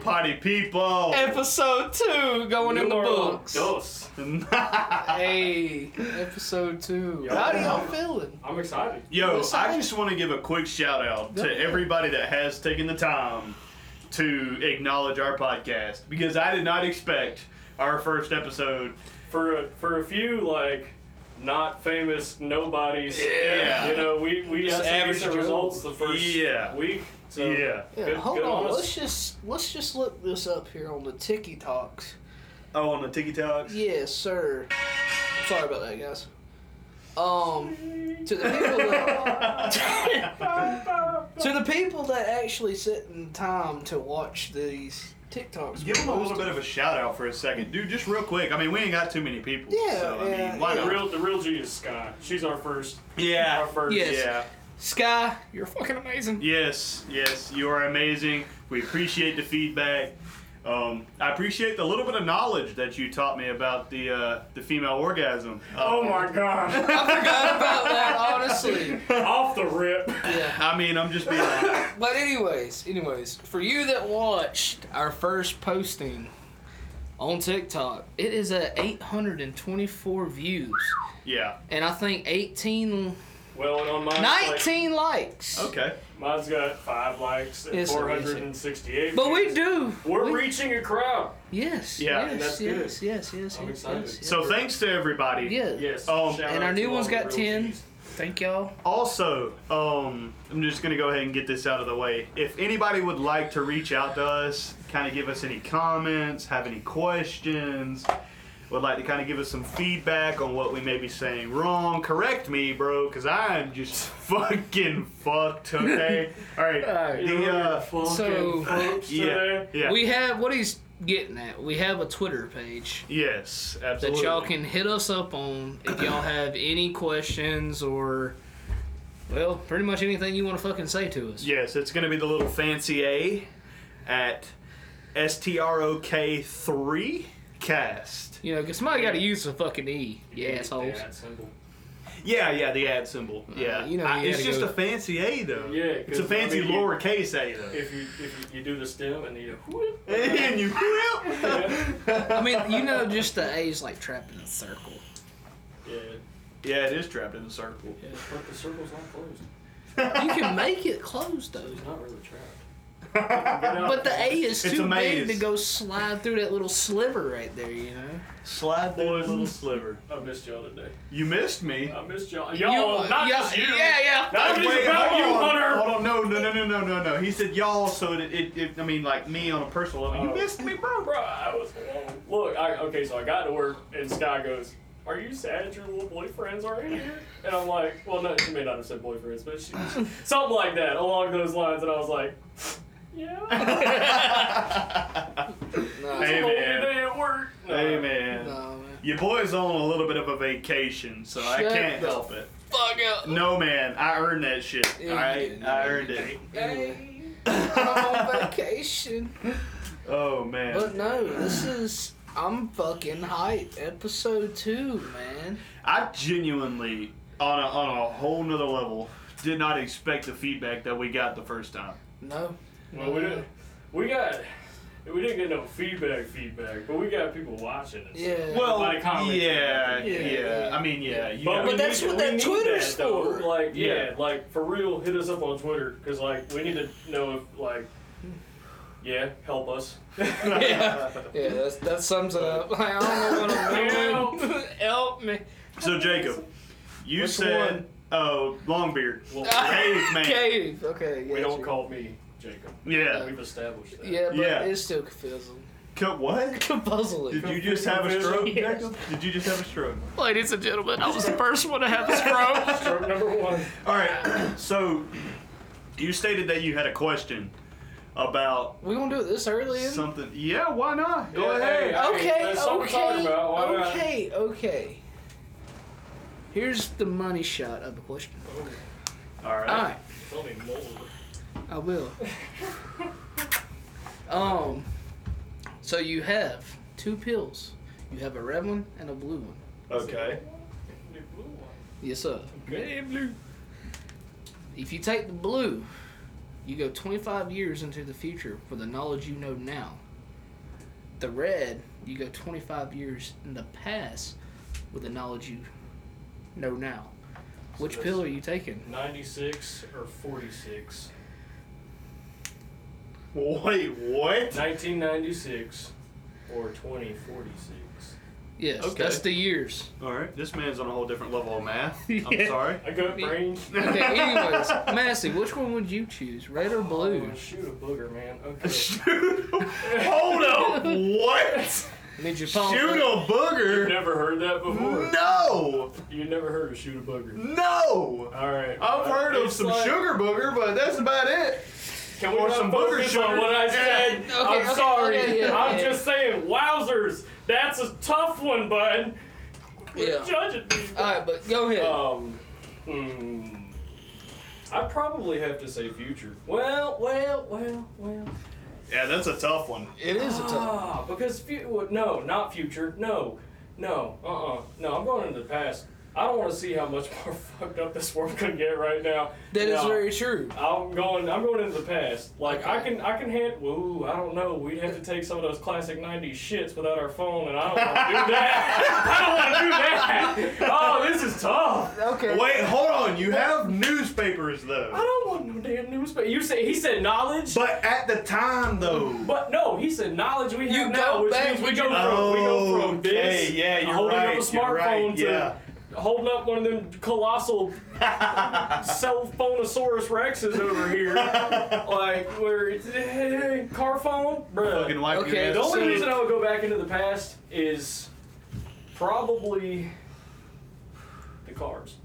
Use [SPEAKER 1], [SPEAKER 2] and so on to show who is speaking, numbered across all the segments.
[SPEAKER 1] Party people.
[SPEAKER 2] Episode two going in the
[SPEAKER 3] Numero
[SPEAKER 2] books.
[SPEAKER 3] Dos.
[SPEAKER 2] Hey, episode two.
[SPEAKER 3] Yo.
[SPEAKER 2] How do y'all feeling?
[SPEAKER 3] I'm excited.
[SPEAKER 1] Yo,
[SPEAKER 2] Listen,
[SPEAKER 1] I
[SPEAKER 2] I-
[SPEAKER 1] just want to give a quick shout out
[SPEAKER 2] Go
[SPEAKER 1] to
[SPEAKER 2] ahead.
[SPEAKER 1] everybody that has taken the time to acknowledge our podcast because I did not expect our first episode.
[SPEAKER 3] For a, for a few like not famous nobodies.
[SPEAKER 1] Yeah.
[SPEAKER 3] You know, we we
[SPEAKER 2] Just
[SPEAKER 3] had some
[SPEAKER 2] average
[SPEAKER 3] decent
[SPEAKER 2] Joe.
[SPEAKER 3] results the first
[SPEAKER 1] Yeah.
[SPEAKER 3] week. So
[SPEAKER 1] yeah.
[SPEAKER 2] Yeah,
[SPEAKER 3] Good-
[SPEAKER 2] hold
[SPEAKER 3] good
[SPEAKER 2] on.
[SPEAKER 3] on us.
[SPEAKER 2] Let's just let's just look this up here on the Tiki Talks.
[SPEAKER 1] Oh, on the Tiki Talks.
[SPEAKER 2] Yes, sir. Sorry about that, guys. Um, to the people that to the people that actually sit in time to watch these TikToks.
[SPEAKER 1] Give them a little
[SPEAKER 2] posted.
[SPEAKER 1] bit of a shout out for a second, dude. Just real quick. I mean, we ain't got too many people.
[SPEAKER 2] Yeah,
[SPEAKER 1] So, I
[SPEAKER 2] yeah,
[SPEAKER 1] mean, why
[SPEAKER 2] yeah.
[SPEAKER 3] The
[SPEAKER 1] not?
[SPEAKER 3] real the real G is Sky. She's our first. Our
[SPEAKER 1] Yeah.
[SPEAKER 3] first.
[SPEAKER 2] Yes.
[SPEAKER 1] Yeah.
[SPEAKER 2] Sky, you're fucking amazing.
[SPEAKER 1] Yes, yes, you are amazing. We appreciate the feedback. Um, I appreciate the little bit of knowledge that you taught me about the uh, the female orgasm. Uh,
[SPEAKER 3] Oh my god.
[SPEAKER 2] I forgot about that, honestly.
[SPEAKER 3] Off the rip.
[SPEAKER 2] Yeah.
[SPEAKER 1] I mean, I'm just being. honest.
[SPEAKER 2] But anyways, anyways, for you that watched our first posting on TikTok, it is at 824 views
[SPEAKER 1] yeah.
[SPEAKER 2] and I think 18
[SPEAKER 3] Well, and on mine,
[SPEAKER 2] 19 likes.
[SPEAKER 1] Okay.
[SPEAKER 3] mine's got five likes and
[SPEAKER 2] It's
[SPEAKER 3] 468.
[SPEAKER 2] But we
[SPEAKER 3] views.
[SPEAKER 2] do.
[SPEAKER 3] We're
[SPEAKER 2] we,
[SPEAKER 3] reaching a crowd.
[SPEAKER 2] Yes.
[SPEAKER 1] Yeah,
[SPEAKER 2] yes,
[SPEAKER 1] and
[SPEAKER 3] that's good.
[SPEAKER 2] yes, yes, yes,
[SPEAKER 3] I'm
[SPEAKER 2] yes,
[SPEAKER 3] excited.
[SPEAKER 2] yes,
[SPEAKER 1] So thanks to everybody.
[SPEAKER 2] yes. Yeah.
[SPEAKER 3] Yes.
[SPEAKER 1] Um,
[SPEAKER 3] shout
[SPEAKER 2] And
[SPEAKER 3] out
[SPEAKER 2] our
[SPEAKER 3] to
[SPEAKER 2] new one's
[SPEAKER 3] all the
[SPEAKER 2] got
[SPEAKER 3] real
[SPEAKER 2] 10.
[SPEAKER 3] Gs.
[SPEAKER 2] Thank y'all.
[SPEAKER 1] Also, um, I'm just gonna go ahead and get this out of the way. If anybody would like to reach out to us, kind of give us any comments, have any questions, would like to kind of give us some feedback on what we may be saying wrong, correct me, bro, because I'm just fucking fucked. Okay. All right.
[SPEAKER 2] Alright.
[SPEAKER 1] The uh,
[SPEAKER 3] fucking
[SPEAKER 2] So-
[SPEAKER 3] folks
[SPEAKER 1] yeah,
[SPEAKER 3] today.
[SPEAKER 1] yeah.
[SPEAKER 2] We have what he's getting at. We have a Twitter page.
[SPEAKER 1] yes,
[SPEAKER 2] that
[SPEAKER 1] absolutely.
[SPEAKER 2] y'all can hit us up on if y'all have any questions or well pretty much anything you want to fucking say to us
[SPEAKER 1] Yes, it's going to be the little fancy A at STROK3 cast.
[SPEAKER 2] you know because somebody got to use the fucking e yeah
[SPEAKER 3] Yeah,
[SPEAKER 2] assholes
[SPEAKER 3] that symbol.
[SPEAKER 1] Yeah, yeah, the ad symbol. Yeah.
[SPEAKER 2] Uh, you know
[SPEAKER 1] I-
[SPEAKER 2] you
[SPEAKER 1] it's
[SPEAKER 2] gotta
[SPEAKER 1] just
[SPEAKER 2] go-
[SPEAKER 1] a fancy A, though.
[SPEAKER 3] Yeah,
[SPEAKER 1] It's a
[SPEAKER 3] 'cause, I
[SPEAKER 1] fancy
[SPEAKER 3] mean, you-
[SPEAKER 1] lowercase A, though.
[SPEAKER 3] If you if you, you do the stem and you go,
[SPEAKER 1] and you
[SPEAKER 3] yeah,
[SPEAKER 2] i mean you know just the a is like trapped in a circle
[SPEAKER 3] yeah,
[SPEAKER 1] Yeah, it is trapped in a circle.
[SPEAKER 3] but the circle's not closed.
[SPEAKER 2] you can make it closed though
[SPEAKER 3] It's not really trapped. Get out.
[SPEAKER 2] but the a is
[SPEAKER 1] It's
[SPEAKER 2] too
[SPEAKER 1] a
[SPEAKER 2] big
[SPEAKER 1] maze.
[SPEAKER 2] to go slide through that little sliver right there you know
[SPEAKER 1] Slide that little sliver.
[SPEAKER 3] I missed y'all today.
[SPEAKER 1] You missed me.
[SPEAKER 3] I missed y'all.
[SPEAKER 2] You-
[SPEAKER 3] Y'all, not
[SPEAKER 2] yeah,
[SPEAKER 3] just you.
[SPEAKER 2] yeah yeah
[SPEAKER 3] Not just
[SPEAKER 1] Wait,
[SPEAKER 3] about
[SPEAKER 1] hold
[SPEAKER 3] you,
[SPEAKER 1] on.
[SPEAKER 3] Hunter.
[SPEAKER 1] Hold on, no, no, no, no, no, no, no. He said y'all, so it, it, it I mean, like me on a personal level.
[SPEAKER 3] Oh.
[SPEAKER 1] You missed me, bro.
[SPEAKER 3] Bro, I was alone. Look, I, okay, so I got to work, and Sky goes, "Are you sad your little boyfriends aren't here?" And I'm like, "Well, no, she may not have said boyfriends, but she, something like that along those lines." And I was like, "Yeah."
[SPEAKER 2] no,
[SPEAKER 1] Hey,
[SPEAKER 3] It's a lonely
[SPEAKER 1] man.
[SPEAKER 3] day at work. No.
[SPEAKER 1] Hey, man.
[SPEAKER 2] no man
[SPEAKER 1] Your boy's on a little bit of a vacation, so I
[SPEAKER 2] Shut
[SPEAKER 1] can't
[SPEAKER 2] the
[SPEAKER 1] help it.
[SPEAKER 2] fuck up
[SPEAKER 1] No, man, I earned that shit.
[SPEAKER 2] Yeah,
[SPEAKER 1] Alright,
[SPEAKER 2] yeah,
[SPEAKER 1] I
[SPEAKER 2] yeah.
[SPEAKER 1] earned it.
[SPEAKER 2] Hey, I'm on vacation
[SPEAKER 1] Oh man.
[SPEAKER 2] But no, this is I'm fucking hyped. Episode two, man.
[SPEAKER 1] I genuinely, on a, on a whole nother level, did not expect the feedback that we got the first time.
[SPEAKER 2] No.
[SPEAKER 3] Well, we didn't. We got. We didn't get no feedback, feedback, but we got people watching us.
[SPEAKER 2] Yeah.
[SPEAKER 3] By comments.
[SPEAKER 1] yeah, yeah,
[SPEAKER 2] Yeah, yeah.
[SPEAKER 1] I mean, yeah. You
[SPEAKER 3] But,
[SPEAKER 1] know,
[SPEAKER 3] we
[SPEAKER 2] that's
[SPEAKER 3] need-
[SPEAKER 2] what
[SPEAKER 3] we
[SPEAKER 2] that
[SPEAKER 3] need
[SPEAKER 2] Twitter's
[SPEAKER 3] that, though.
[SPEAKER 2] for.
[SPEAKER 3] Like, yeah,
[SPEAKER 1] Yeah.
[SPEAKER 3] like for real, hit us up on Twitter because like we need to know if like, yeah, help us.
[SPEAKER 2] yeah. Yeah, that's, that sums it up. Like, I don't know what I'm doing. Help, me.
[SPEAKER 1] so Jacob, you
[SPEAKER 2] Which
[SPEAKER 1] said, oh, Longbeard,
[SPEAKER 3] Well,
[SPEAKER 1] Cave man.
[SPEAKER 2] Cave. Okay.
[SPEAKER 3] we
[SPEAKER 2] yeah,
[SPEAKER 3] don't
[SPEAKER 2] sure.
[SPEAKER 3] call me Jacob.
[SPEAKER 1] Yeah.
[SPEAKER 3] We've established that.
[SPEAKER 2] Yeah, but
[SPEAKER 1] Yeah.
[SPEAKER 2] it still confuses them.
[SPEAKER 1] Co- what? Did
[SPEAKER 2] Confuzzling.
[SPEAKER 1] you just have a stroke,
[SPEAKER 2] Yes.
[SPEAKER 1] Jacob? Did you just have a stroke?
[SPEAKER 2] Ladies and gentlemen, I was the first one to have a stroke.
[SPEAKER 3] Stroke number one.
[SPEAKER 1] All right. So, you stated that you had a question about
[SPEAKER 2] we gonna do it this early? In?
[SPEAKER 1] something. Yeah. Why not? Go
[SPEAKER 3] Yeah,
[SPEAKER 1] ahead.
[SPEAKER 3] hey, I-
[SPEAKER 2] Okay,
[SPEAKER 3] that's what I'm talking
[SPEAKER 2] okay,
[SPEAKER 3] about. Why not?
[SPEAKER 2] okay, okay. Here's the money shot of the question.
[SPEAKER 1] All right.
[SPEAKER 2] All right.
[SPEAKER 3] Tell me more.
[SPEAKER 2] I will. um, so you have two pills. You have a red one and a blue one.
[SPEAKER 1] Okay.
[SPEAKER 3] The blue one.
[SPEAKER 2] Yes, sir.
[SPEAKER 3] Okay. blue.
[SPEAKER 2] If you take the blue, you go 25 years into the future for the knowledge you know now. the red, you go 25 years in the past with the knowledge you know now. Which
[SPEAKER 3] that's-
[SPEAKER 2] pill are you taking?
[SPEAKER 3] 96 or 46.
[SPEAKER 1] Wait, what?
[SPEAKER 3] 1996 or 2046.
[SPEAKER 2] Yes,
[SPEAKER 1] Okay.
[SPEAKER 2] that's the years.
[SPEAKER 1] All right, this man's on a whole different level of math. I'm
[SPEAKER 2] Yeah.
[SPEAKER 1] sorry.
[SPEAKER 3] A good brain.
[SPEAKER 2] Okay, anyways, Massey, which one would you choose? Red or blue?
[SPEAKER 3] Oh, shoot a booger, man. Okay.
[SPEAKER 1] Hold up. What?
[SPEAKER 2] I need your palm.
[SPEAKER 1] Shoot
[SPEAKER 2] up.
[SPEAKER 1] a
[SPEAKER 3] You've
[SPEAKER 1] booger?
[SPEAKER 3] never heard that before.
[SPEAKER 1] No.
[SPEAKER 3] You never heard of shoot a booger.
[SPEAKER 1] No.
[SPEAKER 3] All right.
[SPEAKER 1] I've
[SPEAKER 3] Uh,
[SPEAKER 1] heard of
[SPEAKER 3] it's
[SPEAKER 1] some
[SPEAKER 3] like-
[SPEAKER 1] sugar booger, but that's about it.
[SPEAKER 3] Can we
[SPEAKER 1] or
[SPEAKER 3] not
[SPEAKER 1] some booger
[SPEAKER 3] focus
[SPEAKER 1] sugar.
[SPEAKER 3] on what I
[SPEAKER 1] Yeah.
[SPEAKER 3] said?
[SPEAKER 2] Okay,
[SPEAKER 3] I'm
[SPEAKER 2] okay,
[SPEAKER 3] sorry.
[SPEAKER 2] okay, yeah,
[SPEAKER 3] I'm
[SPEAKER 2] yeah.
[SPEAKER 3] just saying, wowzers, that's a tough one, bud.
[SPEAKER 2] Yeah.
[SPEAKER 3] Judging me.
[SPEAKER 2] All right, but go ahead.
[SPEAKER 1] Oh.
[SPEAKER 3] Um, hmm. I probably have to say future. Well, well, well, well.
[SPEAKER 1] Yeah, that's a tough one.
[SPEAKER 2] it is a tough.
[SPEAKER 3] Ah, because fu- well, no, not future. No, no, uh, uh no. I'm going into the past. I don't want to see how much more fucked up this world can get right now.
[SPEAKER 2] That is
[SPEAKER 3] No.
[SPEAKER 2] very true.
[SPEAKER 3] I'm going. I'm going into the past. Like I
[SPEAKER 2] Okay.
[SPEAKER 3] can. I can hit. Ooh, I don't know. We'd have to take some of those classic '90s shits without our phone, and I don't want to do that. I don't want to do that. Oh, this is tough.
[SPEAKER 2] Okay.
[SPEAKER 1] Wait, hold on. You have newspapers
[SPEAKER 3] I
[SPEAKER 1] though.
[SPEAKER 3] don't want no damn newspaper. You say he said knowledge, but,
[SPEAKER 1] But at the time though.
[SPEAKER 3] no, he said knowledge we
[SPEAKER 2] You
[SPEAKER 3] have
[SPEAKER 2] go
[SPEAKER 3] now, which
[SPEAKER 2] back
[SPEAKER 3] means we
[SPEAKER 2] with
[SPEAKER 3] go from
[SPEAKER 2] your-
[SPEAKER 1] Oh,
[SPEAKER 3] we go from
[SPEAKER 1] okay,
[SPEAKER 3] this
[SPEAKER 1] yeah, you're
[SPEAKER 3] holding
[SPEAKER 1] right,
[SPEAKER 3] up a
[SPEAKER 1] you're
[SPEAKER 3] smartphone
[SPEAKER 1] right,
[SPEAKER 3] to
[SPEAKER 1] yeah.
[SPEAKER 3] holding up one of them colossal cell phonosaurus rexes over here, like where it's car phone, bruh.
[SPEAKER 1] Fucking wipe
[SPEAKER 2] Okay,
[SPEAKER 1] your
[SPEAKER 3] The
[SPEAKER 1] ass.
[SPEAKER 3] only
[SPEAKER 2] So-
[SPEAKER 3] reason I would go back into the past is probably the cars.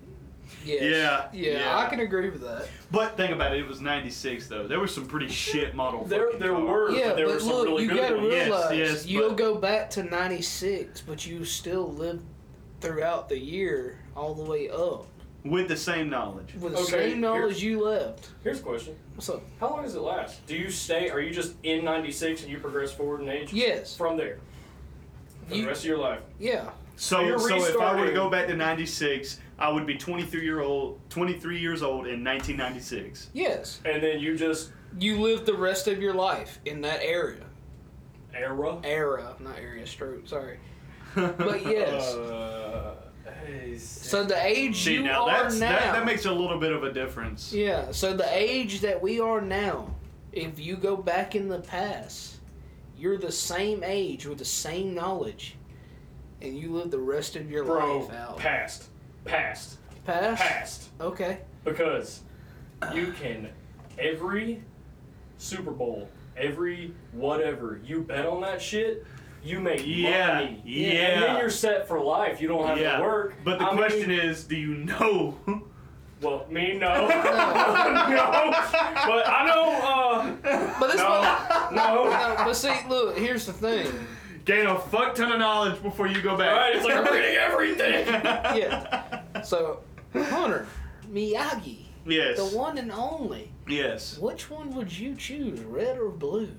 [SPEAKER 2] Yes.
[SPEAKER 1] Yeah,
[SPEAKER 2] yeah.
[SPEAKER 1] yeah.
[SPEAKER 2] I can agree with that.
[SPEAKER 1] But think about it. It was '96 though. There were some pretty shit model.
[SPEAKER 3] There,
[SPEAKER 1] fucking
[SPEAKER 3] there
[SPEAKER 1] cars.
[SPEAKER 3] were,
[SPEAKER 2] Yeah,
[SPEAKER 3] there were
[SPEAKER 2] but
[SPEAKER 3] some
[SPEAKER 2] look,
[SPEAKER 3] really
[SPEAKER 2] you
[SPEAKER 3] good
[SPEAKER 2] gotta
[SPEAKER 3] ones.
[SPEAKER 1] Yes,
[SPEAKER 2] realize
[SPEAKER 1] yes,
[SPEAKER 2] you'll
[SPEAKER 1] but-
[SPEAKER 2] go back to '96, but you still live throughout the year all the way up
[SPEAKER 1] with the same knowledge.
[SPEAKER 2] with the
[SPEAKER 3] Okay,
[SPEAKER 2] same knowledge you left.
[SPEAKER 3] Here's a question:
[SPEAKER 2] What's up?
[SPEAKER 3] How long does it last? Do you stay? Are you just in '96 and you progress forward in age?
[SPEAKER 2] Yes.
[SPEAKER 3] From there, for
[SPEAKER 2] You-
[SPEAKER 3] the rest of your life.
[SPEAKER 2] Yeah.
[SPEAKER 1] So,
[SPEAKER 3] you're
[SPEAKER 1] so if I were to
[SPEAKER 3] restarting.
[SPEAKER 1] go back to '96, I would be 23 year old, 23 years old in 1996.
[SPEAKER 2] Yes.
[SPEAKER 3] And then you just
[SPEAKER 2] You live the rest of your life in that area.
[SPEAKER 3] era.
[SPEAKER 2] Era, not area. Stroke. Sorry. But yes.
[SPEAKER 3] Uh, hey,
[SPEAKER 2] so the age
[SPEAKER 1] See
[SPEAKER 2] you
[SPEAKER 1] now,
[SPEAKER 2] are
[SPEAKER 1] that's,
[SPEAKER 2] now.
[SPEAKER 1] That, that makes a little bit of a difference.
[SPEAKER 2] Yeah, so the age that we are now, if you go back in the past, you're the same age with the same knowledge, and you live the rest of your
[SPEAKER 3] bro,
[SPEAKER 2] life out.
[SPEAKER 3] past, past,
[SPEAKER 2] past?
[SPEAKER 3] past.
[SPEAKER 2] Okay.
[SPEAKER 3] Because you can every Super Bowl, every whatever you bet on that shit, you make
[SPEAKER 1] Yeah,
[SPEAKER 3] money.
[SPEAKER 1] yeah.
[SPEAKER 3] And then you're set for life. You don't have
[SPEAKER 1] Yeah.
[SPEAKER 3] to work.
[SPEAKER 1] But the
[SPEAKER 3] I
[SPEAKER 1] question
[SPEAKER 3] mean,
[SPEAKER 1] is, do you know?
[SPEAKER 3] well, me no, no. But I know. Uh,
[SPEAKER 2] But this
[SPEAKER 3] no, no.
[SPEAKER 2] no, but see, look, here's the thing.
[SPEAKER 1] Gain a fuck ton of knowledge before you go back.
[SPEAKER 3] All right, it's like I'm reading everything.
[SPEAKER 2] Yeah. So, Hunter, Miyagi,
[SPEAKER 1] yes.
[SPEAKER 2] the one and only.
[SPEAKER 1] Yes.
[SPEAKER 2] Which one would you choose, red or blue?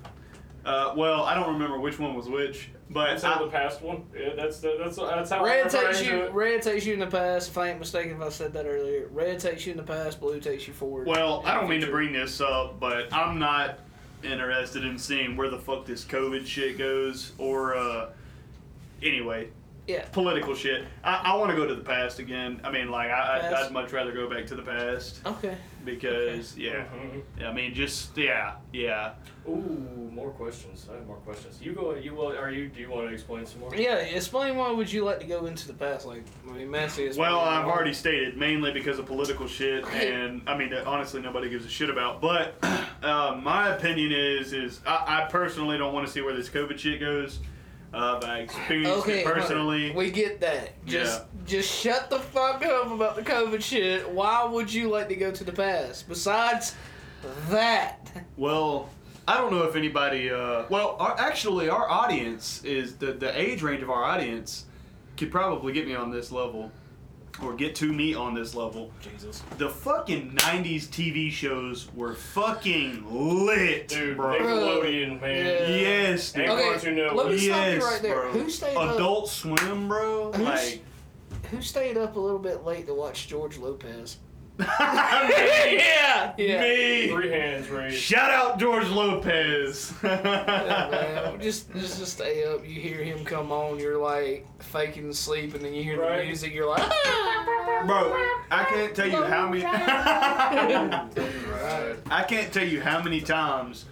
[SPEAKER 1] Uh, well, I don't remember which one was which, but
[SPEAKER 3] That's how the
[SPEAKER 1] I,
[SPEAKER 3] past one. Yeah, that's the, that's that's how. I
[SPEAKER 2] Red
[SPEAKER 3] refer
[SPEAKER 2] takes
[SPEAKER 3] into
[SPEAKER 2] you.
[SPEAKER 3] it.
[SPEAKER 2] Red takes you in the past. If I ain't mistaken, if I said that earlier, red takes you in the past. Blue takes you forward.
[SPEAKER 1] well, I don't mean to bring this up, but I'm not interested in seeing where the fuck this COVID shit goes or uh, anyway
[SPEAKER 2] Yeah.
[SPEAKER 1] political shit. I, I want to go to the past again. I mean, like I, I'd,
[SPEAKER 2] Past? Oh,
[SPEAKER 1] I'd much rather go back to the past
[SPEAKER 2] Okay.
[SPEAKER 1] because yeah,
[SPEAKER 3] Mhm.
[SPEAKER 1] I mean just yeah, yeah.
[SPEAKER 3] Ooh, more questions. I have more questions. You go. You will. Are you? Do you want to explain some more?
[SPEAKER 2] Yeah. Explain why would you like to go into the past? Like, I mean, Massey is.
[SPEAKER 1] Well, I've already stated mainly because of political shit,
[SPEAKER 2] Right.
[SPEAKER 1] and I mean that honestly nobody gives a shit about. But uh, my opinion is is I, I personally don't want to see where this COVID shit goes. Uh, I experienced
[SPEAKER 2] Okay.
[SPEAKER 1] it
[SPEAKER 2] Hunter,
[SPEAKER 1] personally.
[SPEAKER 2] we get that. Just, just shut the fuck up about the COVID shit. Why would you like to go to the past? Besides that,
[SPEAKER 1] Well, I don't know if anybody. Uh, well, our, actually, our audience is the the age range of our audience could probably get me on this level, or get to me on this level.
[SPEAKER 2] Jesus.
[SPEAKER 1] The fucking '90s TV shows were fucking lit,
[SPEAKER 3] Dude,
[SPEAKER 1] bro.
[SPEAKER 3] Nickelodeon, man.
[SPEAKER 2] Yeah.
[SPEAKER 1] Yes, dude.
[SPEAKER 3] Hey, Cartoon
[SPEAKER 2] Okay.
[SPEAKER 3] Network.
[SPEAKER 2] Let me stop
[SPEAKER 1] yes,
[SPEAKER 2] you right there.
[SPEAKER 1] bro.
[SPEAKER 2] Who stayed up?
[SPEAKER 1] Adult Swim, bro.
[SPEAKER 2] Who's-
[SPEAKER 1] Like,
[SPEAKER 2] Who stayed up a little bit late to watch George Lopez? yeah. Yeah.
[SPEAKER 1] Me.
[SPEAKER 3] Three hands raised.
[SPEAKER 1] Shout out George Lopez.
[SPEAKER 2] Yeah, man. Just, just, just stay up. You hear him come on. You're like faking sleep, and then you hear the
[SPEAKER 3] Right.
[SPEAKER 2] music. You're like, "Ah!"
[SPEAKER 1] Bro, I can't tell you how many. I
[SPEAKER 2] right.
[SPEAKER 1] can't tell you how many times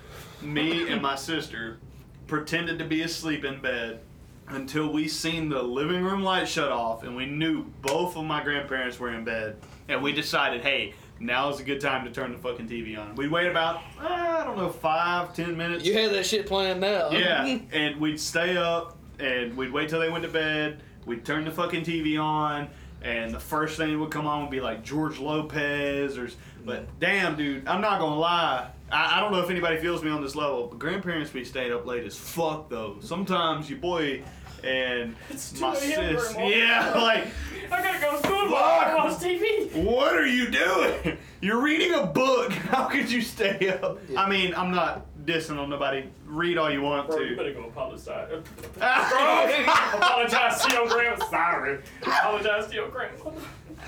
[SPEAKER 1] me and my sister pretended to be asleep in bed until we seen the living room light shut off and we knew both of my grandparents were in bed and we decided, hey, now is a good time to turn the fucking TV on. We'd wait about I don't know five ten minutes.
[SPEAKER 2] You had that shit playing now.
[SPEAKER 1] Yeah, and we'd stay up and we'd wait till they went to bed. We'd turn the fucking TV on, and the first thing that would come on would be like George Lopez or. s- But damn, dude, I'm not gonna lie. I, I don't know if anybody feels me on this level, but grandparents be stayed up late as fuck though. Sometimes your boy and
[SPEAKER 3] It's 2
[SPEAKER 1] my
[SPEAKER 3] a.m.
[SPEAKER 1] sis,
[SPEAKER 3] Grandma.
[SPEAKER 1] yeah, like
[SPEAKER 3] I gotta go to school.
[SPEAKER 1] Fuck.
[SPEAKER 3] I watch TV.
[SPEAKER 1] what are you doing? You're reading a book. How could you stay up? I mean, I'm not dissing on nobody. Read all you want
[SPEAKER 3] Bro,
[SPEAKER 1] to.
[SPEAKER 3] you better go apologize.
[SPEAKER 1] Bro.
[SPEAKER 3] apologize to your grandma. Sorry. Apologize to your grandma.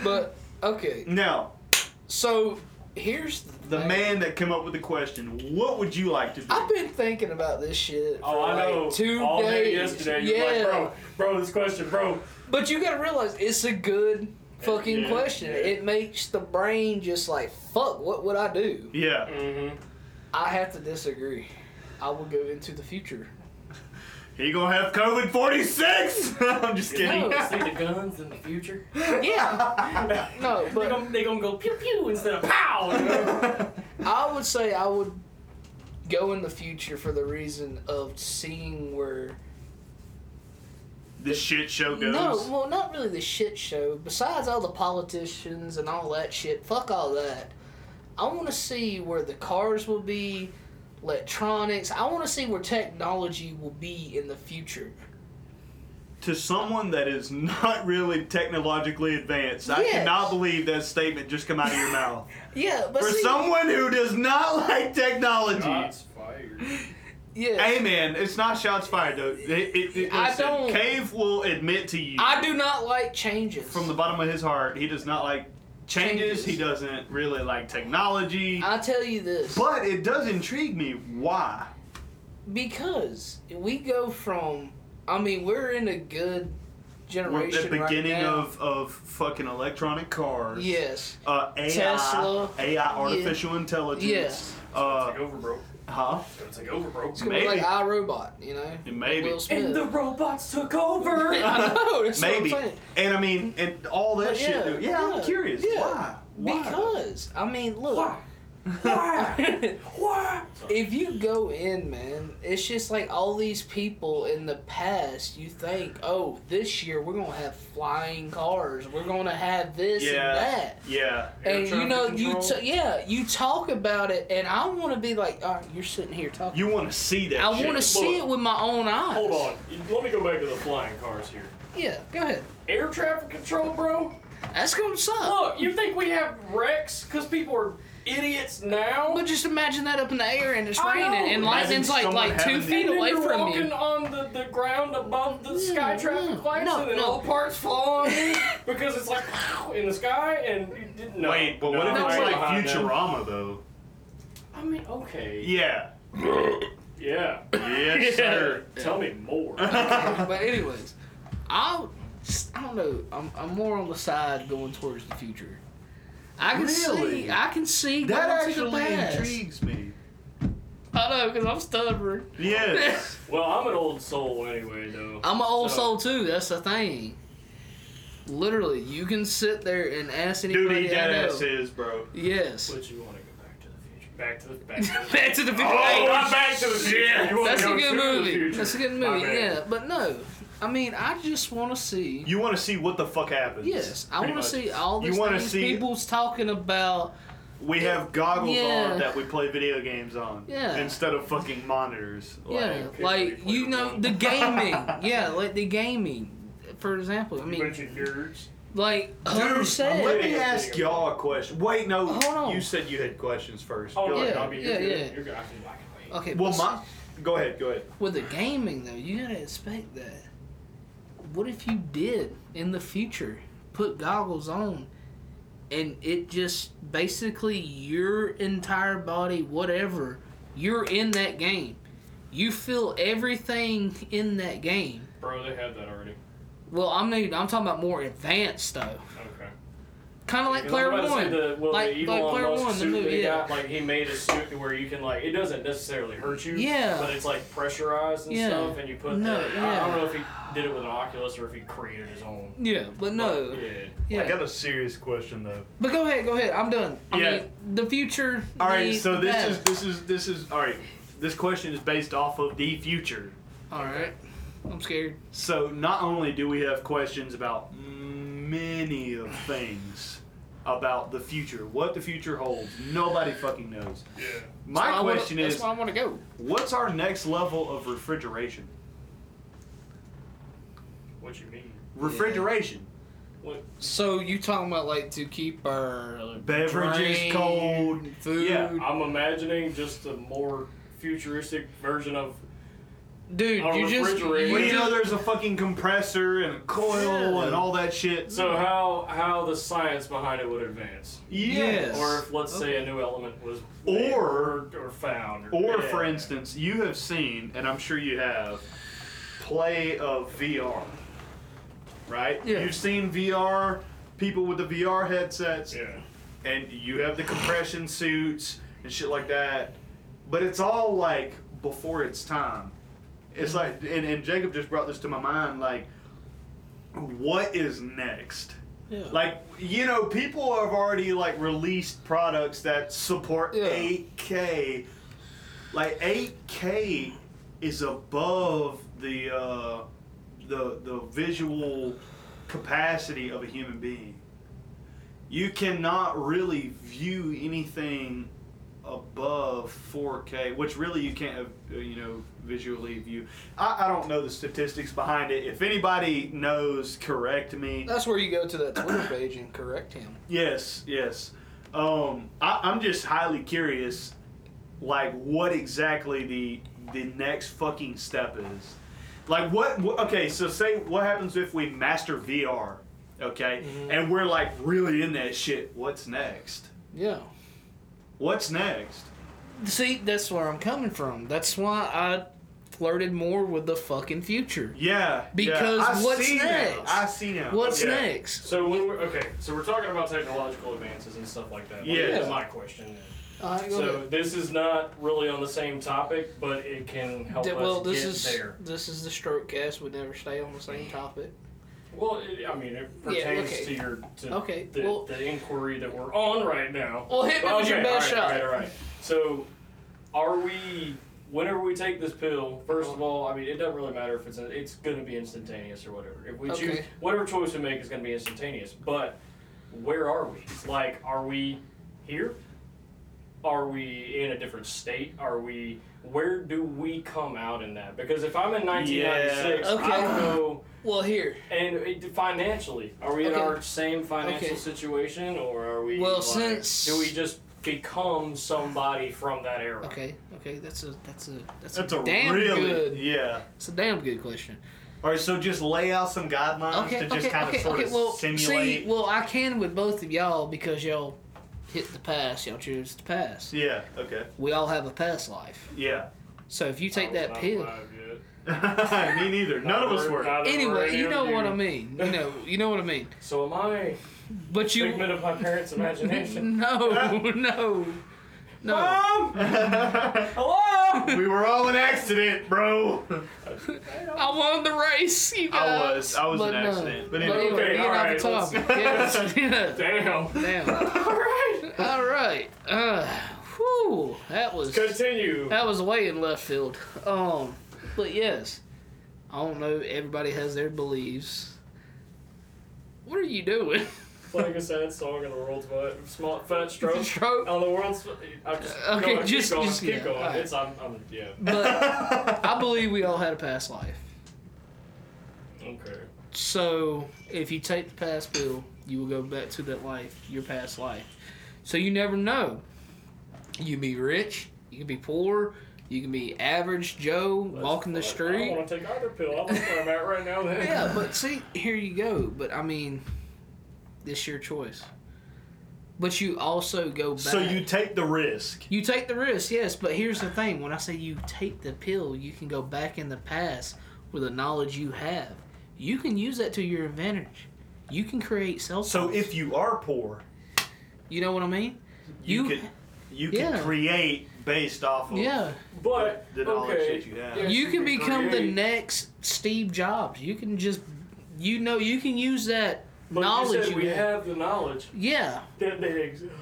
[SPEAKER 2] But okay,
[SPEAKER 1] Now,
[SPEAKER 2] so here's
[SPEAKER 1] the
[SPEAKER 2] thing.
[SPEAKER 1] man that came up with the question, what would you like to do?
[SPEAKER 2] I've been thinking about this shit. For
[SPEAKER 3] Oh, I
[SPEAKER 2] like
[SPEAKER 3] know.
[SPEAKER 2] Two
[SPEAKER 3] All
[SPEAKER 2] days.
[SPEAKER 3] day yesterday, you
[SPEAKER 2] yeah.
[SPEAKER 3] were like, bro, bro, this question, bro.
[SPEAKER 2] But you gotta realize it's a good fucking
[SPEAKER 3] Yeah,
[SPEAKER 2] question.
[SPEAKER 3] yeah.
[SPEAKER 2] It makes the brain just like, fuck, what would I do?
[SPEAKER 1] yeah.
[SPEAKER 3] Mm-hmm.
[SPEAKER 2] I have to disagree. I will go into the future.
[SPEAKER 1] He gonna have COVID 46? I'm just kidding.
[SPEAKER 2] No.
[SPEAKER 3] see the guns in the future?
[SPEAKER 2] Yeah. No,
[SPEAKER 3] they
[SPEAKER 2] but
[SPEAKER 3] gonna, they gonna go pew pew instead of pow. you know? Uh,
[SPEAKER 2] I would say I would go in the future for the reason of seeing where
[SPEAKER 1] the shit show goes.
[SPEAKER 2] No, well, not really the shit show. Besides all the politicians and all that shit, fuck all that. I want to see where the cars will be, electronics. I want to see where technology will be in the future.
[SPEAKER 1] To someone that is not really technologically advanced, I
[SPEAKER 2] Yes.
[SPEAKER 1] cannot believe that statement just come out of your mouth.
[SPEAKER 2] Yeah, but
[SPEAKER 1] For
[SPEAKER 2] see,
[SPEAKER 1] someone who does not like technology,
[SPEAKER 3] Shots fired.
[SPEAKER 2] yeah,
[SPEAKER 1] hey man, it's not shots fired though. It, it, it,
[SPEAKER 2] I
[SPEAKER 1] listen,
[SPEAKER 2] don't-
[SPEAKER 1] Cave will admit to you.
[SPEAKER 2] I do not like changes.
[SPEAKER 1] from the bottom of his heart, he does not like
[SPEAKER 2] Changes.
[SPEAKER 1] changes. He doesn't really like technology.
[SPEAKER 2] I tell you this
[SPEAKER 1] But it does intrigue me why.
[SPEAKER 2] because we go from. I mean, we're in a good
[SPEAKER 1] We're at the
[SPEAKER 2] generation
[SPEAKER 1] beginning
[SPEAKER 2] right now.
[SPEAKER 1] of, of fucking electronic cars.
[SPEAKER 2] yes,
[SPEAKER 1] Uh, AI,
[SPEAKER 2] Tesla.
[SPEAKER 1] AI, artificial intelligence.
[SPEAKER 2] yes.
[SPEAKER 1] Uh,
[SPEAKER 3] Take over, bro.
[SPEAKER 1] huh?
[SPEAKER 3] Don't take over, bro.
[SPEAKER 2] It's gonna be
[SPEAKER 1] maybe.
[SPEAKER 2] like iRobot, you know.
[SPEAKER 1] Maybe.
[SPEAKER 2] Will Smith.
[SPEAKER 3] robots took over.
[SPEAKER 2] I know. That's
[SPEAKER 1] Maybe.
[SPEAKER 2] What I'm saying.
[SPEAKER 1] And I mean, and all that
[SPEAKER 2] But
[SPEAKER 1] shit.
[SPEAKER 2] yeah,
[SPEAKER 1] dude. yeah, I'm
[SPEAKER 2] yeah,
[SPEAKER 1] curious.
[SPEAKER 2] yeah.
[SPEAKER 1] Why? Why?
[SPEAKER 2] Because I mean, look.
[SPEAKER 3] Why?
[SPEAKER 2] if you go in, man, it's just like all these people in the past. You think, oh, this year we're gonna have flying cars. We're gonna have this
[SPEAKER 1] Yeah.
[SPEAKER 2] and that.
[SPEAKER 1] Yeah.
[SPEAKER 3] Air
[SPEAKER 2] And you
[SPEAKER 3] traffic
[SPEAKER 2] know,
[SPEAKER 3] control.
[SPEAKER 2] you t- yeah, you talk about it, and I want to be like, all right, you're sitting here talking.
[SPEAKER 1] You want to see that
[SPEAKER 2] I
[SPEAKER 1] shit.
[SPEAKER 2] want to see it with my own eyes.
[SPEAKER 3] Hold on. Let me go back to the flying cars here.
[SPEAKER 2] Yeah, go ahead.
[SPEAKER 3] Air traffic control, bro.
[SPEAKER 2] That's gonna suck.
[SPEAKER 3] Look, you think we have wrecks because people are idiots now?
[SPEAKER 2] But just imagine that up in the air and it's
[SPEAKER 3] I
[SPEAKER 2] raining,
[SPEAKER 3] know.
[SPEAKER 2] and
[SPEAKER 3] Imagine
[SPEAKER 2] lightning's like
[SPEAKER 1] someone
[SPEAKER 2] like two
[SPEAKER 1] having
[SPEAKER 2] feet
[SPEAKER 3] and then
[SPEAKER 2] away
[SPEAKER 3] you're
[SPEAKER 2] from
[SPEAKER 3] walking
[SPEAKER 2] you.
[SPEAKER 3] on the, the ground above the sky traffic lights,
[SPEAKER 2] mm. no,
[SPEAKER 3] and then
[SPEAKER 2] no.
[SPEAKER 3] all parts fall on you because it's like "Wow," in the sky, and you didn't know.
[SPEAKER 1] Wait, but what
[SPEAKER 3] No,
[SPEAKER 1] if it's
[SPEAKER 3] I-
[SPEAKER 1] like
[SPEAKER 3] I know.
[SPEAKER 1] Futurama, though?
[SPEAKER 3] I mean, okay.
[SPEAKER 1] Yeah.
[SPEAKER 3] Yeah.
[SPEAKER 1] Yes, sir.
[SPEAKER 3] Tell me more.
[SPEAKER 2] but anyways, I I don't know. I'm, I'm more on the side going towards the future. I can see.
[SPEAKER 1] Really?
[SPEAKER 2] I can see
[SPEAKER 1] That
[SPEAKER 2] going to the
[SPEAKER 1] actually
[SPEAKER 2] past.
[SPEAKER 1] intrigues me.
[SPEAKER 2] I know because I'm stubborn.
[SPEAKER 1] Yes.
[SPEAKER 3] well, I'm an old soul anyway, though.
[SPEAKER 2] I'm an old
[SPEAKER 3] So-
[SPEAKER 2] soul too. That's the thing. Literally, you can sit there and ask
[SPEAKER 1] Dude,
[SPEAKER 2] anybody
[SPEAKER 1] he
[SPEAKER 2] I
[SPEAKER 1] dead
[SPEAKER 2] know.
[SPEAKER 1] ass is, bro.
[SPEAKER 2] Yes.
[SPEAKER 3] But you want to go back to the future? Back to the back. To the
[SPEAKER 2] Back to the future.
[SPEAKER 3] Oh, not back to the future. You wanna
[SPEAKER 2] That's a
[SPEAKER 3] go
[SPEAKER 2] good
[SPEAKER 3] to the
[SPEAKER 2] movie.
[SPEAKER 3] future.
[SPEAKER 2] That's a good
[SPEAKER 3] My
[SPEAKER 2] movie.
[SPEAKER 3] bad.
[SPEAKER 2] Yeah, but no. I mean, I just want to see.
[SPEAKER 1] You want to see what the fuck happens.
[SPEAKER 2] Yes, I
[SPEAKER 1] Pretty
[SPEAKER 2] want to
[SPEAKER 1] much.
[SPEAKER 2] see all
[SPEAKER 1] You
[SPEAKER 2] these
[SPEAKER 1] wanna
[SPEAKER 2] things
[SPEAKER 1] see-
[SPEAKER 2] people's talking about.
[SPEAKER 1] We have goggles
[SPEAKER 2] Yeah.
[SPEAKER 1] on that we play video games on.
[SPEAKER 2] Yeah.
[SPEAKER 1] Instead of fucking monitors.
[SPEAKER 2] Yeah,
[SPEAKER 1] Like,
[SPEAKER 2] like
[SPEAKER 3] people
[SPEAKER 2] you
[SPEAKER 3] play
[SPEAKER 2] know
[SPEAKER 3] around.
[SPEAKER 2] the gaming. Yeah, like the gaming. For example, I
[SPEAKER 3] bunch
[SPEAKER 2] mean,
[SPEAKER 3] of nerds.
[SPEAKER 2] like Hunter
[SPEAKER 1] Dude,
[SPEAKER 2] said.
[SPEAKER 1] let
[SPEAKER 3] Yeah,
[SPEAKER 1] me
[SPEAKER 3] yeah,
[SPEAKER 1] ask
[SPEAKER 3] yeah.
[SPEAKER 1] y'all a question. Wait, no.
[SPEAKER 2] Hold on.
[SPEAKER 1] You said you had questions first.
[SPEAKER 3] Oh,
[SPEAKER 1] Go
[SPEAKER 3] no,
[SPEAKER 1] ahead.
[SPEAKER 2] Yeah,
[SPEAKER 3] I mean, you're
[SPEAKER 2] yeah,
[SPEAKER 3] good.
[SPEAKER 2] yeah.
[SPEAKER 3] You're good. I can, I can wait.
[SPEAKER 2] Okay,
[SPEAKER 1] Well,
[SPEAKER 2] but
[SPEAKER 1] my. Go ahead, go ahead.
[SPEAKER 2] with the gaming though, you gotta expect that. What if you did in the future put goggles on and it just basically your entire body, whatever, you're in that game. You feel everything in that game.
[SPEAKER 3] Bro, they had that already.
[SPEAKER 2] Well, I'm not even- I'm talking about more advanced though.
[SPEAKER 3] Okay.
[SPEAKER 2] Kind of like
[SPEAKER 3] Because I
[SPEAKER 2] player
[SPEAKER 3] was about to
[SPEAKER 2] one,
[SPEAKER 3] say The, well,
[SPEAKER 2] like,
[SPEAKER 3] the
[SPEAKER 2] like
[SPEAKER 3] Elon
[SPEAKER 2] player
[SPEAKER 3] Musk
[SPEAKER 2] one, the
[SPEAKER 3] suit
[SPEAKER 2] movie.
[SPEAKER 3] they
[SPEAKER 2] Yeah,
[SPEAKER 3] got, like he made a suit to where you can like it doesn't necessarily hurt you.
[SPEAKER 2] Yeah.
[SPEAKER 3] But it's like pressurized and
[SPEAKER 2] Yeah.
[SPEAKER 3] stuff, and you put.
[SPEAKER 2] No,
[SPEAKER 3] the, I, I
[SPEAKER 2] yeah.
[SPEAKER 3] don't know if he did it with an Oculus or if he created his own.
[SPEAKER 2] yeah, but no,
[SPEAKER 3] But, yeah.
[SPEAKER 2] yeah.
[SPEAKER 1] I got a serious question though.
[SPEAKER 2] But go ahead, go ahead. I'm done. I
[SPEAKER 1] Yeah.
[SPEAKER 2] mean, the future.
[SPEAKER 1] All
[SPEAKER 2] the-
[SPEAKER 1] right, so
[SPEAKER 2] the
[SPEAKER 1] this
[SPEAKER 2] past.
[SPEAKER 1] is this is this is all right. This question is based off of the future.
[SPEAKER 2] All right. I'm scared.
[SPEAKER 1] So not only do we have questions about many of things about the future, what the future holds, nobody fucking knows.
[SPEAKER 3] Yeah.
[SPEAKER 2] That's
[SPEAKER 1] My
[SPEAKER 2] why I wanna-
[SPEAKER 1] question is,
[SPEAKER 2] That's why I want to go.
[SPEAKER 1] what's our next level of refrigeration?
[SPEAKER 3] What you mean?
[SPEAKER 1] Refrigeration,
[SPEAKER 3] What?
[SPEAKER 2] So you talking about like to keep our
[SPEAKER 1] Beverages
[SPEAKER 2] drink,
[SPEAKER 1] cold.
[SPEAKER 2] food,
[SPEAKER 1] Yeah,
[SPEAKER 3] I'm imagining just a more futuristic version of.
[SPEAKER 2] dude?
[SPEAKER 3] Our
[SPEAKER 2] You just
[SPEAKER 3] refrigerator.
[SPEAKER 1] well,
[SPEAKER 2] you
[SPEAKER 1] you know,
[SPEAKER 2] just,
[SPEAKER 1] there's a fucking compressor and a coil
[SPEAKER 2] Yeah.
[SPEAKER 1] and all that shit.
[SPEAKER 3] So how how the science behind it would advance,
[SPEAKER 1] yes.
[SPEAKER 2] Yes. Oh.
[SPEAKER 3] or if let's say a new element was made
[SPEAKER 1] Or-
[SPEAKER 3] or, found,
[SPEAKER 1] Or,
[SPEAKER 3] yeah.
[SPEAKER 1] for instance, you have seen, and I'm sure you have, play of VR, right?
[SPEAKER 2] Yeah.
[SPEAKER 1] You've seen VR, people with the VR headsets,
[SPEAKER 3] yeah.
[SPEAKER 1] and you have the compression suits and shit like that. But it's all like before its time. It's
[SPEAKER 3] Mm-hmm.
[SPEAKER 1] like, and, and Jacob just brought this to my mind like, what is next?
[SPEAKER 2] yeah.
[SPEAKER 1] Like you know, people have already like released products that support
[SPEAKER 2] Yeah.
[SPEAKER 1] 8K. Like 8K is above the uh, the the visual capacity of a human being. You cannot really view anything above 4K, which really you can't uh, you know visually view. I, I don't know the statistics behind it. If anybody knows, correct me.
[SPEAKER 2] that's where you go to that Twitter page and correct him.
[SPEAKER 1] Yes, yes. Um, I, I'm just highly curious, like what exactly the the next fucking step is. Like what? what okay, so say what happens if we master VR, okay,
[SPEAKER 2] Mm-hmm.
[SPEAKER 1] and we're like really in that shit. What's next?
[SPEAKER 2] Yeah.
[SPEAKER 1] What's next?
[SPEAKER 2] See, that's where I'm coming from. That's why I flirted more with the fucking future.
[SPEAKER 1] Yeah,
[SPEAKER 2] Because
[SPEAKER 1] yeah. I
[SPEAKER 2] what's
[SPEAKER 1] see now.
[SPEAKER 2] next?
[SPEAKER 1] I see now.
[SPEAKER 2] What's
[SPEAKER 1] Yeah.
[SPEAKER 2] next?
[SPEAKER 3] So when we're, okay, so we're talking about technological advances and stuff like that. Like,
[SPEAKER 1] Yeah.
[SPEAKER 3] that's my question.
[SPEAKER 2] All right, go
[SPEAKER 3] So
[SPEAKER 2] ahead.
[SPEAKER 3] this is not really on the same topic, but it can help
[SPEAKER 2] D- well,
[SPEAKER 3] us
[SPEAKER 2] this
[SPEAKER 3] get
[SPEAKER 2] is
[SPEAKER 3] there.
[SPEAKER 2] this is the stroke cast. We never stay on the same topic.
[SPEAKER 3] Well, it, I mean, it pertains
[SPEAKER 2] okay.
[SPEAKER 3] to your to
[SPEAKER 2] Okay,
[SPEAKER 3] the,
[SPEAKER 2] well-
[SPEAKER 3] the inquiry that we're on right now.
[SPEAKER 2] Well, hit me with your
[SPEAKER 3] Okay,
[SPEAKER 2] best
[SPEAKER 3] all right,
[SPEAKER 2] shot.
[SPEAKER 3] All right, all right. So, are we? Whenever we take this pill, first of all, I mean, it doesn't really matter if it's it's going to be instantaneous or whatever. If we choose
[SPEAKER 2] Okay.
[SPEAKER 3] whatever choice we make is going to be instantaneous. But where are we? Like, are we here? Are we in a different state? Are we? Where do we come out in that? Because if I'm in 1996,
[SPEAKER 2] Yeah.
[SPEAKER 3] I
[SPEAKER 2] Okay.
[SPEAKER 3] don't know.
[SPEAKER 2] Well, here.
[SPEAKER 3] And it, financially, are we in
[SPEAKER 2] Okay.
[SPEAKER 3] our same financial
[SPEAKER 2] Okay.
[SPEAKER 3] situation, or are we?
[SPEAKER 2] Well,
[SPEAKER 3] like,
[SPEAKER 2] since-
[SPEAKER 3] do we just become somebody from that era?
[SPEAKER 2] Okay, okay, that's a that's a that's,
[SPEAKER 1] That's
[SPEAKER 2] a, e-
[SPEAKER 1] a
[SPEAKER 2] damn
[SPEAKER 1] really
[SPEAKER 2] good.
[SPEAKER 1] yeah.
[SPEAKER 2] It's a damn good question.
[SPEAKER 1] All right, so just lay out some guidelines
[SPEAKER 2] Okay,
[SPEAKER 1] to
[SPEAKER 2] okay,
[SPEAKER 1] just kind
[SPEAKER 2] okay,
[SPEAKER 1] of sort
[SPEAKER 2] okay.
[SPEAKER 1] of
[SPEAKER 2] Well,
[SPEAKER 1] simulate.
[SPEAKER 2] see, well, I can with both of y'all because y'all hit the pass. Y'all choose the pass.
[SPEAKER 1] yeah. Okay.
[SPEAKER 2] We all have a past life.
[SPEAKER 1] Yeah.
[SPEAKER 2] So if you take
[SPEAKER 3] I was
[SPEAKER 2] that
[SPEAKER 3] not
[SPEAKER 2] pill,
[SPEAKER 3] alive yet.
[SPEAKER 1] Me neither. None of us
[SPEAKER 3] Neither-
[SPEAKER 1] were.
[SPEAKER 3] neither were
[SPEAKER 2] anyway,
[SPEAKER 3] any
[SPEAKER 2] you
[SPEAKER 3] of
[SPEAKER 2] know what
[SPEAKER 3] you.
[SPEAKER 2] I mean. You know, you know what I mean.
[SPEAKER 3] So am I
[SPEAKER 2] But you,
[SPEAKER 3] figment of my parents' imagination?
[SPEAKER 2] no, no, no.
[SPEAKER 3] Mom,
[SPEAKER 1] we
[SPEAKER 3] hello.
[SPEAKER 1] were all an accident, bro.
[SPEAKER 2] I won the race, you
[SPEAKER 1] I
[SPEAKER 2] guys.
[SPEAKER 1] was- I was
[SPEAKER 2] but
[SPEAKER 1] an
[SPEAKER 2] no.
[SPEAKER 1] accident, but
[SPEAKER 2] But
[SPEAKER 1] anyway.
[SPEAKER 2] anyway,
[SPEAKER 3] Okay,
[SPEAKER 2] get
[SPEAKER 3] all
[SPEAKER 2] off
[SPEAKER 3] right,
[SPEAKER 2] the
[SPEAKER 3] let's-
[SPEAKER 2] topic. Yes, yes.
[SPEAKER 3] Damn.
[SPEAKER 2] Damn.
[SPEAKER 3] All right.
[SPEAKER 2] All right. Uh, whew, that was
[SPEAKER 3] Continue.
[SPEAKER 2] that was way in left field. Um, but yes, I don't know. Everybody has their beliefs. What are you doing?
[SPEAKER 3] Playing a sad song in the world's what? Small fat stroke.
[SPEAKER 2] Stroke.
[SPEAKER 3] On the world's. I'm just,
[SPEAKER 2] Okay,
[SPEAKER 3] go on, keep
[SPEAKER 2] just-
[SPEAKER 3] going,
[SPEAKER 2] just-
[SPEAKER 3] keep
[SPEAKER 2] yeah,
[SPEAKER 3] going.
[SPEAKER 2] all right.
[SPEAKER 3] It's I'm, I'm yeah.
[SPEAKER 2] But I believe we all had a past life.
[SPEAKER 3] Okay.
[SPEAKER 2] So if you take the past pill, you will go back to that life, your past life. So you never know. You can be rich. You can be poor. You can be average Joe walking the
[SPEAKER 3] Fuck,
[SPEAKER 2] street.
[SPEAKER 3] I don't want to take either pill. I like where I'm at right now. Then.
[SPEAKER 2] Yeah, but see, here you go. But I mean, it's your choice. But you also go back.
[SPEAKER 1] So you take the risk.
[SPEAKER 2] You take the risk, yes, but here's the thing. When I say you take the pill, you can go back in the past with the knowledge you have. You can use that to your advantage. You can create cell
[SPEAKER 1] So
[SPEAKER 2] phones.
[SPEAKER 1] if you are poor,
[SPEAKER 2] you know what I mean?
[SPEAKER 1] you,
[SPEAKER 2] You-
[SPEAKER 1] can you can
[SPEAKER 2] yeah.
[SPEAKER 1] create based off of
[SPEAKER 2] Yeah.
[SPEAKER 3] But
[SPEAKER 1] The knowledge
[SPEAKER 3] okay,
[SPEAKER 1] that you have.
[SPEAKER 3] yes,
[SPEAKER 2] You can become the
[SPEAKER 3] create,
[SPEAKER 2] next Steve Jobs. You can just you know you can use that
[SPEAKER 3] but You
[SPEAKER 2] knowledge
[SPEAKER 3] said
[SPEAKER 2] you
[SPEAKER 3] we
[SPEAKER 2] have.
[SPEAKER 3] have the knowledge
[SPEAKER 2] Yeah.
[SPEAKER 3] that they exist.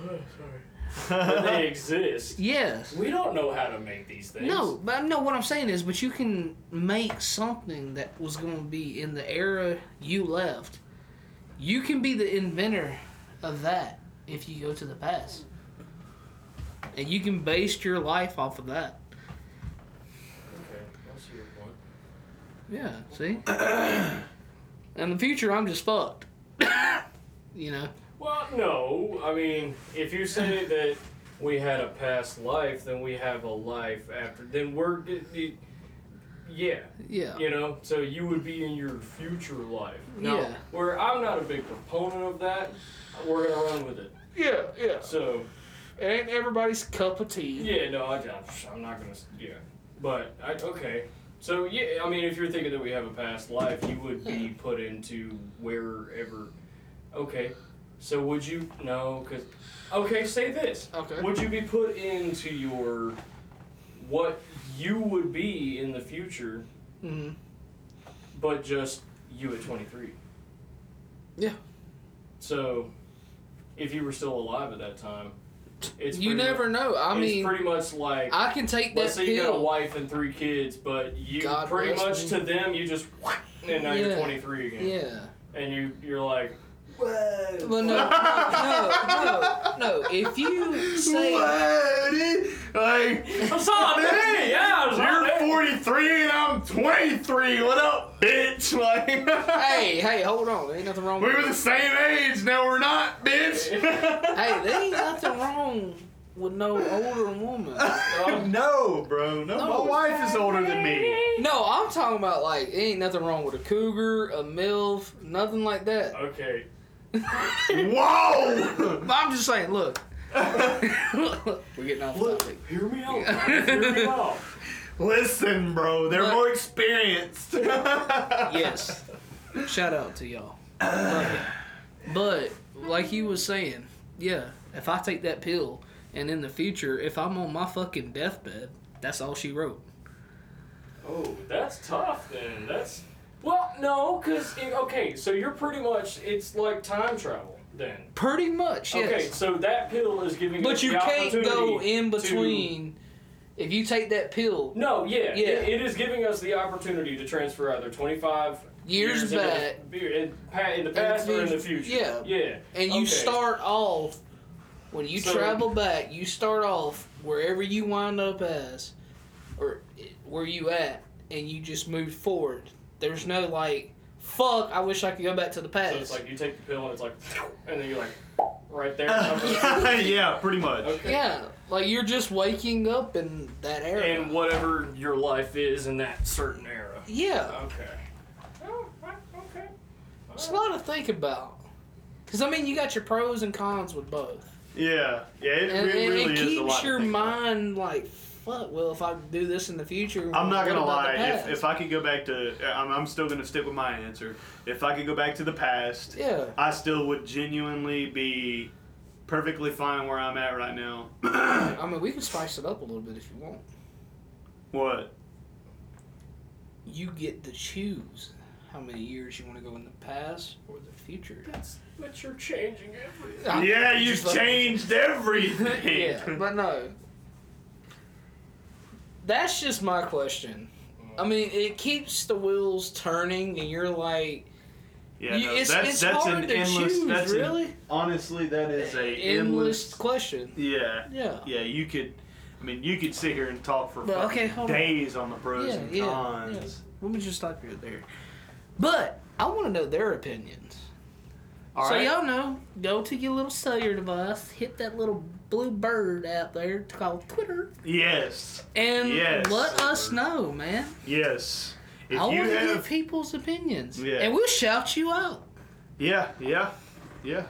[SPEAKER 3] that they exist.
[SPEAKER 2] Yes.
[SPEAKER 3] We don't know how to make these things.
[SPEAKER 2] No, but no. What I'm saying is, but you can make something that was going to be in the era you left. You can be the inventor of that if you go to the past, and you can base your life off of that.
[SPEAKER 3] Okay, I see your point.
[SPEAKER 2] Yeah. See. in the future, I'm just fucked. you know.
[SPEAKER 3] Well, no. I mean, if you say that we had a past life, then we have a life after. Then we're. g- y- Yeah,
[SPEAKER 2] Yeah.
[SPEAKER 3] you know, so you would be in your future life. Now,
[SPEAKER 2] Yeah.
[SPEAKER 3] Where I'm not a big proponent of that, we're gonna run with it.
[SPEAKER 4] Yeah, yeah.
[SPEAKER 3] So
[SPEAKER 4] It ain't everybody's cup of tea.
[SPEAKER 3] yeah, no, I, I- I'm not gonna. s- Yeah, but I, okay. So yeah, I mean, if you're thinking that we have a past life, you would be put into wherever. Okay, so would you no? Because okay, say this.
[SPEAKER 2] Okay.
[SPEAKER 3] Would you be put into your what you would be in the future,
[SPEAKER 2] hmm
[SPEAKER 3] but just you at 23?
[SPEAKER 2] Yeah.
[SPEAKER 3] So, if you were still alive at that time, it's
[SPEAKER 2] You
[SPEAKER 3] pretty
[SPEAKER 2] never
[SPEAKER 3] Much,
[SPEAKER 2] know. I
[SPEAKER 3] it's
[SPEAKER 2] mean,
[SPEAKER 3] pretty much like
[SPEAKER 2] I can take
[SPEAKER 3] Let's
[SPEAKER 2] that
[SPEAKER 3] say you got a
[SPEAKER 2] pill.
[SPEAKER 3] wife and three kids, but you
[SPEAKER 2] God
[SPEAKER 3] pretty much
[SPEAKER 2] bless
[SPEAKER 3] to them you just and now you're
[SPEAKER 2] Yeah.
[SPEAKER 3] 23 again,
[SPEAKER 2] Yeah.
[SPEAKER 3] and you you're like,
[SPEAKER 2] Well, no, no, no, no. If you say,
[SPEAKER 1] What? Like
[SPEAKER 3] I'm sorry, hey, yeah,
[SPEAKER 1] you're
[SPEAKER 3] you're
[SPEAKER 1] 43 and I'm 23. What up, bitch? Like
[SPEAKER 2] hey, hey, hold on, there ain't nothing wrong.
[SPEAKER 1] we
[SPEAKER 2] With
[SPEAKER 1] were the same age. Now we're not, bitch.
[SPEAKER 2] hey, there ain't nothing wrong with no older woman.
[SPEAKER 1] Oh, no, bro. No,
[SPEAKER 2] No.
[SPEAKER 1] my wife is older than me.
[SPEAKER 2] No, I'm talking about like there ain't nothing wrong with a cougar, a milf, nothing like that.
[SPEAKER 3] okay.
[SPEAKER 1] Whoa.
[SPEAKER 2] I'm just saying, look, we're getting off
[SPEAKER 3] Look,
[SPEAKER 2] topic.
[SPEAKER 3] hear me out. hear me out.
[SPEAKER 1] Listen, bro. They're
[SPEAKER 2] Look.
[SPEAKER 1] more experienced.
[SPEAKER 2] Yes, shout out to y'all. Love ya. But like you was saying, yeah, if I take that pill and in the future, if I'm on my fucking deathbed, that's all she wrote.
[SPEAKER 3] Oh, that's tough. Then that's well, no, because okay, so you're pretty much it's like time travel then.
[SPEAKER 2] Pretty much, yes.
[SPEAKER 3] Okay, so that pill is giving. us
[SPEAKER 2] But you
[SPEAKER 3] the
[SPEAKER 2] can't go
[SPEAKER 3] opportunity
[SPEAKER 2] in
[SPEAKER 3] to-
[SPEAKER 2] between. If you take that pill
[SPEAKER 3] No, yeah,
[SPEAKER 2] Yeah.
[SPEAKER 3] It, it is giving us the opportunity to transfer either 25
[SPEAKER 2] Years
[SPEAKER 3] into the-
[SPEAKER 2] back.
[SPEAKER 3] in, pa- in the past or in the future.
[SPEAKER 2] Yeah.
[SPEAKER 3] yeah.
[SPEAKER 2] and you
[SPEAKER 3] Okay.
[SPEAKER 2] start off, when you
[SPEAKER 3] So-
[SPEAKER 2] travel back, you start off wherever you wind up as, or where you at, and you just move forward. There's no like, fuck, I wish I could go back to the past.
[SPEAKER 3] So it's like you take the pill and it's like, and then you're like, right there.
[SPEAKER 1] yeah, pretty much.
[SPEAKER 3] okay.
[SPEAKER 2] yeah, like you're just waking up in that era.
[SPEAKER 3] And whatever your life is in that certain era.
[SPEAKER 1] Uh,
[SPEAKER 2] yeah,
[SPEAKER 3] Okay. Oh, okay.
[SPEAKER 2] it's a lot to think about. Because, I mean, you got your pros and cons with both.
[SPEAKER 1] Yeah, yeah, it,
[SPEAKER 2] and,
[SPEAKER 1] re-
[SPEAKER 2] and
[SPEAKER 1] really
[SPEAKER 2] it
[SPEAKER 1] is a lot.
[SPEAKER 2] keeps
[SPEAKER 1] to
[SPEAKER 2] your
[SPEAKER 1] think about.
[SPEAKER 2] mind like fuck well if i do this in the future
[SPEAKER 1] I'm not
[SPEAKER 2] what
[SPEAKER 1] gonna
[SPEAKER 2] about
[SPEAKER 1] lie.
[SPEAKER 2] the
[SPEAKER 1] If,
[SPEAKER 2] past?
[SPEAKER 1] if I could go back to, I'm, I'm still gonna stick with my answer. If I could go back to the past,
[SPEAKER 2] yeah
[SPEAKER 1] I still would genuinely be perfectly fine where I'm at right now.
[SPEAKER 2] i mean we can spice it up a little bit if you want
[SPEAKER 1] what?
[SPEAKER 2] you get to choose how many years you want to go in the past or the future
[SPEAKER 3] That's, but you're changing everything.
[SPEAKER 1] yeah, you've
[SPEAKER 2] But-
[SPEAKER 1] changed everything.
[SPEAKER 2] yeah but no that's just my question i mean it keeps the wheels turning and you're like
[SPEAKER 1] Yeah,
[SPEAKER 2] you-
[SPEAKER 1] no,
[SPEAKER 2] it's,
[SPEAKER 1] that's
[SPEAKER 2] it's
[SPEAKER 1] that's
[SPEAKER 2] hard
[SPEAKER 1] an
[SPEAKER 2] to
[SPEAKER 1] endless.
[SPEAKER 2] choose
[SPEAKER 1] that's an-
[SPEAKER 2] really
[SPEAKER 1] honestly, that is a
[SPEAKER 2] endless question
[SPEAKER 1] Yeah,
[SPEAKER 2] yeah
[SPEAKER 1] yeah, you could. I mean, you could sit here and talk for
[SPEAKER 2] But,
[SPEAKER 1] fucking
[SPEAKER 2] okay, hold on.
[SPEAKER 1] days on. the pros
[SPEAKER 2] Yeah,
[SPEAKER 1] and
[SPEAKER 2] yeah,
[SPEAKER 1] cons.
[SPEAKER 2] yeah. Let me just stop you there. But I want to know their opinions.
[SPEAKER 1] All
[SPEAKER 2] so
[SPEAKER 1] right.
[SPEAKER 2] y'all know, go to your little cellular device, hit that little blue bird out there called Twitter,
[SPEAKER 1] Yes.
[SPEAKER 2] and
[SPEAKER 1] Yes.
[SPEAKER 2] let us know, man.
[SPEAKER 1] Yes. If
[SPEAKER 2] I want
[SPEAKER 1] you
[SPEAKER 2] to get
[SPEAKER 1] have,
[SPEAKER 2] people's opinions,
[SPEAKER 1] Yeah.
[SPEAKER 2] and we'll shout you out.
[SPEAKER 1] yeah, yeah, yeah.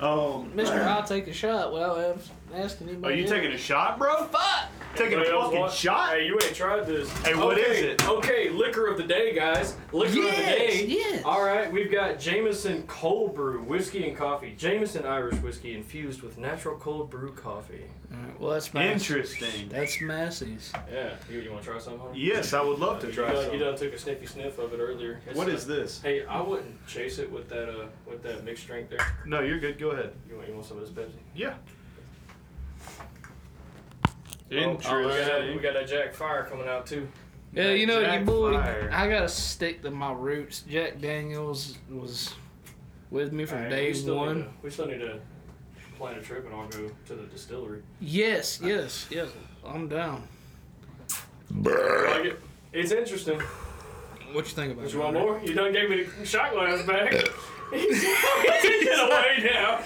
[SPEAKER 1] Um,
[SPEAKER 2] Mister, I'll take a shot without av- asking
[SPEAKER 1] Are
[SPEAKER 2] anybody.
[SPEAKER 1] Oh, you taking a shot, bro?
[SPEAKER 2] Fuck!
[SPEAKER 1] Taking a
[SPEAKER 3] Anybody else
[SPEAKER 1] fucking
[SPEAKER 3] want-
[SPEAKER 1] shot?
[SPEAKER 3] Hey, you ain't tried this.
[SPEAKER 1] Hey, what
[SPEAKER 3] okay.
[SPEAKER 1] is it?
[SPEAKER 3] Okay, liquor of the day, guys. Liquor
[SPEAKER 2] Yes,
[SPEAKER 3] of the day.
[SPEAKER 2] yes.
[SPEAKER 3] All right, we've got Jameson cold brew whiskey and coffee. Jameson Irish whiskey infused with natural cold brew coffee.
[SPEAKER 2] Alright, well, that's Massey's.
[SPEAKER 1] Interesting.
[SPEAKER 2] That's Massey's.
[SPEAKER 3] Yeah, you, you want to try some? Hunter?
[SPEAKER 1] Yes, I would love to
[SPEAKER 3] You
[SPEAKER 1] try
[SPEAKER 3] done, you
[SPEAKER 1] some.
[SPEAKER 3] done took a sniffy sniff of it earlier. It's
[SPEAKER 1] What
[SPEAKER 3] not-
[SPEAKER 1] is this?
[SPEAKER 3] Hey, I wouldn't chase it with that uh with that mixed drink there.
[SPEAKER 1] No, you're good. Go ahead.
[SPEAKER 3] You want you want some of this Pepsi?
[SPEAKER 1] Yeah.
[SPEAKER 3] Oh, we, got that, we got that Jack Fire coming out too.
[SPEAKER 2] Yeah, you know,
[SPEAKER 1] Jack
[SPEAKER 2] you boy,
[SPEAKER 1] Fire.
[SPEAKER 2] I gotta stick to my roots. Jack Daniels was with me from
[SPEAKER 3] All right,
[SPEAKER 2] day
[SPEAKER 3] we still
[SPEAKER 2] one.
[SPEAKER 3] Need to, we still need to plan a trip, and I'll go to the distillery.
[SPEAKER 2] Yes, yes, yes. I'm down.
[SPEAKER 3] like it. It's interesting.
[SPEAKER 2] What you think about
[SPEAKER 3] But
[SPEAKER 2] it?
[SPEAKER 3] you want more? You done gave me the shot glass back. He's taking it away now.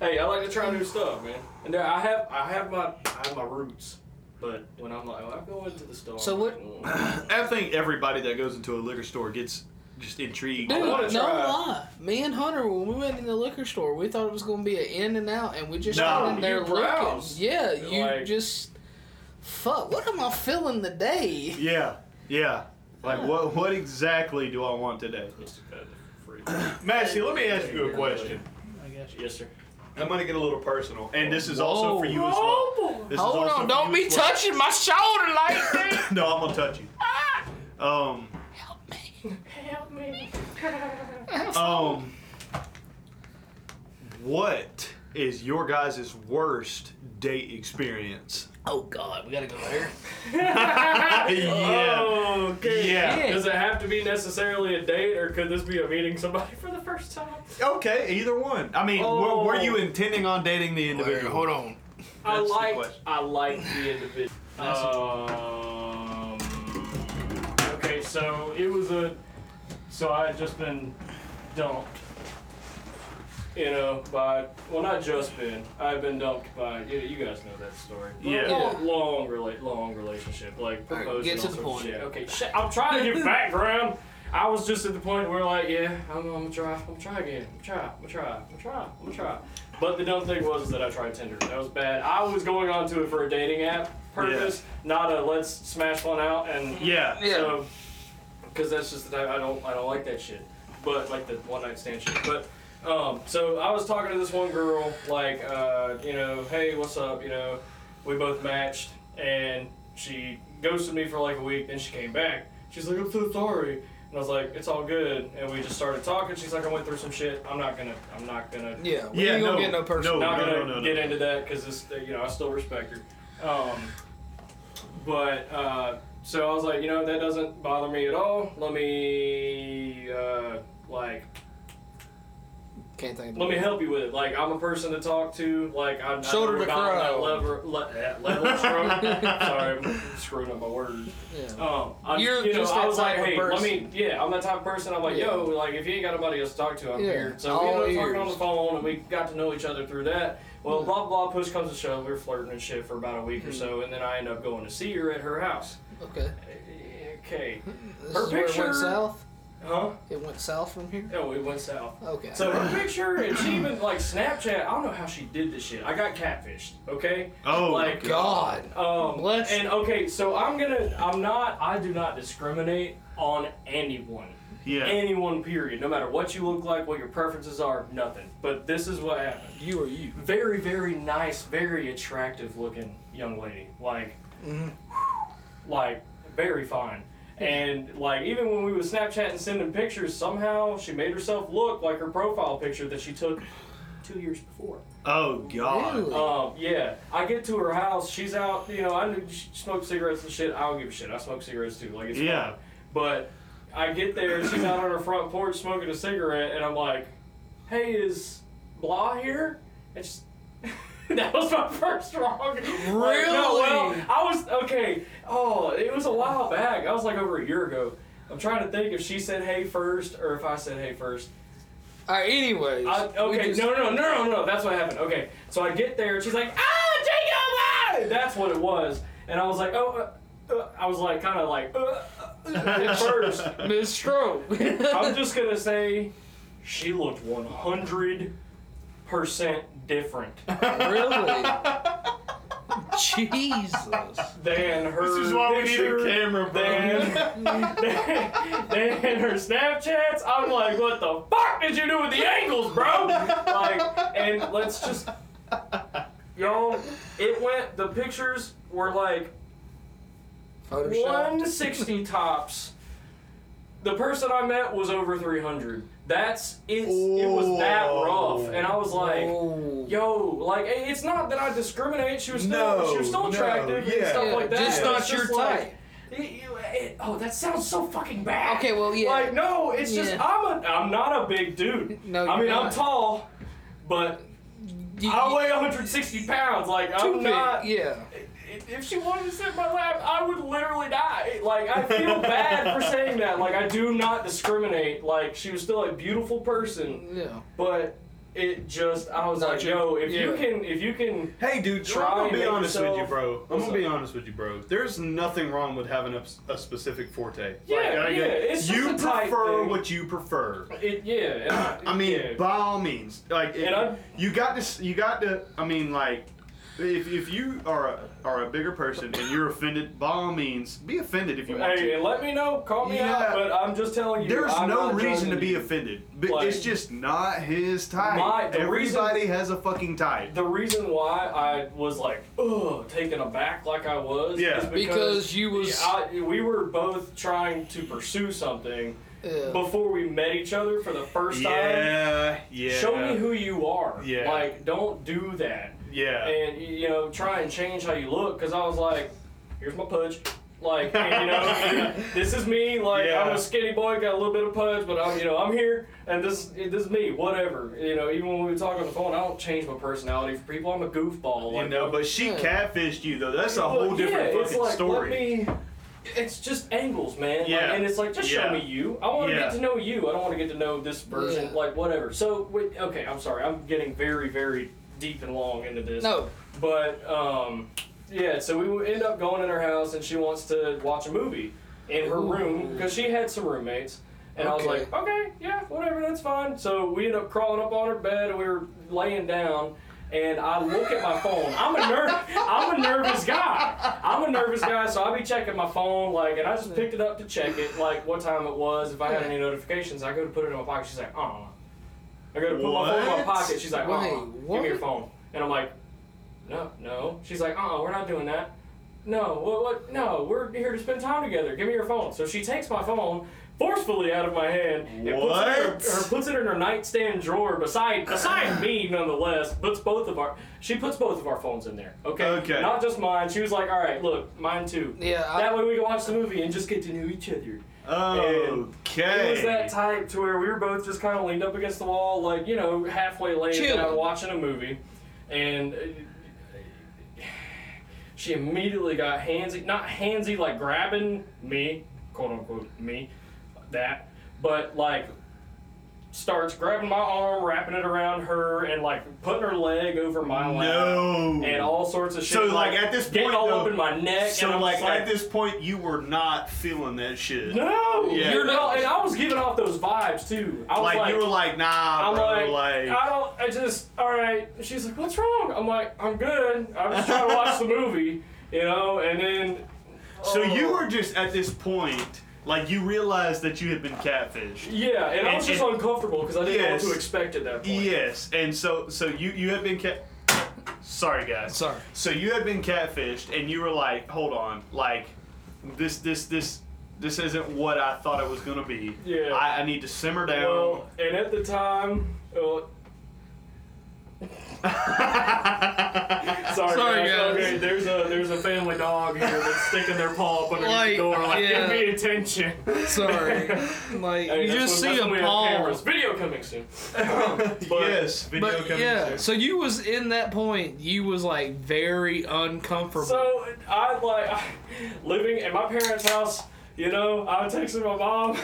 [SPEAKER 3] hey, I like to try new stuff, man. And there, I have, I have my, I have my roots. But when I'm like, well, I'm going to the store.
[SPEAKER 2] So
[SPEAKER 3] I'm
[SPEAKER 2] what-
[SPEAKER 3] like, mm.
[SPEAKER 1] I think everybody that goes into a liquor store gets just intrigued.
[SPEAKER 2] Dude,
[SPEAKER 3] I
[SPEAKER 2] no
[SPEAKER 3] wanna try.
[SPEAKER 2] lie. Me and Hunter, when we went in the liquor store, we thought it was going to be an in and out, and we just
[SPEAKER 1] No,
[SPEAKER 2] got in there
[SPEAKER 3] you
[SPEAKER 2] looking.
[SPEAKER 3] browse.
[SPEAKER 2] Yeah, you
[SPEAKER 3] Like-
[SPEAKER 2] just. Fuck, what am I feeling today?
[SPEAKER 1] Yeah. Yeah. Like what? What exactly do I want today?
[SPEAKER 3] It's a bad freak.
[SPEAKER 1] Massey, let me ask you a question.
[SPEAKER 2] I guess.
[SPEAKER 3] Yes, sir.
[SPEAKER 1] I'm gonna get a little personal, and this is also for you as well.
[SPEAKER 3] Oh,
[SPEAKER 1] This is
[SPEAKER 2] Hold
[SPEAKER 1] also
[SPEAKER 2] on,
[SPEAKER 1] for
[SPEAKER 2] don't
[SPEAKER 1] you
[SPEAKER 2] be
[SPEAKER 1] as well.
[SPEAKER 2] touching my shoulder like that.
[SPEAKER 1] No, I'm gonna touch you. Um.
[SPEAKER 2] Ah! Help me.
[SPEAKER 3] help me.
[SPEAKER 1] Um, what is your guys' worst date experience?
[SPEAKER 2] Oh, God, we gotta go there.
[SPEAKER 1] yeah.
[SPEAKER 3] Oh, okay.
[SPEAKER 1] Yeah.
[SPEAKER 3] Does it have to be necessarily a date, or could this be a meeting somebody for the first time?
[SPEAKER 1] Okay, either one. I mean, were,
[SPEAKER 3] Oh.
[SPEAKER 1] were you intending on dating the individual?
[SPEAKER 2] Hold on.
[SPEAKER 3] I
[SPEAKER 1] That's the
[SPEAKER 3] like
[SPEAKER 1] question.
[SPEAKER 3] I like the individual.
[SPEAKER 2] That's the-
[SPEAKER 3] Um, okay, so it was a so I had just been dumped. You know, by well, not just been. I've been dumped by you. You guys know that story.
[SPEAKER 1] Yeah.
[SPEAKER 3] Long, long, rela- long relationship, like
[SPEAKER 2] All right,
[SPEAKER 3] proposing.
[SPEAKER 2] get to the
[SPEAKER 3] all sorts of
[SPEAKER 2] point.
[SPEAKER 3] Shit. Okay, shit. I'm trying to get background. I was just at the point where like, yeah, I'm, I'm gonna try. I'm gonna try again. I'm gonna try. I'm gonna try. I'm gonna try. I'm gonna try. But the dumb thing was is that I tried Tinder. That was bad. I was going onto it for a dating app purpose, not a let's smash one out and
[SPEAKER 1] Yeah.
[SPEAKER 2] Yeah.
[SPEAKER 3] so, because that's just the type I don't I don't like that shit. But like the one night stand shit. But um, so I was talking to this one girl, like uh, you know, hey, what's up? You know, we both matched, and she ghosted me for like a week. Then she came back. She's like, I'm so sorry. And I was like, it's all good. And we just started talking. She's like, I went through some shit. I'm not gonna. I'm not gonna
[SPEAKER 2] Yeah, we
[SPEAKER 1] Yeah,
[SPEAKER 2] ain't gonna
[SPEAKER 1] no,
[SPEAKER 2] get no personal.
[SPEAKER 1] no.
[SPEAKER 3] not gonna
[SPEAKER 1] no, no.
[SPEAKER 3] get into that because this, you know, I still respect her. Um, but uh, so I was like, you know, that doesn't bother me at all. Let me uh, like,
[SPEAKER 2] Can't think of
[SPEAKER 3] let me help you with it. Like, I'm a person to talk to. Like, I'm
[SPEAKER 2] Shoulder to
[SPEAKER 3] about that
[SPEAKER 2] cry.
[SPEAKER 3] lever, le- that level. stroke. Sorry, I'm screwing up my words.
[SPEAKER 2] Yeah.
[SPEAKER 3] Um, I,
[SPEAKER 2] You're
[SPEAKER 3] you know,
[SPEAKER 2] just
[SPEAKER 3] I
[SPEAKER 2] that
[SPEAKER 3] was
[SPEAKER 2] type of
[SPEAKER 3] like, hey, let me,
[SPEAKER 2] person.
[SPEAKER 3] yeah, I'm that type of person. I'm like,
[SPEAKER 2] Yeah.
[SPEAKER 3] yo, like if you ain't got nobody else to talk to, I'm
[SPEAKER 2] Yeah.
[SPEAKER 3] here. So
[SPEAKER 2] All
[SPEAKER 3] we ended up talking on
[SPEAKER 2] ears.
[SPEAKER 3] the phone, and we got to know each other through that. Well, blah blah. Push comes to shove, we were flirting and shit for about a
[SPEAKER 2] Hmm.
[SPEAKER 3] week or so, and then I end up going to see her at her house.
[SPEAKER 2] Okay. eh,
[SPEAKER 3] Okay,
[SPEAKER 2] This
[SPEAKER 3] Her
[SPEAKER 2] is where it
[SPEAKER 3] picture-
[SPEAKER 2] went south.
[SPEAKER 3] huh?
[SPEAKER 2] It went south from here.
[SPEAKER 3] No, it went south.
[SPEAKER 2] Okay.
[SPEAKER 3] So her picture, and she even like Snapchat. I don't know how she did this shit. I got catfished. Okay.
[SPEAKER 1] Oh,
[SPEAKER 3] Like,
[SPEAKER 2] God.
[SPEAKER 3] Um,
[SPEAKER 2] Bless-
[SPEAKER 3] and okay, so I'm gonna, I'm not, I do not discriminate on anyone.
[SPEAKER 1] Yeah.
[SPEAKER 3] Anyone, period. No matter what you look like, what your preferences are, nothing. But this is what happened.
[SPEAKER 2] You are you.
[SPEAKER 3] Very, very nice, very attractive looking young lady. Like, like, very fine. And like even when we was Snapchat and sending pictures, somehow she made herself look like her profile picture that she took two years before.
[SPEAKER 1] Oh God.
[SPEAKER 2] Ew.
[SPEAKER 3] Um, yeah, I get to her house. She's out. You know, I knew she smoked cigarettes and shit. I don't give a shit. I smoke cigarettes too. Like it's
[SPEAKER 1] Yeah.
[SPEAKER 3] fine. But I get there. She's out on her front porch smoking a cigarette, and I'm like, "Hey, is blah here?" And she's that was my first wrong. Really? well,
[SPEAKER 2] Really?
[SPEAKER 3] I was okay. Oh, it was a while back. I was like over a year ago. I'm trying to think if she said hey first or if I said hey first.
[SPEAKER 2] All right. Anyways.
[SPEAKER 3] I,
[SPEAKER 2] we
[SPEAKER 3] okay,
[SPEAKER 2] just-
[SPEAKER 3] no, no, no, no, no, no. That's what happened. Okay, so I get there and she's like, "Ah, Jacob!" ah!" That's what it was, and I was like, "Oh," uh, uh, I was like, kind of like, uh, uh, at first.
[SPEAKER 4] Miss Stroke.
[SPEAKER 3] I'm just gonna say, she looked 100 percent different
[SPEAKER 2] Really? Jesus.
[SPEAKER 3] than her.
[SPEAKER 1] This is why we need
[SPEAKER 3] picture,
[SPEAKER 1] a camera,
[SPEAKER 3] Than,
[SPEAKER 1] bro.
[SPEAKER 3] than, than her Snapchats. I'm like, what the fuck did you do with the angles, bro? Like, and let's just, y'all. It went. The pictures were like
[SPEAKER 2] Photoshop.
[SPEAKER 3] 160 tops. The person I met was over 300. That's it's, it was that
[SPEAKER 1] Oh.
[SPEAKER 3] rough, and I was like.
[SPEAKER 2] Oh.
[SPEAKER 3] Yo, like i- it's not that I discriminate. She was still,
[SPEAKER 1] No,
[SPEAKER 3] she was still
[SPEAKER 1] no,
[SPEAKER 3] attractive and
[SPEAKER 1] yeah.
[SPEAKER 3] stuff
[SPEAKER 2] Yeah,
[SPEAKER 3] like that.
[SPEAKER 2] just
[SPEAKER 3] It's
[SPEAKER 2] not your
[SPEAKER 3] like-
[SPEAKER 2] type.
[SPEAKER 3] it- you- it- oh, that sounds so fucking bad.
[SPEAKER 2] Okay, well, yeah.
[SPEAKER 3] Like no, it's just
[SPEAKER 2] Yeah.
[SPEAKER 3] I'm a I'm not a big dude.
[SPEAKER 2] No,
[SPEAKER 3] I
[SPEAKER 2] you're
[SPEAKER 3] mean I'm
[SPEAKER 2] not.
[SPEAKER 3] tall, but
[SPEAKER 2] You-
[SPEAKER 3] I
[SPEAKER 2] you-
[SPEAKER 3] weigh 160 pounds. Like
[SPEAKER 2] too
[SPEAKER 3] I'm
[SPEAKER 2] big.
[SPEAKER 3] not.
[SPEAKER 2] Yeah.
[SPEAKER 3] If if she wanted to sit in my lap, I would literally die. Like I feel bad for saying that. Like I do not discriminate. Like she was still a beautiful person,
[SPEAKER 2] Yeah.
[SPEAKER 3] but it just I was
[SPEAKER 2] Not
[SPEAKER 3] like,
[SPEAKER 2] your-
[SPEAKER 3] yo, if you
[SPEAKER 2] yeah.
[SPEAKER 3] can, if you can.
[SPEAKER 1] Hey, dude,
[SPEAKER 3] Try
[SPEAKER 1] I'm gonna
[SPEAKER 3] and
[SPEAKER 1] be
[SPEAKER 3] make
[SPEAKER 1] honest with you,
[SPEAKER 3] yourself-
[SPEAKER 1] bro. I'm
[SPEAKER 3] What's
[SPEAKER 1] gonna be
[SPEAKER 3] up?
[SPEAKER 1] honest with you, bro. There's nothing wrong with having a, a specific forte. Like,
[SPEAKER 3] Yeah,
[SPEAKER 1] I
[SPEAKER 3] yeah,
[SPEAKER 1] get-
[SPEAKER 3] it's just
[SPEAKER 1] you
[SPEAKER 3] a type
[SPEAKER 1] prefer
[SPEAKER 3] thing.
[SPEAKER 1] what you prefer.
[SPEAKER 3] It, yeah. and I,
[SPEAKER 1] I mean,
[SPEAKER 3] yeah.
[SPEAKER 1] by all means, like
[SPEAKER 3] And I-
[SPEAKER 1] it, you got to, s- you got to. I mean, like, if, if you are a, are a bigger person and you're offended, by all means, be offended if you want
[SPEAKER 3] Hey,
[SPEAKER 1] to.
[SPEAKER 3] and let me know. Call me
[SPEAKER 1] Yeah.
[SPEAKER 3] out, but I'm just telling you.
[SPEAKER 1] There's
[SPEAKER 3] I'm
[SPEAKER 1] no
[SPEAKER 3] not
[SPEAKER 1] reason to
[SPEAKER 3] judging
[SPEAKER 1] be
[SPEAKER 3] you.
[SPEAKER 1] offended, but
[SPEAKER 3] Like-
[SPEAKER 1] it's just not his type.
[SPEAKER 3] My- the reason-
[SPEAKER 1] Everybody has a fucking type.
[SPEAKER 3] The reason why I was like, ugh, taken aback like I was,
[SPEAKER 1] Yeah.
[SPEAKER 3] is
[SPEAKER 2] Because you was-
[SPEAKER 3] I, we were both trying to pursue something
[SPEAKER 2] Yeah.
[SPEAKER 3] before we met each other for the first time.
[SPEAKER 1] yeah, yeah.
[SPEAKER 3] Show me who you are.
[SPEAKER 1] Yeah.
[SPEAKER 3] Like, don't do that.
[SPEAKER 1] Yeah.
[SPEAKER 3] and you know try and change how you look because i was like here's my pudge like and, you know this is me like i'm
[SPEAKER 1] Yeah.
[SPEAKER 3] a skinny boy got a little bit of pudge but i'm you know i'm here and this this is me whatever you know even when we talk on the phone i don't change my personality for people i'm a goofball like,
[SPEAKER 1] you know, but she
[SPEAKER 2] Yeah.
[SPEAKER 1] catfished you though. That's a
[SPEAKER 3] Well,
[SPEAKER 1] whole
[SPEAKER 3] yeah,
[SPEAKER 1] different
[SPEAKER 3] it's
[SPEAKER 1] fucking
[SPEAKER 3] like,
[SPEAKER 1] story.
[SPEAKER 3] let me, it's just angles man Like,
[SPEAKER 1] Yeah.
[SPEAKER 3] and it's like just
[SPEAKER 1] Yeah.
[SPEAKER 3] show me you i want to
[SPEAKER 1] Yeah.
[SPEAKER 3] get to know you i don't want to get to know this version
[SPEAKER 2] Yeah.
[SPEAKER 3] like whatever so wait, okay i'm sorry i'm getting very very deep and long into this
[SPEAKER 2] No.
[SPEAKER 3] but um, yeah, so we end up going in her house, and she wants to watch a movie in her room because she had some roommates. And I
[SPEAKER 2] Okay.
[SPEAKER 3] was like, okay, yeah, whatever, that's fine. So we end up crawling up on her bed, and we were laying down. And I look at my phone. I'm a ner- I'm a nervous guy. I'm a nervous guy, so I be checking my phone, like, and I just picked it up to check it, like, what time it was, if I had any notifications. I go to put it in my pocket. She's like, uh. uh I go to put my phone in my
[SPEAKER 1] What?
[SPEAKER 3] pocket. She's like, uh.
[SPEAKER 2] Wait,
[SPEAKER 3] uh Give me your
[SPEAKER 2] what?
[SPEAKER 3] phone. And I'm like, no, no. She's like, uh-uh, we're not doing that. No, what, what, no, we're here to spend time together. Give me your phone. So she takes my phone forcefully out of my hand and Puts,
[SPEAKER 1] What?
[SPEAKER 3] it in her, her, puts it in her nightstand drawer beside beside me, nonetheless. Puts both of our, she puts both of our phones in there. Okay.
[SPEAKER 1] Okay.
[SPEAKER 3] Not just mine. She was like, all right, look, mine too.
[SPEAKER 2] Yeah. I,
[SPEAKER 3] That way we can watch the movie and just get to know each other.
[SPEAKER 1] Okay.
[SPEAKER 3] It was that type to where we were both just kind of leaned up against the wall, like you know, halfway laying
[SPEAKER 2] Chilling.
[SPEAKER 3] down watching a movie, and uh, she immediately got handsy, not handsy like grabbing me, quote unquote me, that, but like starts grabbing my arm, wrapping it around her, and like putting her leg over my lap.
[SPEAKER 1] no.
[SPEAKER 3] And all sorts of shit.
[SPEAKER 1] So, like, at this
[SPEAKER 3] getting
[SPEAKER 1] point,
[SPEAKER 3] all up
[SPEAKER 1] though-
[SPEAKER 3] in my neck. and
[SPEAKER 1] so
[SPEAKER 3] I'm
[SPEAKER 1] like
[SPEAKER 3] just
[SPEAKER 1] at this point, you were not feeling that shit.
[SPEAKER 3] no,
[SPEAKER 1] Yeah.
[SPEAKER 3] you're not. And I was giving off those vibes too. I was
[SPEAKER 1] Like,
[SPEAKER 3] like,
[SPEAKER 1] you were like, nah,
[SPEAKER 3] I'm
[SPEAKER 1] bro.
[SPEAKER 3] like, I don't. I just. All right. She's like, what's wrong? I'm like, I'm good. I'm just trying to watch the movie, you know. And then.
[SPEAKER 1] so you
[SPEAKER 3] oh.
[SPEAKER 1] were just at this point, like you realized that you had been catfished.
[SPEAKER 3] Yeah, and, I was
[SPEAKER 1] And-
[SPEAKER 3] just uncomfortable because I didn't
[SPEAKER 1] Yes.
[SPEAKER 3] know what to expect at that point.
[SPEAKER 1] Yes, and so so you you had been cat. Sorry, guys.
[SPEAKER 2] Sorry.
[SPEAKER 1] So you had been catfished, and you were like, "Hold on, like, this this this this isn't what I thought it was gonna be.
[SPEAKER 3] Yeah.
[SPEAKER 1] I, I need to simmer down."
[SPEAKER 3] Well, and at the time, well, sorry,
[SPEAKER 2] Sorry,
[SPEAKER 3] guys.
[SPEAKER 2] guys.
[SPEAKER 3] Okay, there's a there's a family dog here that's sticking their paw up underneath
[SPEAKER 2] Like,
[SPEAKER 3] the door, like,
[SPEAKER 2] yeah.
[SPEAKER 3] give me attention.
[SPEAKER 2] sorry. like
[SPEAKER 3] Hey,
[SPEAKER 2] you
[SPEAKER 3] that's
[SPEAKER 2] just
[SPEAKER 3] when-
[SPEAKER 2] see
[SPEAKER 3] that's
[SPEAKER 2] a
[SPEAKER 3] when we have cameras.
[SPEAKER 2] ball.
[SPEAKER 3] Video coming soon.
[SPEAKER 1] yes, video
[SPEAKER 2] But
[SPEAKER 1] coming
[SPEAKER 2] yeah,
[SPEAKER 1] soon.
[SPEAKER 2] so you was in that point. You was like very uncomfortable.
[SPEAKER 3] So I like living in my parents' house. You know, I texted my mom.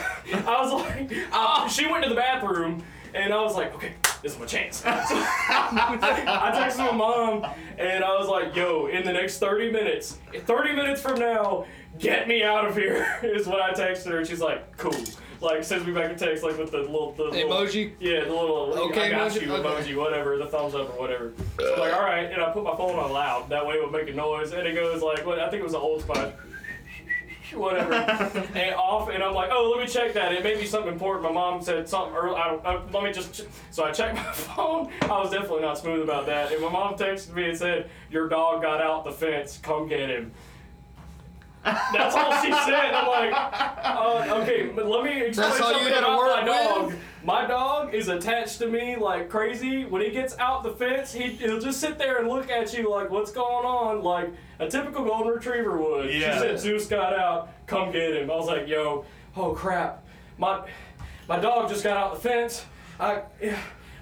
[SPEAKER 3] I was like, I- she went to the bathroom, and I was like, okay, this is my chance. I texted my mom and I was like, yo, in the next 30 minutes, 30 minutes from now, get me out of here is what I texted her. And she's like, cool. Like sends me back a text like with the little the little-
[SPEAKER 2] Emoji?
[SPEAKER 3] yeah, the little
[SPEAKER 2] Okay,
[SPEAKER 3] I got
[SPEAKER 2] emoji?
[SPEAKER 3] you
[SPEAKER 2] Okay. Uh.
[SPEAKER 3] emoji, whatever, the thumbs up or whatever. So I'm like, all right, and I put my phone on loud. That way it would make a noise, and it goes like, what? I think it was an old spot. Whatever, and off, and I'm like, oh, let me check that. It may be something important. My mom said something early. I don't. I, let me just. Ch-. So I checked my phone. I was definitely not smooth about that. And my mom texted me and said, "Your dog got out the fence. Come get him." That's all she said. I'm like, uh, okay, but let me explain
[SPEAKER 2] That's all you
[SPEAKER 3] something
[SPEAKER 2] had to
[SPEAKER 3] about
[SPEAKER 2] work
[SPEAKER 3] my dog.
[SPEAKER 2] with?
[SPEAKER 3] My dog is attached to me like crazy. When he gets out the fence, he, he'll just sit there and look at you like, what's going on? Like a typical golden retriever would.
[SPEAKER 1] Yeah.
[SPEAKER 3] She said, Zeus got out, come get him. I was like, yo, oh crap. My, my dog just got out the fence. I.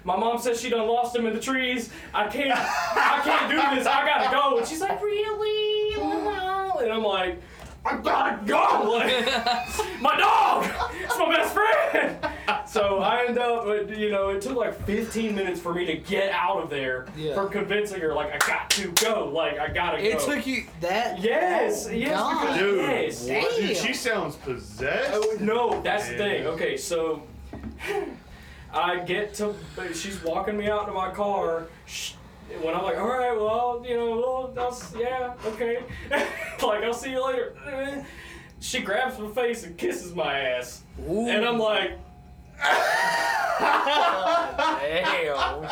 [SPEAKER 3] My mom says she done lost him in the trees. I can't, I can't do this. I gotta go. And she's like, really? Lala?" And I'm like, I gotta go. Like, my dog. It's my best friend. So I end up, but, you know, it took like 15 minutes for me to get out of there
[SPEAKER 2] Yeah.
[SPEAKER 3] from convincing her, like, I got to go. Like, I gotta
[SPEAKER 2] It
[SPEAKER 3] go.
[SPEAKER 2] took you that.
[SPEAKER 3] Yes, yes,
[SPEAKER 2] God.
[SPEAKER 3] because-
[SPEAKER 1] Dude,
[SPEAKER 3] yes.
[SPEAKER 1] what? Dude,
[SPEAKER 2] Damn.
[SPEAKER 1] she sounds possessed.
[SPEAKER 3] Oh, no, that's the thing.
[SPEAKER 1] Yeah.
[SPEAKER 3] Okay, so I get to. She's walking me out to my car. Sh when I'm like, all right, well, you know, well, I'll, s- yeah, okay, like I'll see you later. Eh. She grabs my face and kisses my ass,
[SPEAKER 2] Ooh,
[SPEAKER 3] and I'm like,
[SPEAKER 2] damn.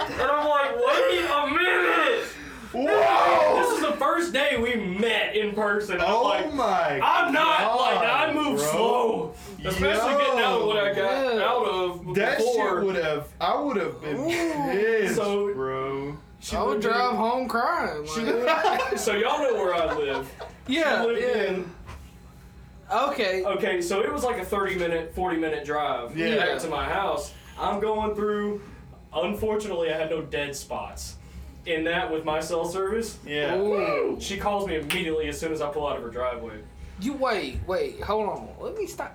[SPEAKER 3] and I'm like, wait a minute.
[SPEAKER 1] Whoa!
[SPEAKER 3] This is the first day we met in person. I'm
[SPEAKER 1] oh
[SPEAKER 3] like,
[SPEAKER 1] my!
[SPEAKER 3] I'm not
[SPEAKER 1] God,
[SPEAKER 3] like I move
[SPEAKER 1] bro.
[SPEAKER 3] slow, especially getting out of what I got
[SPEAKER 2] Yeah.
[SPEAKER 3] out of
[SPEAKER 1] That
[SPEAKER 3] before.
[SPEAKER 1] shit would have. I would have been
[SPEAKER 2] Ooh.
[SPEAKER 1] pissed,
[SPEAKER 3] So-
[SPEAKER 1] bro.
[SPEAKER 3] She
[SPEAKER 2] I would
[SPEAKER 3] lived in-
[SPEAKER 2] drive home crying.
[SPEAKER 3] She
[SPEAKER 2] like-
[SPEAKER 3] lived- so y'all know where I live. I
[SPEAKER 2] yeah,
[SPEAKER 3] lived
[SPEAKER 2] yeah.
[SPEAKER 3] in-
[SPEAKER 2] Okay.
[SPEAKER 3] okay, so it was like a 30 minute, 40 minute drive
[SPEAKER 1] Yeah.
[SPEAKER 3] back to my house. I'm going through. Unfortunately, I had no dead spots in that with my cell service.
[SPEAKER 1] Yeah.
[SPEAKER 2] Ooh.
[SPEAKER 3] She calls me immediately as soon as I pull out of her driveway.
[SPEAKER 2] You wait, wait, hold on. Let me stop.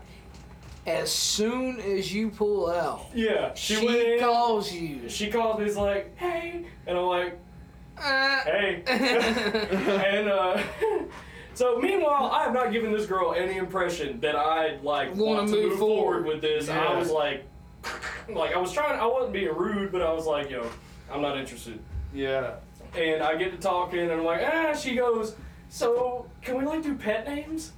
[SPEAKER 2] As soon as you pull out,
[SPEAKER 3] Yeah, she,
[SPEAKER 2] she,
[SPEAKER 3] went in.
[SPEAKER 2] calls you.
[SPEAKER 3] she calls me. Is like, hey, and I'm like,
[SPEAKER 2] Uh,
[SPEAKER 3] hey. and uh, so meanwhile, I have not given this girl any impression that I like
[SPEAKER 2] Wanna
[SPEAKER 3] want to
[SPEAKER 2] move
[SPEAKER 3] move,
[SPEAKER 2] forward.
[SPEAKER 3] forward. with this.
[SPEAKER 1] Yeah.
[SPEAKER 3] I was like, like I was trying. I wasn't being rude, but I was like, yo, I'm not interested.
[SPEAKER 1] Yeah.
[SPEAKER 3] And I get to talking, and I'm like, ah. She goes, so can we like do pet names?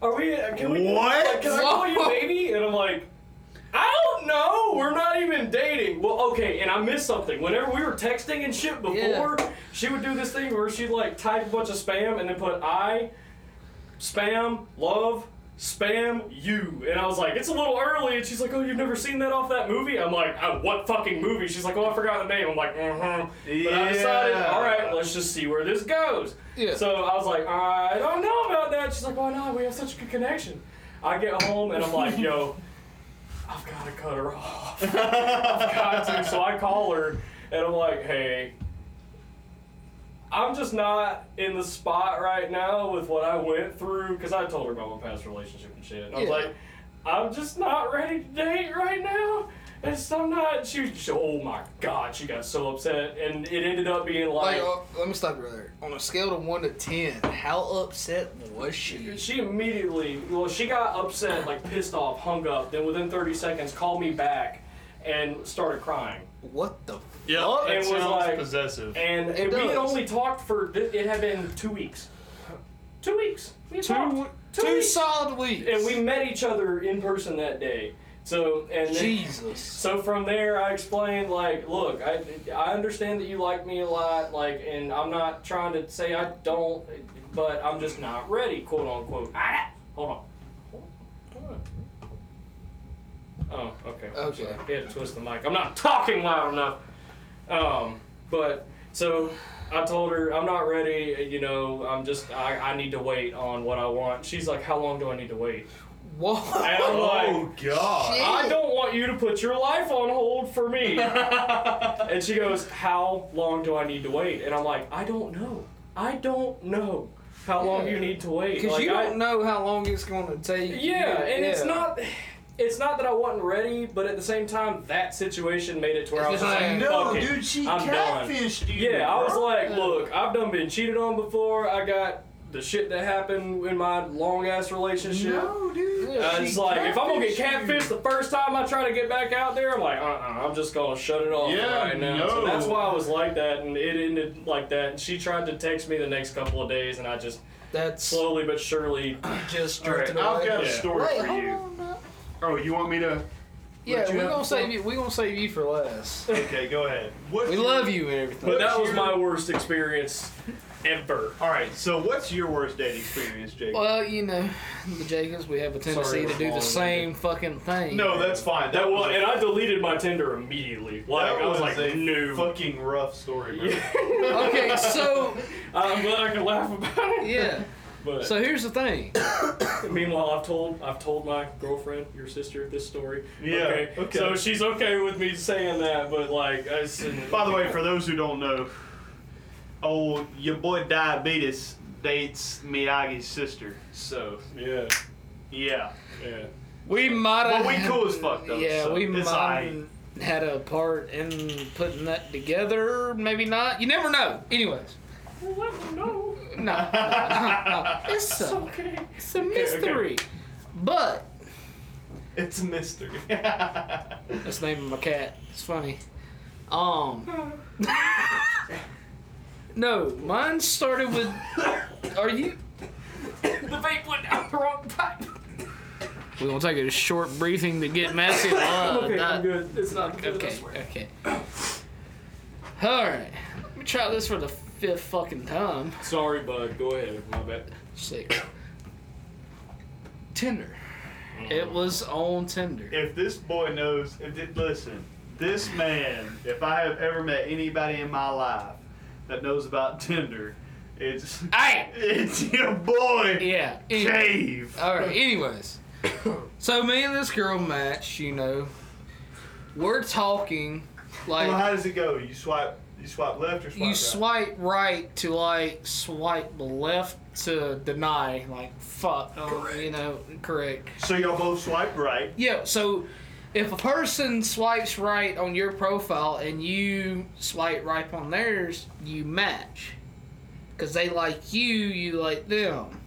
[SPEAKER 3] Are we? uh, Can we?
[SPEAKER 1] What?
[SPEAKER 3] like, can I call you
[SPEAKER 2] Whoa.
[SPEAKER 3] baby? And I'm like. I don't know. We're not even dating. Well, okay, and I missed something. Whenever we were texting and shit before, she would do this thing where she'd like type a bunch of spam and then put I, spam, love, spam, you. And I was like, it's a little early. And she's like, oh, you've never seen that off that movie? I'm like, "Uh, what fucking movie? She's like, oh, I forgot the name. I'm like, mm-hmm. But I decided,
[SPEAKER 1] Yeah.
[SPEAKER 3] all right, let's just see where this goes.
[SPEAKER 2] Yeah.
[SPEAKER 3] So I was like, I don't know about that. She's like, why not? We have such a good connection. I get home and I'm like, yo, I've got to cut her off. I've got to. So I call her and I'm like, hey, I'm just not in the spot right now with what I went through because I told her about my past relationship and shit. And I was
[SPEAKER 2] Yeah.
[SPEAKER 3] like, I'm just not ready to date right now. And so I'm not. She, she- oh my god, she got so upset, and it ended up being
[SPEAKER 2] like,
[SPEAKER 3] like,
[SPEAKER 2] uh, let me stop you right there. On a scale of one to ten, how upset was she?
[SPEAKER 3] She immediately, well, she got upset, like pissed off, hung up. Then within 30 seconds, called me back and started crying.
[SPEAKER 2] What the?
[SPEAKER 1] Yeah.
[SPEAKER 2] Fuck?
[SPEAKER 1] That
[SPEAKER 3] It was
[SPEAKER 1] sounds
[SPEAKER 3] like-
[SPEAKER 1] possessive.
[SPEAKER 3] And,
[SPEAKER 2] It
[SPEAKER 3] and we had
[SPEAKER 2] does.
[SPEAKER 3] only talked for, thi- it had been two weeks. Two weeks. We had
[SPEAKER 4] Two,
[SPEAKER 3] talked.
[SPEAKER 2] Two
[SPEAKER 3] weeks.
[SPEAKER 2] solid weeks.
[SPEAKER 3] And we met each other in person that day. So, and then,
[SPEAKER 2] Jesus.
[SPEAKER 3] So from there, I explained like, look, I, I understand that you like me a lot, like, and I'm not trying to say I don't, but I'm just not ready, quote unquote. Ah, hold on. Oh, okay.
[SPEAKER 2] Okay.
[SPEAKER 3] Sorry. You had to twist the mic. I'm not talking loud enough. Um, but so I told her I'm not ready. You know, I'm just I, I need to wait on what I want. She's like, how long do I need to wait?
[SPEAKER 2] Whoa.
[SPEAKER 3] And I'm like,
[SPEAKER 1] oh God.
[SPEAKER 2] Shit.
[SPEAKER 3] I don't want you to put your life on hold for me. and she goes, How long do I need to wait? And I'm like, I don't know. I don't know how long
[SPEAKER 2] Yeah.
[SPEAKER 3] you need to wait.
[SPEAKER 2] Because
[SPEAKER 3] Like,
[SPEAKER 2] you
[SPEAKER 3] I,
[SPEAKER 2] don't know how long it's going to take.
[SPEAKER 3] Yeah,
[SPEAKER 2] you.
[SPEAKER 3] and it's
[SPEAKER 2] Yeah.
[SPEAKER 3] not. it's not that I wasn't ready, but at the same time, that situation made it to where I was
[SPEAKER 2] It's
[SPEAKER 3] just
[SPEAKER 2] like,
[SPEAKER 3] like,
[SPEAKER 1] No,
[SPEAKER 3] "Fuck it,
[SPEAKER 1] dude, she
[SPEAKER 3] I'm done."
[SPEAKER 1] catfished you.
[SPEAKER 3] Yeah, I was
[SPEAKER 1] bro.
[SPEAKER 3] like, look, I've done been cheated on before. I got the shit that happened in my long ass relationship.
[SPEAKER 1] no, dude.
[SPEAKER 4] Yeah,
[SPEAKER 3] Uh, it's
[SPEAKER 1] she
[SPEAKER 3] like if I'm gonna get
[SPEAKER 1] catfished you.
[SPEAKER 3] catfished the first time I try to get back out there, I'm like, uh, uh I'm just gonna shut it off
[SPEAKER 1] Yeah,
[SPEAKER 3] right now. So
[SPEAKER 1] no.
[SPEAKER 3] that's why I was like that, and it ended like that. And she tried to text me the next couple of days, and I just
[SPEAKER 2] That's
[SPEAKER 3] slowly but surely.
[SPEAKER 2] just
[SPEAKER 1] All right,
[SPEAKER 2] drifted
[SPEAKER 1] I've
[SPEAKER 2] away.
[SPEAKER 1] got a
[SPEAKER 3] Yeah.
[SPEAKER 1] story
[SPEAKER 2] Wait,
[SPEAKER 1] for
[SPEAKER 2] hold
[SPEAKER 1] you.
[SPEAKER 2] on. now.
[SPEAKER 1] Oh, you want me to?
[SPEAKER 2] Yeah,
[SPEAKER 1] you
[SPEAKER 2] we're
[SPEAKER 1] have
[SPEAKER 2] gonna
[SPEAKER 1] to
[SPEAKER 2] save
[SPEAKER 1] tell-
[SPEAKER 2] you. We're gonna save you for last.
[SPEAKER 1] Okay, go ahead. What's
[SPEAKER 2] We
[SPEAKER 1] your-
[SPEAKER 2] love you and everything.
[SPEAKER 3] But that
[SPEAKER 1] What's
[SPEAKER 3] was
[SPEAKER 1] your-
[SPEAKER 3] my worst experience ever.
[SPEAKER 1] All right, so what's your worst date experience, Jake?
[SPEAKER 2] Well, you know, the Jacobs, we have a tendency
[SPEAKER 3] Sorry,
[SPEAKER 2] to do
[SPEAKER 3] we're
[SPEAKER 2] the
[SPEAKER 3] long-winded.
[SPEAKER 2] same fucking thing.
[SPEAKER 1] no, that's fine.
[SPEAKER 3] That was,
[SPEAKER 1] a-
[SPEAKER 3] and I deleted my Tinder immediately. Like
[SPEAKER 1] that
[SPEAKER 3] I was like,
[SPEAKER 1] a
[SPEAKER 3] no.
[SPEAKER 1] fucking rough story, bro.
[SPEAKER 2] Okay, so
[SPEAKER 3] I'm glad I can laugh about it.
[SPEAKER 2] yeah.
[SPEAKER 3] But
[SPEAKER 2] So here's the thing.
[SPEAKER 3] meanwhile, I've told I've told my girlfriend, your sister, this story.
[SPEAKER 1] Yeah, okay.
[SPEAKER 3] So she's okay with me saying that, but like, I said,
[SPEAKER 1] By the way, for those who don't know, oh, your boy Diabetes dates Miyagi's sister. So,
[SPEAKER 3] yeah,
[SPEAKER 1] yeah.
[SPEAKER 3] yeah.
[SPEAKER 2] We might have.
[SPEAKER 1] Well, we cool as fuck, though,
[SPEAKER 2] Yeah,
[SPEAKER 1] so
[SPEAKER 2] we
[SPEAKER 1] it's
[SPEAKER 2] might
[SPEAKER 1] aight.
[SPEAKER 2] had a part in putting that together. Maybe not. You never know. Anyways,
[SPEAKER 3] Well, let them know.
[SPEAKER 2] no, no, no. it's
[SPEAKER 3] It's
[SPEAKER 2] a,
[SPEAKER 3] okay.
[SPEAKER 2] it's a mystery. But
[SPEAKER 1] It's a mystery.
[SPEAKER 2] that's the name of my cat. It's funny. Um. no, mine started with. Are you?
[SPEAKER 3] The vape went down the wrong pipe.
[SPEAKER 2] We're gonna take a short breathing to get messy. Uh,
[SPEAKER 3] okay,
[SPEAKER 2] not-
[SPEAKER 3] I'm good. It's not good. I
[SPEAKER 2] Okay,
[SPEAKER 3] swear.
[SPEAKER 2] okay. Alright. Let me try this for the fifth fucking time.
[SPEAKER 3] Sorry, bud. Go ahead. My bad.
[SPEAKER 2] Six. Tinder. It was on Tinder.
[SPEAKER 1] if this boy knows, if thi- listen, this man, if I have ever met anybody in my life that knows about Tinder, it's
[SPEAKER 2] Hey!
[SPEAKER 1] it's your boy,
[SPEAKER 2] Yeah. anyway.
[SPEAKER 1] Dave.
[SPEAKER 2] Alright, anyways. So me and this girl match, you know. We're talking like
[SPEAKER 1] Well, how does it go? You swipe, you swipe left or swipe
[SPEAKER 2] you
[SPEAKER 1] right?
[SPEAKER 2] swipe right to like swipe left to deny, like fuck, oh, you know, correct.
[SPEAKER 1] So y'all both swipe right.
[SPEAKER 2] Yeah, so if a person swipes right on your profile and you swipe right on theirs, you match. Because they like you, you like them.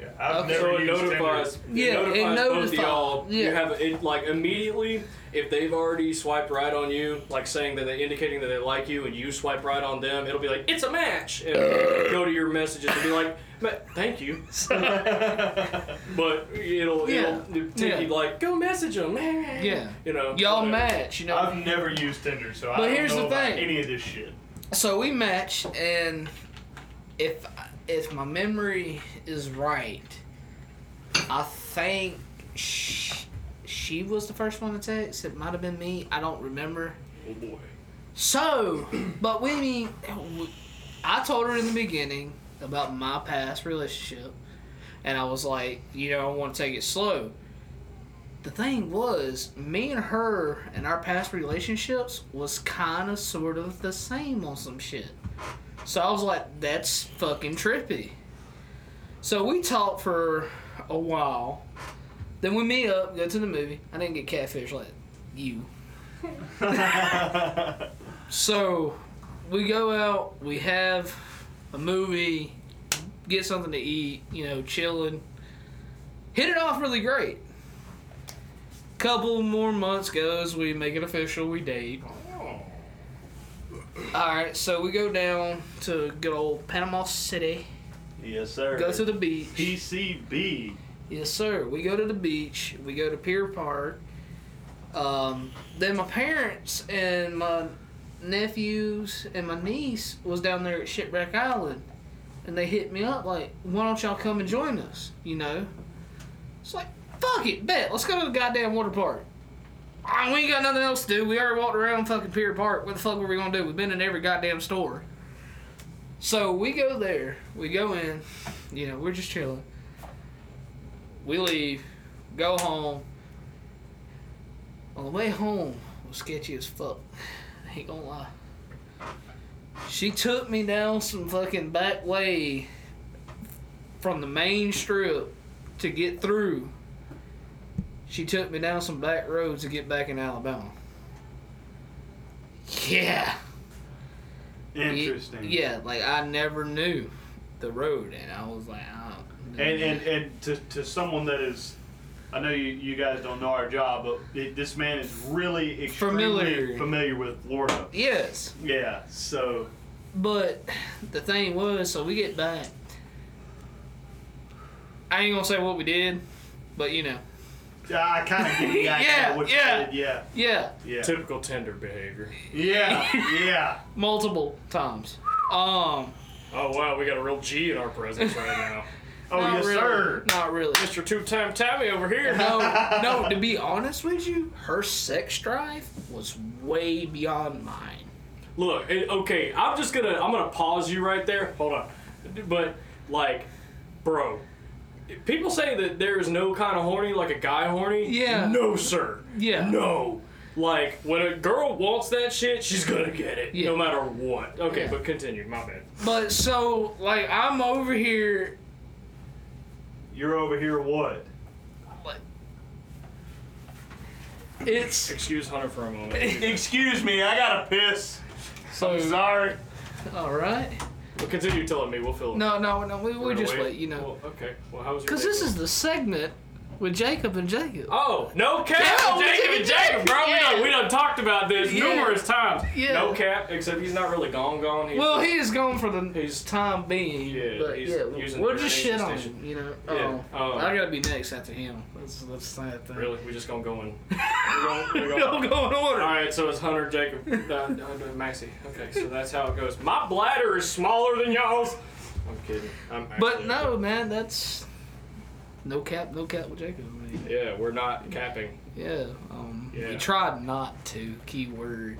[SPEAKER 1] Yeah, I've
[SPEAKER 2] Okay.
[SPEAKER 1] never
[SPEAKER 3] So it
[SPEAKER 1] used
[SPEAKER 3] notifies,
[SPEAKER 1] Tinder.
[SPEAKER 2] Yeah,
[SPEAKER 3] it notifies
[SPEAKER 2] it
[SPEAKER 3] both of
[SPEAKER 2] notifi-
[SPEAKER 3] y'all.
[SPEAKER 2] yeah.
[SPEAKER 3] You have it like immediately if they've already swiped right on you, like saying that they indicating that they like you, and you swipe right on them. It'll be like it's a match, and go to your messages and be like, "Ma- "Thank you," but it'll
[SPEAKER 2] Yeah.
[SPEAKER 3] it'll take you
[SPEAKER 2] Yeah.
[SPEAKER 3] like go message them.
[SPEAKER 2] Yeah.
[SPEAKER 3] you know
[SPEAKER 2] Y'all
[SPEAKER 3] whatever.
[SPEAKER 2] match, you know.
[SPEAKER 1] I've never used Tinder, so I
[SPEAKER 2] But
[SPEAKER 1] don't
[SPEAKER 2] here's
[SPEAKER 1] know
[SPEAKER 2] the
[SPEAKER 1] about
[SPEAKER 2] thing.
[SPEAKER 1] any of this shit.
[SPEAKER 2] so we match, and if if my memory is right, I think she, she was the first one to text. It might have been me. I don't remember.
[SPEAKER 3] Oh boy.
[SPEAKER 2] So, but we mean, I told her in the beginning about my past relationship, and I was like, you know, I want to take it slow. The thing was, me and her and our past relationships was kind of sort of the same on some shit. So I was like, that's fucking trippy. So we talked for a while. Then we meet up, go to the movie. I didn't get catfish like you. So we go out, we have a movie, get something to eat, you know, chilling. Hit it off really great. Couple more months goes, we make it official, we date. Alright, so we go down to good old Panama City,
[SPEAKER 1] yes, sir.
[SPEAKER 2] go to the beach.
[SPEAKER 1] PCB.
[SPEAKER 2] Yes, sir. We go to the beach. We go to Pier Park. Um, then my parents and my nephews and my niece was down there at Shipwreck Island, and they hit me up like, "Why don't y'all come and join us?" You know. It's like, fuck it, bet. Let's go to the goddamn water park. Ah, we ain't got nothing else to do. We already walked around fucking Pier Park. What the fuck were we gonna do? We've been in every goddamn store. So we go there. We go in. You know, we're just chilling. We leave, go home. On the way home was sketchy as fuck. I ain't gonna lie. She took me down some fucking back way from the main strip to get through. She took me down some back roads to get back in Alabama. Yeah. Ye-
[SPEAKER 1] Interesting.
[SPEAKER 2] Yeah, like I never knew the road, and I was like, I don't.
[SPEAKER 1] And and, and to, to someone that is, I know you, you guys don't know our job, but it, this man is really extremely
[SPEAKER 2] Familiar.
[SPEAKER 1] familiar, with Florida.
[SPEAKER 2] yes,
[SPEAKER 1] Yeah, so
[SPEAKER 2] but the thing was, so we get back. I ain't gonna say what we did, but you know,
[SPEAKER 1] I kind of get the idea
[SPEAKER 2] Yeah,
[SPEAKER 1] of what
[SPEAKER 2] yeah.
[SPEAKER 1] you did.
[SPEAKER 2] yeah,
[SPEAKER 1] Yeah, yeah,
[SPEAKER 3] Typical Tinder behavior.
[SPEAKER 1] yeah, yeah.
[SPEAKER 2] multiple times. Um,
[SPEAKER 3] Oh wow, we got a real G in our presence right now.
[SPEAKER 1] Oh
[SPEAKER 2] not
[SPEAKER 1] yes,
[SPEAKER 2] really,
[SPEAKER 1] sir.
[SPEAKER 2] Not really.
[SPEAKER 3] Mr. Two Time Tabby over here.
[SPEAKER 2] Uh-huh. No, no. To be honest with you, her sex drive was way beyond mine.
[SPEAKER 3] Look, it, okay, I'm just gonna I'm gonna pause you right there. Hold on, but like, bro, people say that there is no kind of horny like a guy horny.
[SPEAKER 2] Yeah.
[SPEAKER 3] No, sir.
[SPEAKER 2] Yeah.
[SPEAKER 3] No. Like when a girl wants that shit, she's gonna get it,
[SPEAKER 2] Yeah.
[SPEAKER 3] no matter what. Okay,
[SPEAKER 2] Yeah.
[SPEAKER 3] but continue. My bad.
[SPEAKER 2] But so, like, I'm over here
[SPEAKER 1] You're over here. What?
[SPEAKER 2] But it's
[SPEAKER 3] Excuse Hunter for a moment.
[SPEAKER 1] Excuse me, I gotta piss.
[SPEAKER 2] so
[SPEAKER 1] Sorry.
[SPEAKER 2] all right.
[SPEAKER 3] But continue telling me. We'll fill. it.
[SPEAKER 2] No, no, no. We, we
[SPEAKER 3] We're gonna
[SPEAKER 2] just wait, you know,
[SPEAKER 3] Well, okay. Well, how was your?
[SPEAKER 2] because
[SPEAKER 3] day
[SPEAKER 2] this
[SPEAKER 3] going?
[SPEAKER 2] is the segment with Jacob and Jacob.
[SPEAKER 3] Oh, no cap,
[SPEAKER 2] Yeah, we
[SPEAKER 3] Jacob
[SPEAKER 2] did-
[SPEAKER 3] and Jacob, bro.
[SPEAKER 2] yeah.
[SPEAKER 3] We, done, we done talked about this
[SPEAKER 2] Yeah.
[SPEAKER 3] numerous times.
[SPEAKER 2] Yeah.
[SPEAKER 3] No cap, except he's not really gone, gone. He's
[SPEAKER 2] Well,
[SPEAKER 3] just-
[SPEAKER 2] he is gone for the his time being.
[SPEAKER 3] Yeah,
[SPEAKER 2] but
[SPEAKER 3] he's
[SPEAKER 2] yeah, we'll-
[SPEAKER 3] using
[SPEAKER 2] we'll
[SPEAKER 3] the
[SPEAKER 2] just
[SPEAKER 3] station
[SPEAKER 2] shit on
[SPEAKER 3] station.
[SPEAKER 2] him, you know.
[SPEAKER 3] Yeah,
[SPEAKER 2] Oh,
[SPEAKER 3] um,
[SPEAKER 2] I gotta be next after him. That's that's the sad thing.
[SPEAKER 3] Really, we just gonna go in. We're going, we're going.
[SPEAKER 2] Don't go in order.
[SPEAKER 3] All right, so it's Hunter, Jacob, uh, uh, Maxie. Okay, so that's how it goes. My bladder is smaller than y'all's. I'm kidding. I'm
[SPEAKER 2] But
[SPEAKER 3] actually-
[SPEAKER 2] no, man, that's no cap, no cap with Jacob. I mean,
[SPEAKER 3] Yeah, we're not capping.
[SPEAKER 2] yeah, um,
[SPEAKER 3] Yeah.
[SPEAKER 2] he tried not to. Key word.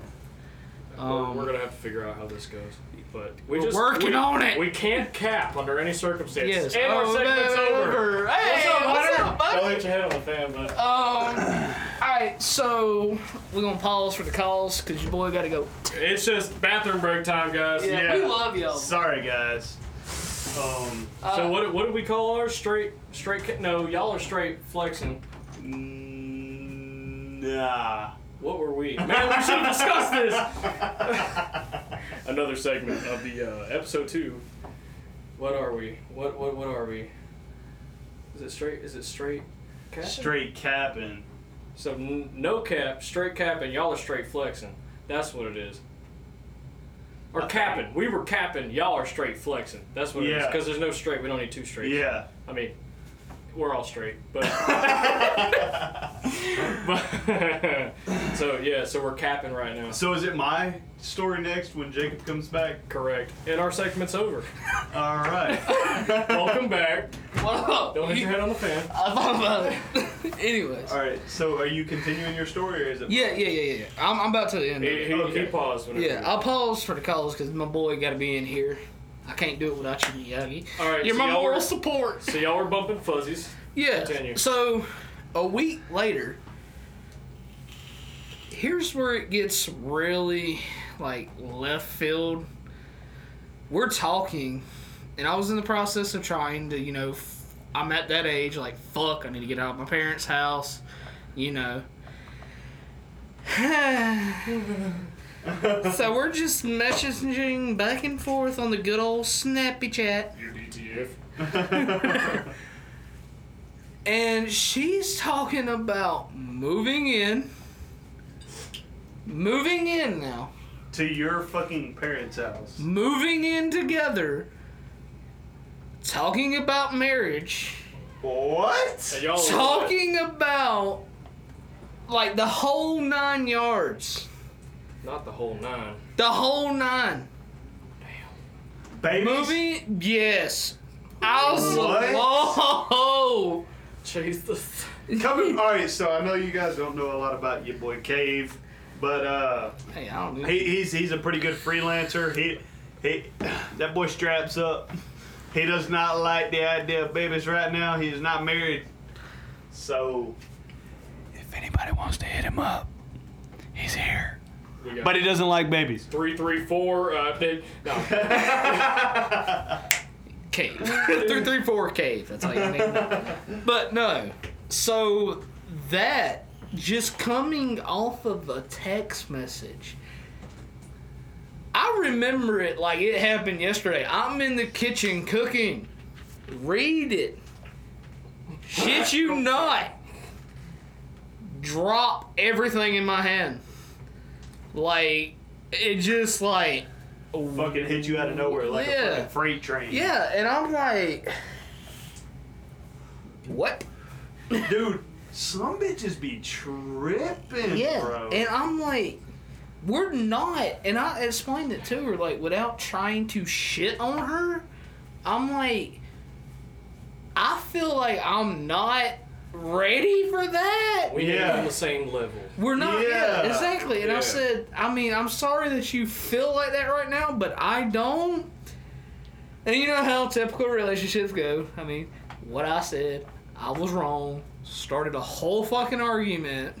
[SPEAKER 3] we're,
[SPEAKER 2] Um,
[SPEAKER 3] we're gonna have to figure out how this goes. But we
[SPEAKER 2] We're
[SPEAKER 3] just,
[SPEAKER 2] working
[SPEAKER 3] we-
[SPEAKER 2] on it.
[SPEAKER 3] We can't cap under any circumstances.
[SPEAKER 2] Yes.
[SPEAKER 3] And our
[SPEAKER 2] Oh,
[SPEAKER 3] segment's
[SPEAKER 2] man,
[SPEAKER 3] over.
[SPEAKER 2] over. Hey,
[SPEAKER 3] what's up,
[SPEAKER 2] what's
[SPEAKER 3] Hunter?
[SPEAKER 2] up, bud?
[SPEAKER 3] Don't hit your head on the fan, bud.
[SPEAKER 2] Um. all right, so we're gonna pause for the calls because your boy gotta go.
[SPEAKER 3] It's just bathroom break time, guys.
[SPEAKER 1] Yeah.
[SPEAKER 2] we love y'all. Uh,
[SPEAKER 1] Sorry, guys. Um,
[SPEAKER 3] So what what do we call ours? Straight straight ca- no, y'all are straight flexing.
[SPEAKER 1] mm, nah.
[SPEAKER 3] What were we? Man, we should have discussed this. Another segment of the uh, episode two. What are we? What what what are we? Is it straight? Is it straight? Cap?
[SPEAKER 1] Straight capping.
[SPEAKER 3] So n- no cap, straight capping. Y'all are straight flexing. That's what it is.
[SPEAKER 1] Uh,
[SPEAKER 3] Or capping. We were capping. Y'all are straight flexing. That's what it is.
[SPEAKER 1] Yeah.
[SPEAKER 3] Because there's no straight. We don't need two straight.
[SPEAKER 1] Yeah.
[SPEAKER 3] I mean, we're all straight, but, but- so yeah, so we're capping right now.
[SPEAKER 1] So is it my story next when Jacob comes back?
[SPEAKER 3] Correct. And our segment's over.
[SPEAKER 1] All right.
[SPEAKER 3] Welcome back.
[SPEAKER 2] What up?
[SPEAKER 3] Don't hit
[SPEAKER 2] You-
[SPEAKER 3] your head on the fan.
[SPEAKER 2] I thought about it. Anyways.
[SPEAKER 1] All right. So are you continuing your story, or is it?
[SPEAKER 2] Yeah, yeah, yeah, yeah. I'm, I'm about to the end. of
[SPEAKER 3] He,
[SPEAKER 2] it.
[SPEAKER 3] he,
[SPEAKER 1] Okay.
[SPEAKER 3] he paused. Whenever
[SPEAKER 2] Yeah, I'll pause for the calls because my boy gotta be in here. I can't do it without you, Miyagi.
[SPEAKER 3] All right,
[SPEAKER 2] You're
[SPEAKER 3] so
[SPEAKER 2] my
[SPEAKER 3] y'all
[SPEAKER 2] moral
[SPEAKER 3] were-
[SPEAKER 2] support.
[SPEAKER 3] So y'all were bumping fuzzies.
[SPEAKER 2] Yeah.
[SPEAKER 3] Continue.
[SPEAKER 2] So, a week later, here's where it gets really like left field. We're talking, and I was in the process of trying to, you know, f- I'm at that age, like, fuck, I need to get out of my parents' house, you know. so we're just messaging back and forth on the good old snappy chat.
[SPEAKER 3] UDTF.
[SPEAKER 2] And she's talking about moving in. Moving in now.
[SPEAKER 1] To your fucking parents' house.
[SPEAKER 2] Moving in together. Talking about marriage.
[SPEAKER 1] Oh, What?
[SPEAKER 3] And y'all were-
[SPEAKER 2] Talking about like the whole nine yards.
[SPEAKER 3] Not the whole nine.
[SPEAKER 2] The whole nine.
[SPEAKER 1] Babies?
[SPEAKER 2] Moving yes. I was like,
[SPEAKER 1] What?
[SPEAKER 2] whoa.
[SPEAKER 3] Jesus.
[SPEAKER 1] Coming. All right. So I know you guys don't know a lot about your boy Cave, but uh,
[SPEAKER 2] Hey, I don't know.
[SPEAKER 1] he, he's he's a pretty good freelancer. He he, that boy straps up. He does not like the idea of babies right now. He is not married. So,
[SPEAKER 5] If anybody wants to hit him up, he's here.
[SPEAKER 3] We got
[SPEAKER 1] but he doesn't like babies.
[SPEAKER 3] three, three, four. Uh, did, no.
[SPEAKER 2] cave. three three four cave. That's all you need. But no. So that just coming off of a text message. I remember it like it happened yesterday. I'm in the kitchen cooking. Read it. Shit you not. Drop everything in my hand. Like it just like
[SPEAKER 1] Fucking hit you out of nowhere like
[SPEAKER 2] Yeah.
[SPEAKER 1] a fucking freight train.
[SPEAKER 2] yeah, and I'm like what?
[SPEAKER 1] Dude, some bitches be tripping,
[SPEAKER 2] Yeah,
[SPEAKER 1] bro.
[SPEAKER 2] and I'm like, we're not. And I explained it to her, like, without trying to shit on her. I'm like, I feel like I'm not ready for that.
[SPEAKER 6] We ain't
[SPEAKER 1] Yeah.
[SPEAKER 6] on the same level.
[SPEAKER 2] We're not.
[SPEAKER 1] Yeah.
[SPEAKER 2] Yeah, exactly. And I
[SPEAKER 6] Yeah.
[SPEAKER 2] said, I mean, I'm sorry that you feel like that right now, but I don't. And you know how typical relationships go. I mean, what I said, I was wrong. Started a whole fucking argument.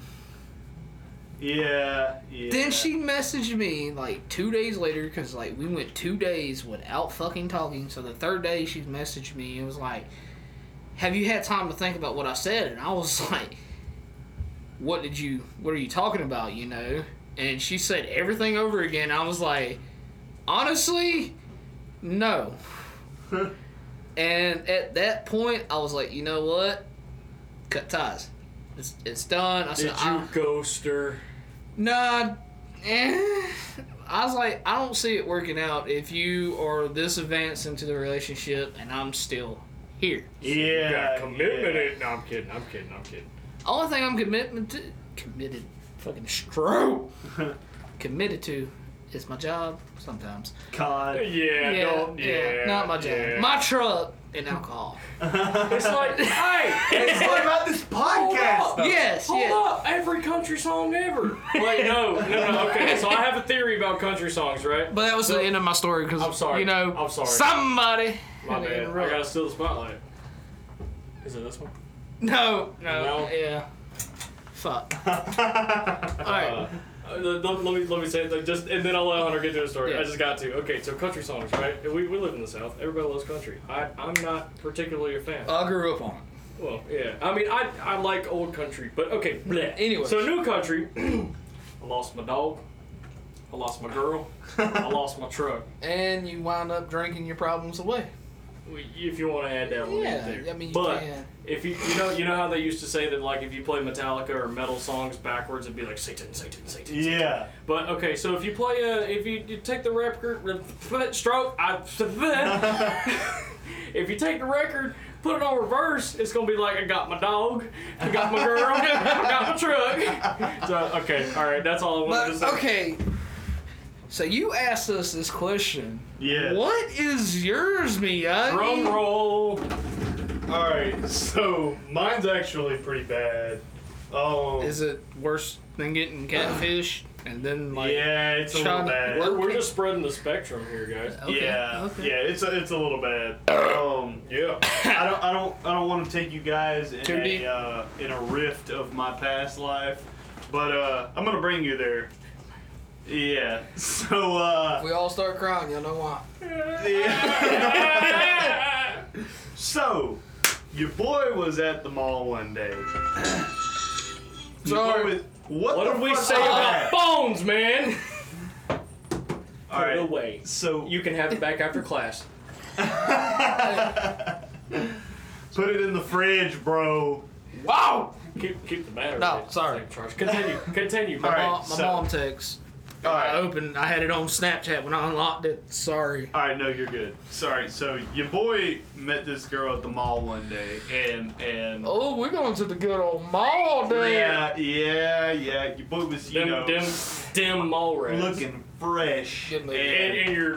[SPEAKER 1] yeah, yeah.
[SPEAKER 2] Then she messaged me like two days later because like we went two days without fucking talking. So the third day she messaged me and was like, "Have you had time to think about what I said?" And I was like, "What did you? What are you talking about?" You know? And she said everything over again. I was like, "Honestly, no." and at that point, I was like, "You know what? Cut ties. It's, it's done." I said,
[SPEAKER 6] Did you
[SPEAKER 2] "I-
[SPEAKER 6] ghost her?
[SPEAKER 2] Nah, eh. I was like, I don't see it working out if you are this advanced into the relationship and I'm still here.
[SPEAKER 1] yeah,
[SPEAKER 6] You got commitment
[SPEAKER 1] yeah.
[SPEAKER 6] in. No, I'm kidding. I'm kidding. I'm kidding.
[SPEAKER 2] Only thing I'm committed to, committed, fucking stroke, committed to is my job sometimes.
[SPEAKER 1] God.
[SPEAKER 6] Yeah, don't. Yeah,
[SPEAKER 2] not my job.
[SPEAKER 6] yeah.
[SPEAKER 2] My truck and alcohol.
[SPEAKER 3] It's like, hey,
[SPEAKER 1] Hey, what about this podcast?
[SPEAKER 3] Hold up.
[SPEAKER 2] yes,
[SPEAKER 3] Oh. Hold
[SPEAKER 2] yes.
[SPEAKER 3] up, every country song ever. Wait, no, no, no. Okay, so I have a theory about country songs, right?
[SPEAKER 2] But that was the end of my story because
[SPEAKER 3] I'm sorry.
[SPEAKER 2] You know,
[SPEAKER 3] I'm sorry.
[SPEAKER 2] Somebody.
[SPEAKER 3] My bad. I
[SPEAKER 2] Right.
[SPEAKER 3] gotta steal the spotlight. Is it this one?
[SPEAKER 2] No, no,
[SPEAKER 3] No. Uh-huh.
[SPEAKER 2] yeah. Fuck. All right.
[SPEAKER 3] Uh, uh, let, let me let me say it, like, just and then I'll let Hunter get to his story. I
[SPEAKER 2] Yeah.
[SPEAKER 3] just got to. Okay, so country songs, right? We, we live in the South. Everybody loves country. I I'm not particularly a fan.
[SPEAKER 2] I grew up on. it.
[SPEAKER 3] well, yeah. I mean, I I like old country, but okay. bleh.
[SPEAKER 2] Anyways.
[SPEAKER 3] so new country. I lost my dog. I lost my girl. I lost my truck.
[SPEAKER 2] And you wind up drinking your problems away.
[SPEAKER 3] If you want to add that one
[SPEAKER 2] Yeah,
[SPEAKER 3] in there.
[SPEAKER 2] I mean, you
[SPEAKER 3] but
[SPEAKER 2] can.
[SPEAKER 3] if you you know you know how they used to say that like if you play Metallica or metal songs backwards, it'd be like Satan, Satan, Satan.
[SPEAKER 1] Yeah.
[SPEAKER 3] But okay, so if you play, uh, if you, you take the record, stroke, I, if you take the record, put it on reverse, it's gonna be like I got my dog, I got my girl, I got my truck. So okay, all right, that's all I wanted to
[SPEAKER 2] But
[SPEAKER 3] say.
[SPEAKER 2] okay. So you asked us this question.
[SPEAKER 1] Yeah.
[SPEAKER 2] What is yours, uh? Miyagi?
[SPEAKER 3] Drum roll.
[SPEAKER 1] All right. So mine's actually pretty bad. Oh.
[SPEAKER 2] Is it worse than getting catfish and then like?
[SPEAKER 1] yeah, it's a little
[SPEAKER 2] Sean,
[SPEAKER 1] bad.
[SPEAKER 2] what-
[SPEAKER 3] We're, we're just spreading the spectrum here, guys.
[SPEAKER 2] Okay,
[SPEAKER 1] Yeah,
[SPEAKER 2] okay.
[SPEAKER 1] yeah, it's a, it's a little bad. Um,
[SPEAKER 6] Yeah.
[SPEAKER 1] I don't I don't I don't want to take you guys in
[SPEAKER 2] Too
[SPEAKER 1] a
[SPEAKER 2] deep.
[SPEAKER 1] uh, in a rift of my past life, but uh, I'm gonna bring you there. Yeah. So uh,
[SPEAKER 2] We all start crying. Y'all know why?
[SPEAKER 1] yeah. so your boy was at the mall one day. Your boy
[SPEAKER 2] Sorry.
[SPEAKER 1] was- what
[SPEAKER 3] What
[SPEAKER 1] the
[SPEAKER 3] did we
[SPEAKER 1] fuck
[SPEAKER 3] say
[SPEAKER 1] was
[SPEAKER 3] about
[SPEAKER 1] that?
[SPEAKER 3] phones, man?
[SPEAKER 1] All
[SPEAKER 3] No
[SPEAKER 1] right.
[SPEAKER 3] way.
[SPEAKER 1] So
[SPEAKER 3] You can have it back after class.
[SPEAKER 1] put it in the fridge, bro.
[SPEAKER 2] Wow.
[SPEAKER 3] Keep keep the battery.
[SPEAKER 2] No, sorry.
[SPEAKER 3] Charge. Continue. Continue.
[SPEAKER 1] All right.
[SPEAKER 2] my mom, my
[SPEAKER 1] so-
[SPEAKER 2] mom texts.
[SPEAKER 1] All
[SPEAKER 2] I
[SPEAKER 1] right.
[SPEAKER 3] Oh.
[SPEAKER 2] opened. I had it on Snapchat when I unlocked it. Sorry.
[SPEAKER 1] All right, no, you're good. Sorry. So your boy met this girl at the mall one day, and and
[SPEAKER 4] Oh, we're going to the good old mall, dude.
[SPEAKER 1] yeah, yeah, yeah. Your boy was you
[SPEAKER 3] Dim,
[SPEAKER 1] know
[SPEAKER 3] dim, dim mall rats.
[SPEAKER 1] looking fresh,
[SPEAKER 2] Good
[SPEAKER 1] and,
[SPEAKER 2] movie.
[SPEAKER 3] and, and your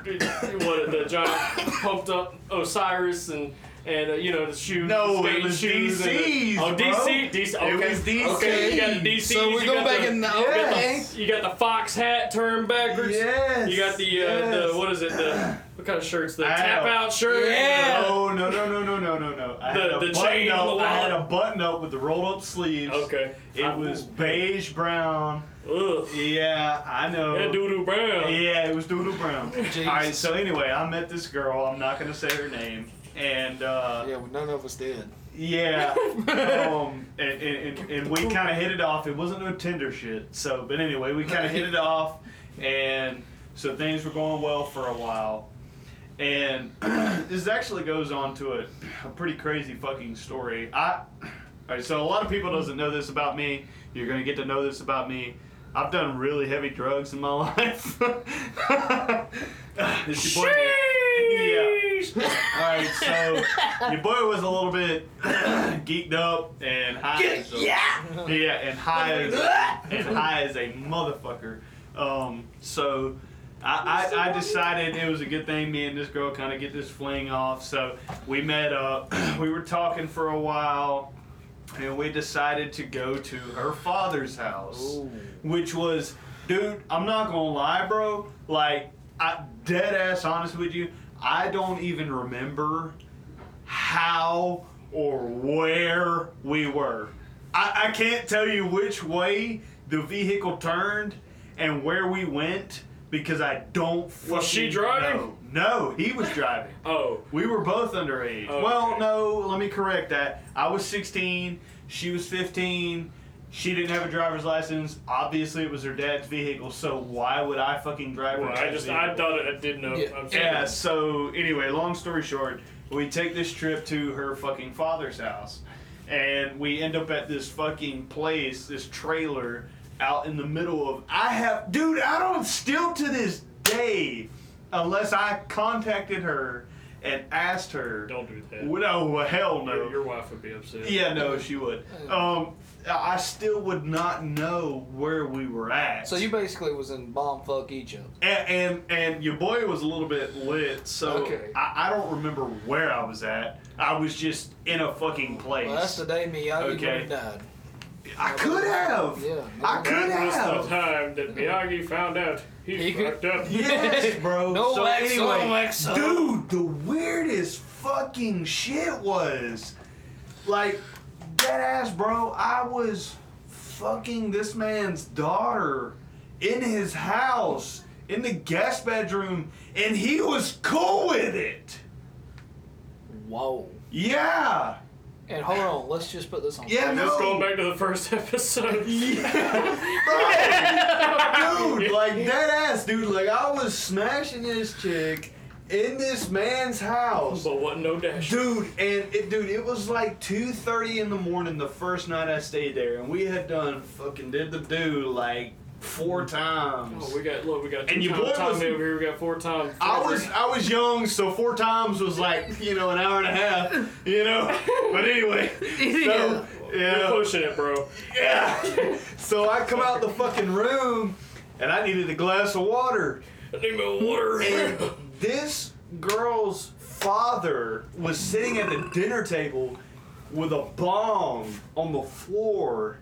[SPEAKER 3] what the giant pumped up Osiris and and uh, you know the shoes.
[SPEAKER 1] No,
[SPEAKER 3] the
[SPEAKER 1] it
[SPEAKER 3] skating
[SPEAKER 1] was
[SPEAKER 3] shoes and
[SPEAKER 1] DC's,
[SPEAKER 3] The, oh,
[SPEAKER 1] bro.
[SPEAKER 3] DC, DC.
[SPEAKER 1] It
[SPEAKER 3] Okay,
[SPEAKER 1] was
[SPEAKER 3] Okay, you got the
[SPEAKER 1] DC's.
[SPEAKER 3] DC.
[SPEAKER 2] So we
[SPEAKER 3] you
[SPEAKER 2] go
[SPEAKER 3] got
[SPEAKER 2] back
[SPEAKER 3] the,
[SPEAKER 2] in the-
[SPEAKER 3] you got the-
[SPEAKER 2] okay.
[SPEAKER 3] You got the fox hat turned backwards.
[SPEAKER 1] Yes,
[SPEAKER 3] You got the uh,
[SPEAKER 1] yes.
[SPEAKER 3] the what is it? The what kind of shirts? The
[SPEAKER 1] Ow.
[SPEAKER 3] tap out shirt.
[SPEAKER 2] Yeah.
[SPEAKER 1] No, no, no, no, no, no, no, no. I
[SPEAKER 3] The-
[SPEAKER 1] had a
[SPEAKER 3] the
[SPEAKER 1] button
[SPEAKER 3] chain on
[SPEAKER 1] up.
[SPEAKER 3] the wall.
[SPEAKER 1] I had a button up with the rolled up sleeves.
[SPEAKER 3] Okay.
[SPEAKER 1] It
[SPEAKER 3] I-
[SPEAKER 1] was beige brown.
[SPEAKER 3] Ugh.
[SPEAKER 1] Yeah, I know.
[SPEAKER 3] That doodoo brown.
[SPEAKER 1] Yeah, it was Doodle Brown.
[SPEAKER 2] Jesus.
[SPEAKER 1] All right, so anyway, I met this girl. I'm not gonna say her name, and uh,
[SPEAKER 4] Yeah, well, none of us did.
[SPEAKER 1] Yeah. um, and, and, and, and we kind of hit it off. It wasn't no Tinder shit. So, but anyway, we kind of hit it off. And so things were going well for a while. And this actually goes on to a, a pretty crazy fucking story. I, all right, so a lot of people doesn't know this about me. You're going to get to know this about me. I've done really heavy drugs in my life. It's your boy- Yeah. All right, so your boy was a little bit geeked up and high. as a-
[SPEAKER 2] Yeah.
[SPEAKER 1] yeah, and high as and high as a motherfucker. Um, so I, I, I decided it was a good thing me and this girl kind of get this fling off. So we met up. We were talking for a while, and we decided to go to her father's house, which was, dude. I'm not gonna lie, bro. Like, I dead ass honest with you. I don't even remember how or where we were. I, I can't tell you which way the vehicle turned and where we went because I don't.
[SPEAKER 3] Was she
[SPEAKER 1] fucking
[SPEAKER 3] driving?
[SPEAKER 1] know. No, he was driving.
[SPEAKER 3] Oh,
[SPEAKER 1] We were both underage.
[SPEAKER 3] Okay.
[SPEAKER 1] Well, no, let me correct that. I was 16. She was 15. She didn't have a driver's license. Obviously, it was her dad's vehicle. So why would I fucking drive her?
[SPEAKER 3] well, I
[SPEAKER 1] dad's
[SPEAKER 3] just
[SPEAKER 1] vehicle?
[SPEAKER 3] I thought it, I didn't know.
[SPEAKER 2] Yeah.
[SPEAKER 3] I'm sorry.
[SPEAKER 1] Yeah, so anyway, long story short, we take this trip to her fucking father's house. And we end up at this fucking place, this trailer out in the middle of. I have. Dude, I don't still to this day, unless I contacted her and asked her.
[SPEAKER 6] Don't do that.
[SPEAKER 1] No, hell no.
[SPEAKER 6] Your, your wife would be upset.
[SPEAKER 1] Yeah, no, she would. Um, I I still would not know where we were at.
[SPEAKER 2] So you basically was in bomb fuck Egypt.
[SPEAKER 1] And, and and your boy was a little bit lit, so
[SPEAKER 2] Okay.
[SPEAKER 1] I, I don't remember where I was at. I was just in a fucking place.
[SPEAKER 2] Well, that's the day Miyagi would
[SPEAKER 1] Okay.
[SPEAKER 2] have died.
[SPEAKER 1] I could have.
[SPEAKER 2] Yeah.
[SPEAKER 1] I could
[SPEAKER 6] That was the
[SPEAKER 1] have.
[SPEAKER 6] time that Miyagi found out he,
[SPEAKER 2] He could-
[SPEAKER 6] fucked up.
[SPEAKER 1] Yes, bro.
[SPEAKER 2] No
[SPEAKER 1] so
[SPEAKER 2] wax on,
[SPEAKER 1] anyway,
[SPEAKER 2] wax off.
[SPEAKER 1] dude, the weirdest fucking shit was like that ass, bro. I was fucking this man's daughter in his house in the guest bedroom, and he was cool with it.
[SPEAKER 2] Whoa.
[SPEAKER 1] Yeah.
[SPEAKER 2] And hold on, let's just put this on.
[SPEAKER 1] Yeah,
[SPEAKER 2] pause.
[SPEAKER 1] no.
[SPEAKER 6] Let's go back to the first episode.
[SPEAKER 1] Bro, dude, like dead ass, dude. Like I was smashing this chick in this man's house.
[SPEAKER 6] But what? No dash.
[SPEAKER 1] Dude, and it, dude, it was like two thirty in the morning the first night I stayed there, and we had done fucking did the do like four times.
[SPEAKER 6] Oh, we got look. We got two
[SPEAKER 1] And your
[SPEAKER 6] time
[SPEAKER 1] boy
[SPEAKER 6] Tommy
[SPEAKER 1] was-
[SPEAKER 6] over here. We got four times.
[SPEAKER 1] I was I was young, so four times was like you know an hour and a half, you know. But anyway, so
[SPEAKER 6] You're
[SPEAKER 1] yeah,
[SPEAKER 6] pushing it, bro.
[SPEAKER 1] yeah. So I come out the fucking room, and I needed a glass of water.
[SPEAKER 6] I need my water.
[SPEAKER 1] And this girl's father was sitting at the dinner table with a bong on the floor,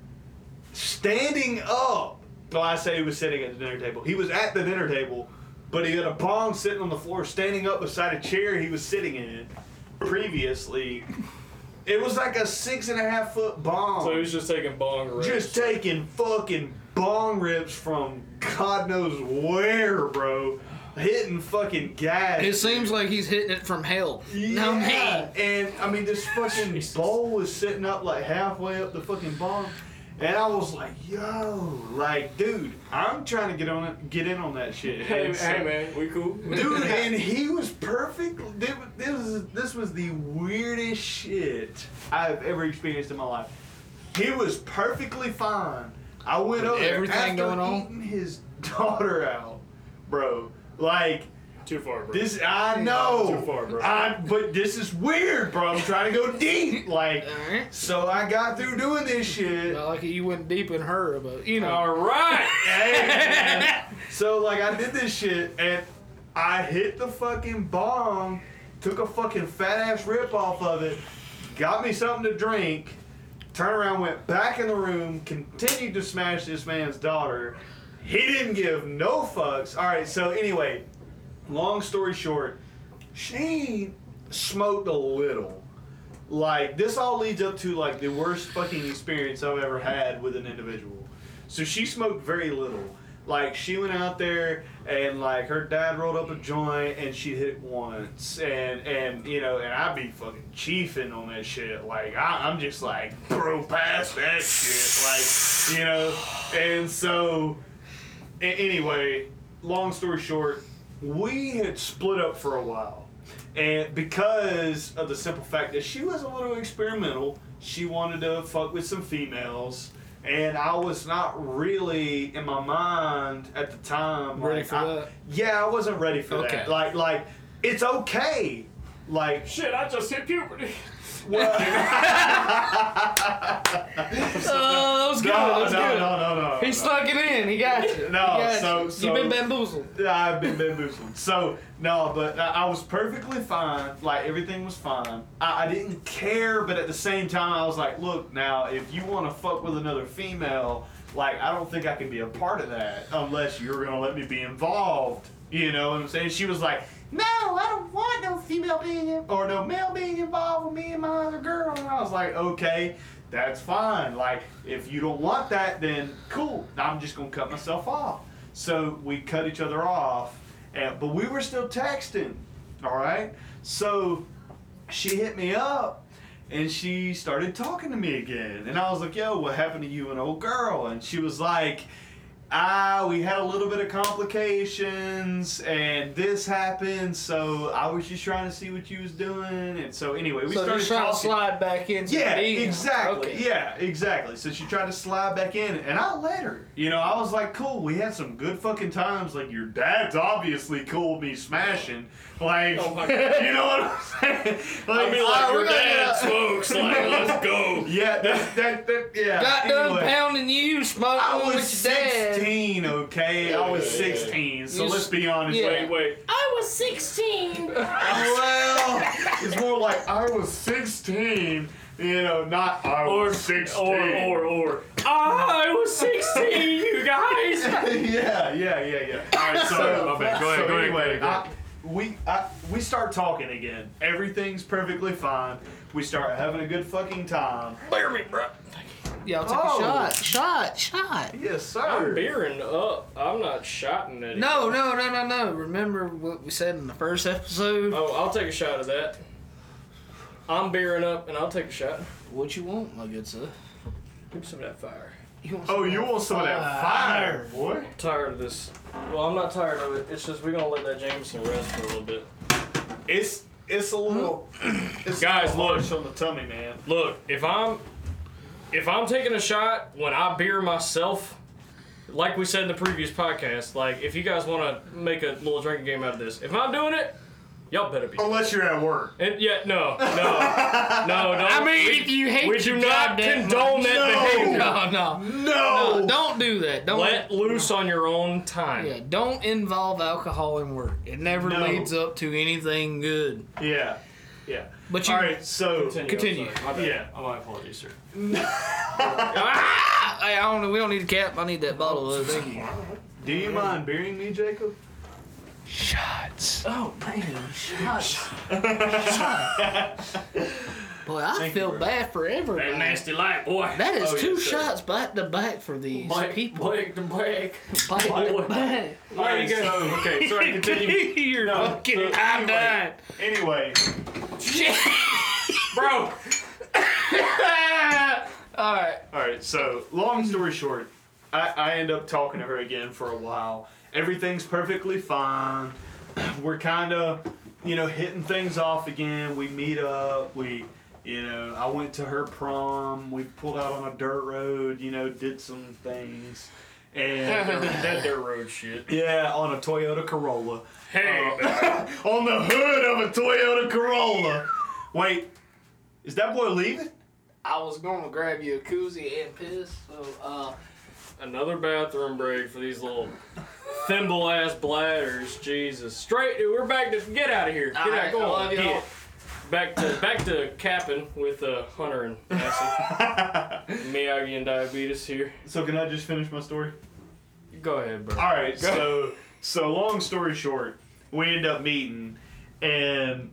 [SPEAKER 1] standing up. Well, I say he was sitting at the dinner table. He was at the dinner table, but he had a bong sitting on the floor, standing up beside a chair he was sitting in previously. It was like a six and a half foot bong
[SPEAKER 6] So he was just taking bong rips.
[SPEAKER 1] just taking fucking bong rips from God knows where, bro. Hitting fucking gas.
[SPEAKER 2] It seems like he's hitting it from hell. No
[SPEAKER 1] Yeah,
[SPEAKER 2] man.
[SPEAKER 1] And I mean, this fucking bowl was sitting up like halfway up the fucking bong, and I was like, "Yo, like, dude, I'm trying to get on it, get in on that shit."
[SPEAKER 6] Hey,
[SPEAKER 1] And so-
[SPEAKER 6] hey, man, we cool.
[SPEAKER 1] dude, and he was perfect. Thi- This was this was the weirdest shit I've ever experienced in my life. He was perfectly fine. I went up there
[SPEAKER 2] everything
[SPEAKER 1] after
[SPEAKER 2] going on?
[SPEAKER 1] eating his daughter out, bro. Like
[SPEAKER 6] Too far, bro.
[SPEAKER 1] this, I know.
[SPEAKER 6] Too far, bro.
[SPEAKER 1] I, but this is weird, bro. I'm trying to go deep, like.
[SPEAKER 2] Alright.
[SPEAKER 1] So I got through doing this shit.
[SPEAKER 2] I like it. You went deep in her, but you know.
[SPEAKER 6] All right.
[SPEAKER 1] Hey, man. so like I did this shit and I hit the fucking bomb, took a fucking fat ass rip off of it, got me something to drink, turned around, went back in the room, continued to smash this man's daughter. He didn't give no fucks. All right, so anyway, long story short, she smoked a little. Like this all leads up to like the worst fucking experience I've ever had with an individual. So she smoked very little. Like she went out there and like her dad rolled up a joint and she hit it once and and you know and I'd be fucking chiefing on that shit. Like I, I'm just like bro, past that shit. Like you know, and so a- anyway, long story short, we had split up for a while. And because of the simple fact that she was a little experimental, she wanted to fuck with some females. And I was not really in my mind at the time.
[SPEAKER 2] Ready
[SPEAKER 1] like,
[SPEAKER 2] for
[SPEAKER 1] I-
[SPEAKER 2] that?
[SPEAKER 1] Yeah, I wasn't ready for
[SPEAKER 2] Okay.
[SPEAKER 1] that. Like, like it's okay. Like,
[SPEAKER 3] Shit, I just hit puberty.
[SPEAKER 2] Oh, that was good. that
[SPEAKER 1] no, no,
[SPEAKER 2] was
[SPEAKER 1] no,
[SPEAKER 2] good.
[SPEAKER 1] no, no,
[SPEAKER 2] He
[SPEAKER 1] no.
[SPEAKER 2] snuck it in. He got you.
[SPEAKER 1] No,
[SPEAKER 2] He got
[SPEAKER 1] so-
[SPEAKER 2] you.
[SPEAKER 1] so-
[SPEAKER 2] you've been bamboozled.
[SPEAKER 1] I've been bamboozled. So no, but I, I was perfectly fine. Like everything was fine. I, I didn't care, but at the same time, I was like, look, now if you want to fuck with another female, like I don't think I can be a part of that unless you're gonna let me be involved. You know what I'm saying? She was like, no, I don't want no female being in- or no male being involved with me and my other girl. And I was like, okay. That's fine. Like, if you don't want that, then cool. I'm just gonna cut myself off. So we cut each other off, and, but we were still texting. All right. So she hit me up and she started talking to me again. And I was like, yo, what happened to you and old girl? And she was like, ah, we had a little bit of complications and this happened. So I was just trying to see what you was doing. And so anyway, we
[SPEAKER 2] so
[SPEAKER 1] started
[SPEAKER 2] just trying to
[SPEAKER 1] talking.
[SPEAKER 2] slide back into
[SPEAKER 1] Yeah,
[SPEAKER 2] the DM.
[SPEAKER 1] exactly.
[SPEAKER 2] Okay.
[SPEAKER 1] Yeah, exactly. So she tried to slide back in, and I let her. You know, I was like, cool, we had some good fucking times. Like, your dad's obviously cool with me smashing. Like,
[SPEAKER 6] Oh my god.
[SPEAKER 1] you know what I'm saying? Like,
[SPEAKER 6] I mean, like, your
[SPEAKER 1] "Alright, Uh, we're gonna-
[SPEAKER 6] dad smokes. Like, let's go.
[SPEAKER 1] Yeah, that, that, that, yeah.
[SPEAKER 2] Got done
[SPEAKER 1] Anyway,
[SPEAKER 2] pounding you, smoking
[SPEAKER 1] I
[SPEAKER 2] with
[SPEAKER 1] was
[SPEAKER 2] your dad.
[SPEAKER 1] 16, okay? I was 16, so
[SPEAKER 2] You
[SPEAKER 1] let's
[SPEAKER 2] s-
[SPEAKER 1] be honest.
[SPEAKER 2] yeah.
[SPEAKER 1] Wait,
[SPEAKER 6] Wait, wait.
[SPEAKER 3] I was 16.
[SPEAKER 1] well, it's more like I was 16, you know, not I
[SPEAKER 3] Or
[SPEAKER 1] was 16.
[SPEAKER 3] Or, or, or. I was 16, you guys.
[SPEAKER 1] yeah, yeah, yeah, yeah.
[SPEAKER 6] All right, sorry. my bad. Go ahead, go
[SPEAKER 1] so
[SPEAKER 6] ahead. go
[SPEAKER 1] anyway,
[SPEAKER 6] ahead, go ahead.
[SPEAKER 1] I, we I, we start talking again. Everything's perfectly fine. We start having a good fucking time.
[SPEAKER 6] Bear me, bro.
[SPEAKER 2] Y'all take
[SPEAKER 1] Oh.
[SPEAKER 2] a shot, shot, shot.
[SPEAKER 1] Yes,
[SPEAKER 3] I'm
[SPEAKER 1] sir.
[SPEAKER 3] beering up. I'm not shotting it.
[SPEAKER 2] No, no, no, no, no. Remember what we said in the first episode?
[SPEAKER 3] Oh, I'll take a shot of that. I'm bearing up and I'll take a shot.
[SPEAKER 2] What you want, my good sir?
[SPEAKER 3] Give me some of that fire.
[SPEAKER 2] You want
[SPEAKER 1] Oh, you want some of that fire, boy?
[SPEAKER 3] I'm tired of this. Well, I'm not tired of it. It's just we're gonna let that Jameson rest for a little bit.
[SPEAKER 1] It's it's a little. It's
[SPEAKER 6] Hmm? Guys,
[SPEAKER 1] a little
[SPEAKER 6] look.
[SPEAKER 1] harsh on the tummy, man.
[SPEAKER 3] Look, if I'm if I'm taking a shot when I beer myself, like we said in the previous podcast, like if you guys want to make a little drinking game out of this, if I'm doing it, y'all better be.
[SPEAKER 1] Unless you're at work.
[SPEAKER 3] And yeah, no, no, no,
[SPEAKER 2] Oh,
[SPEAKER 3] no.
[SPEAKER 4] I mean, if you hate
[SPEAKER 3] we
[SPEAKER 4] your
[SPEAKER 3] do
[SPEAKER 4] job
[SPEAKER 3] not
[SPEAKER 4] that
[SPEAKER 3] condone
[SPEAKER 4] much-
[SPEAKER 3] that
[SPEAKER 1] No.
[SPEAKER 3] behavior.
[SPEAKER 2] No, no,
[SPEAKER 1] No.
[SPEAKER 2] no. Don't do that. Don't.
[SPEAKER 3] Let loose on your own time.
[SPEAKER 2] yeah, don't involve alcohol in work. It never
[SPEAKER 1] No.
[SPEAKER 2] leads up to anything good.
[SPEAKER 1] Yeah. Yeah.
[SPEAKER 2] But you
[SPEAKER 1] All right. So.
[SPEAKER 2] Continue.
[SPEAKER 3] I'm sorry. My bad.
[SPEAKER 1] Yeah.
[SPEAKER 3] Oh, my apologies, sir.
[SPEAKER 2] Ah! Hey, I don't know. We don't need a cap. I need that bottle. Though. Thank you.
[SPEAKER 1] Do you mind burying me, Jacob?
[SPEAKER 5] Shots.
[SPEAKER 2] Oh man, shots. Boy, I feel bad for
[SPEAKER 6] That
[SPEAKER 2] everybody.
[SPEAKER 6] nasty light, boy.
[SPEAKER 2] That is
[SPEAKER 6] Oh,
[SPEAKER 2] two
[SPEAKER 6] yes, sir.
[SPEAKER 2] shots back to back for these people.
[SPEAKER 6] Blake the Blake.
[SPEAKER 2] Back to
[SPEAKER 6] Boy.
[SPEAKER 2] back.
[SPEAKER 3] All right,
[SPEAKER 6] Alright,
[SPEAKER 3] so-
[SPEAKER 6] okay, sorry, continue.
[SPEAKER 2] You're fucking.
[SPEAKER 6] so
[SPEAKER 2] I'm
[SPEAKER 6] anyway.
[SPEAKER 2] done.
[SPEAKER 1] Anyway.
[SPEAKER 6] Bro,
[SPEAKER 2] All right.
[SPEAKER 1] All right. So, long story short, I, I end up talking to her again for a while. Everything's perfectly fine. We're kind of, you know, hitting things off again. We meet up. We, you know, I went to her prom. We pulled out on a dirt road. You know, did some things, and uh,
[SPEAKER 6] that dirt road shit.
[SPEAKER 1] yeah, on a Toyota Corolla.
[SPEAKER 6] Hey,
[SPEAKER 3] Uh,
[SPEAKER 1] on the hood of a Toyota Corolla. Wait, is that boy leaving?
[SPEAKER 2] I was gonna grab you a koozie and piss. So, uh,
[SPEAKER 3] Another bathroom break for these little thimble ass bladders. Jesus. Straight we're back to get out of here. Get
[SPEAKER 2] All
[SPEAKER 3] out,
[SPEAKER 2] right,
[SPEAKER 3] go
[SPEAKER 2] I
[SPEAKER 3] on.
[SPEAKER 2] love y'all.
[SPEAKER 3] Get. Back to back to capping with uh, Hunter and Massey. Miyagi and diabetes here.
[SPEAKER 1] So can I just finish my story?
[SPEAKER 3] Go ahead, bro.
[SPEAKER 1] All right, so so long story short, we end up meeting, and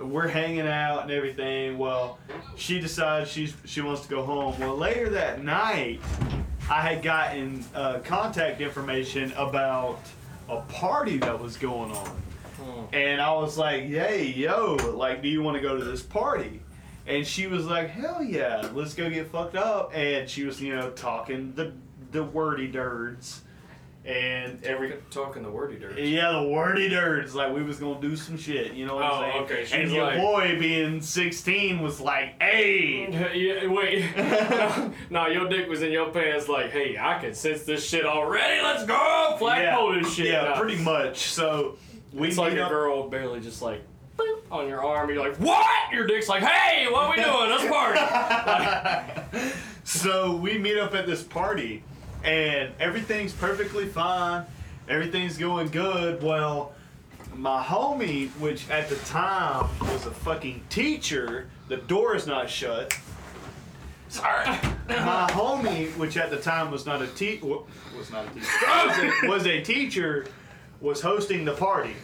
[SPEAKER 1] we're hanging out and everything. Well, she decides she's she wants to go home. Well, later that night, I had gotten uh, contact information about a party that was going on.
[SPEAKER 6] Hmm.
[SPEAKER 1] And I was like, hey, yo, like, do you want to go to this party? And she was like, hell yeah, let's go get fucked up. And she was, you know, talking the, the wordy dirts. And every
[SPEAKER 6] talking the wordy dirt.
[SPEAKER 1] yeah, the wordy dirts. Like we was gonna do some shit, you know what
[SPEAKER 6] Oh,
[SPEAKER 1] I'm saying?
[SPEAKER 6] okay, she
[SPEAKER 1] And
[SPEAKER 6] was
[SPEAKER 1] your
[SPEAKER 6] like-
[SPEAKER 1] boy being 16 was like, "Hey,
[SPEAKER 6] Yeah, wait. no, your dick was in your pants. Like, hey, I can sense this shit already. Let's go, flagpole this shit.
[SPEAKER 1] yeah,
[SPEAKER 6] Nah.
[SPEAKER 1] pretty much." So we
[SPEAKER 6] It's like
[SPEAKER 1] meet
[SPEAKER 6] a
[SPEAKER 1] up-
[SPEAKER 6] girl barely just like boop, on your arm. You're like, what? Your dick's like, hey, what we doing? Let's party.
[SPEAKER 1] so we meet up at this party, and everything's perfectly fine. Everything's going good. Well, my homie, which at the time was a fucking teacher, the door is not shut.
[SPEAKER 6] Sorry.
[SPEAKER 1] my homie, which at the time was not a te- wa- was not a teacher, was a, was a teacher, was hosting the party.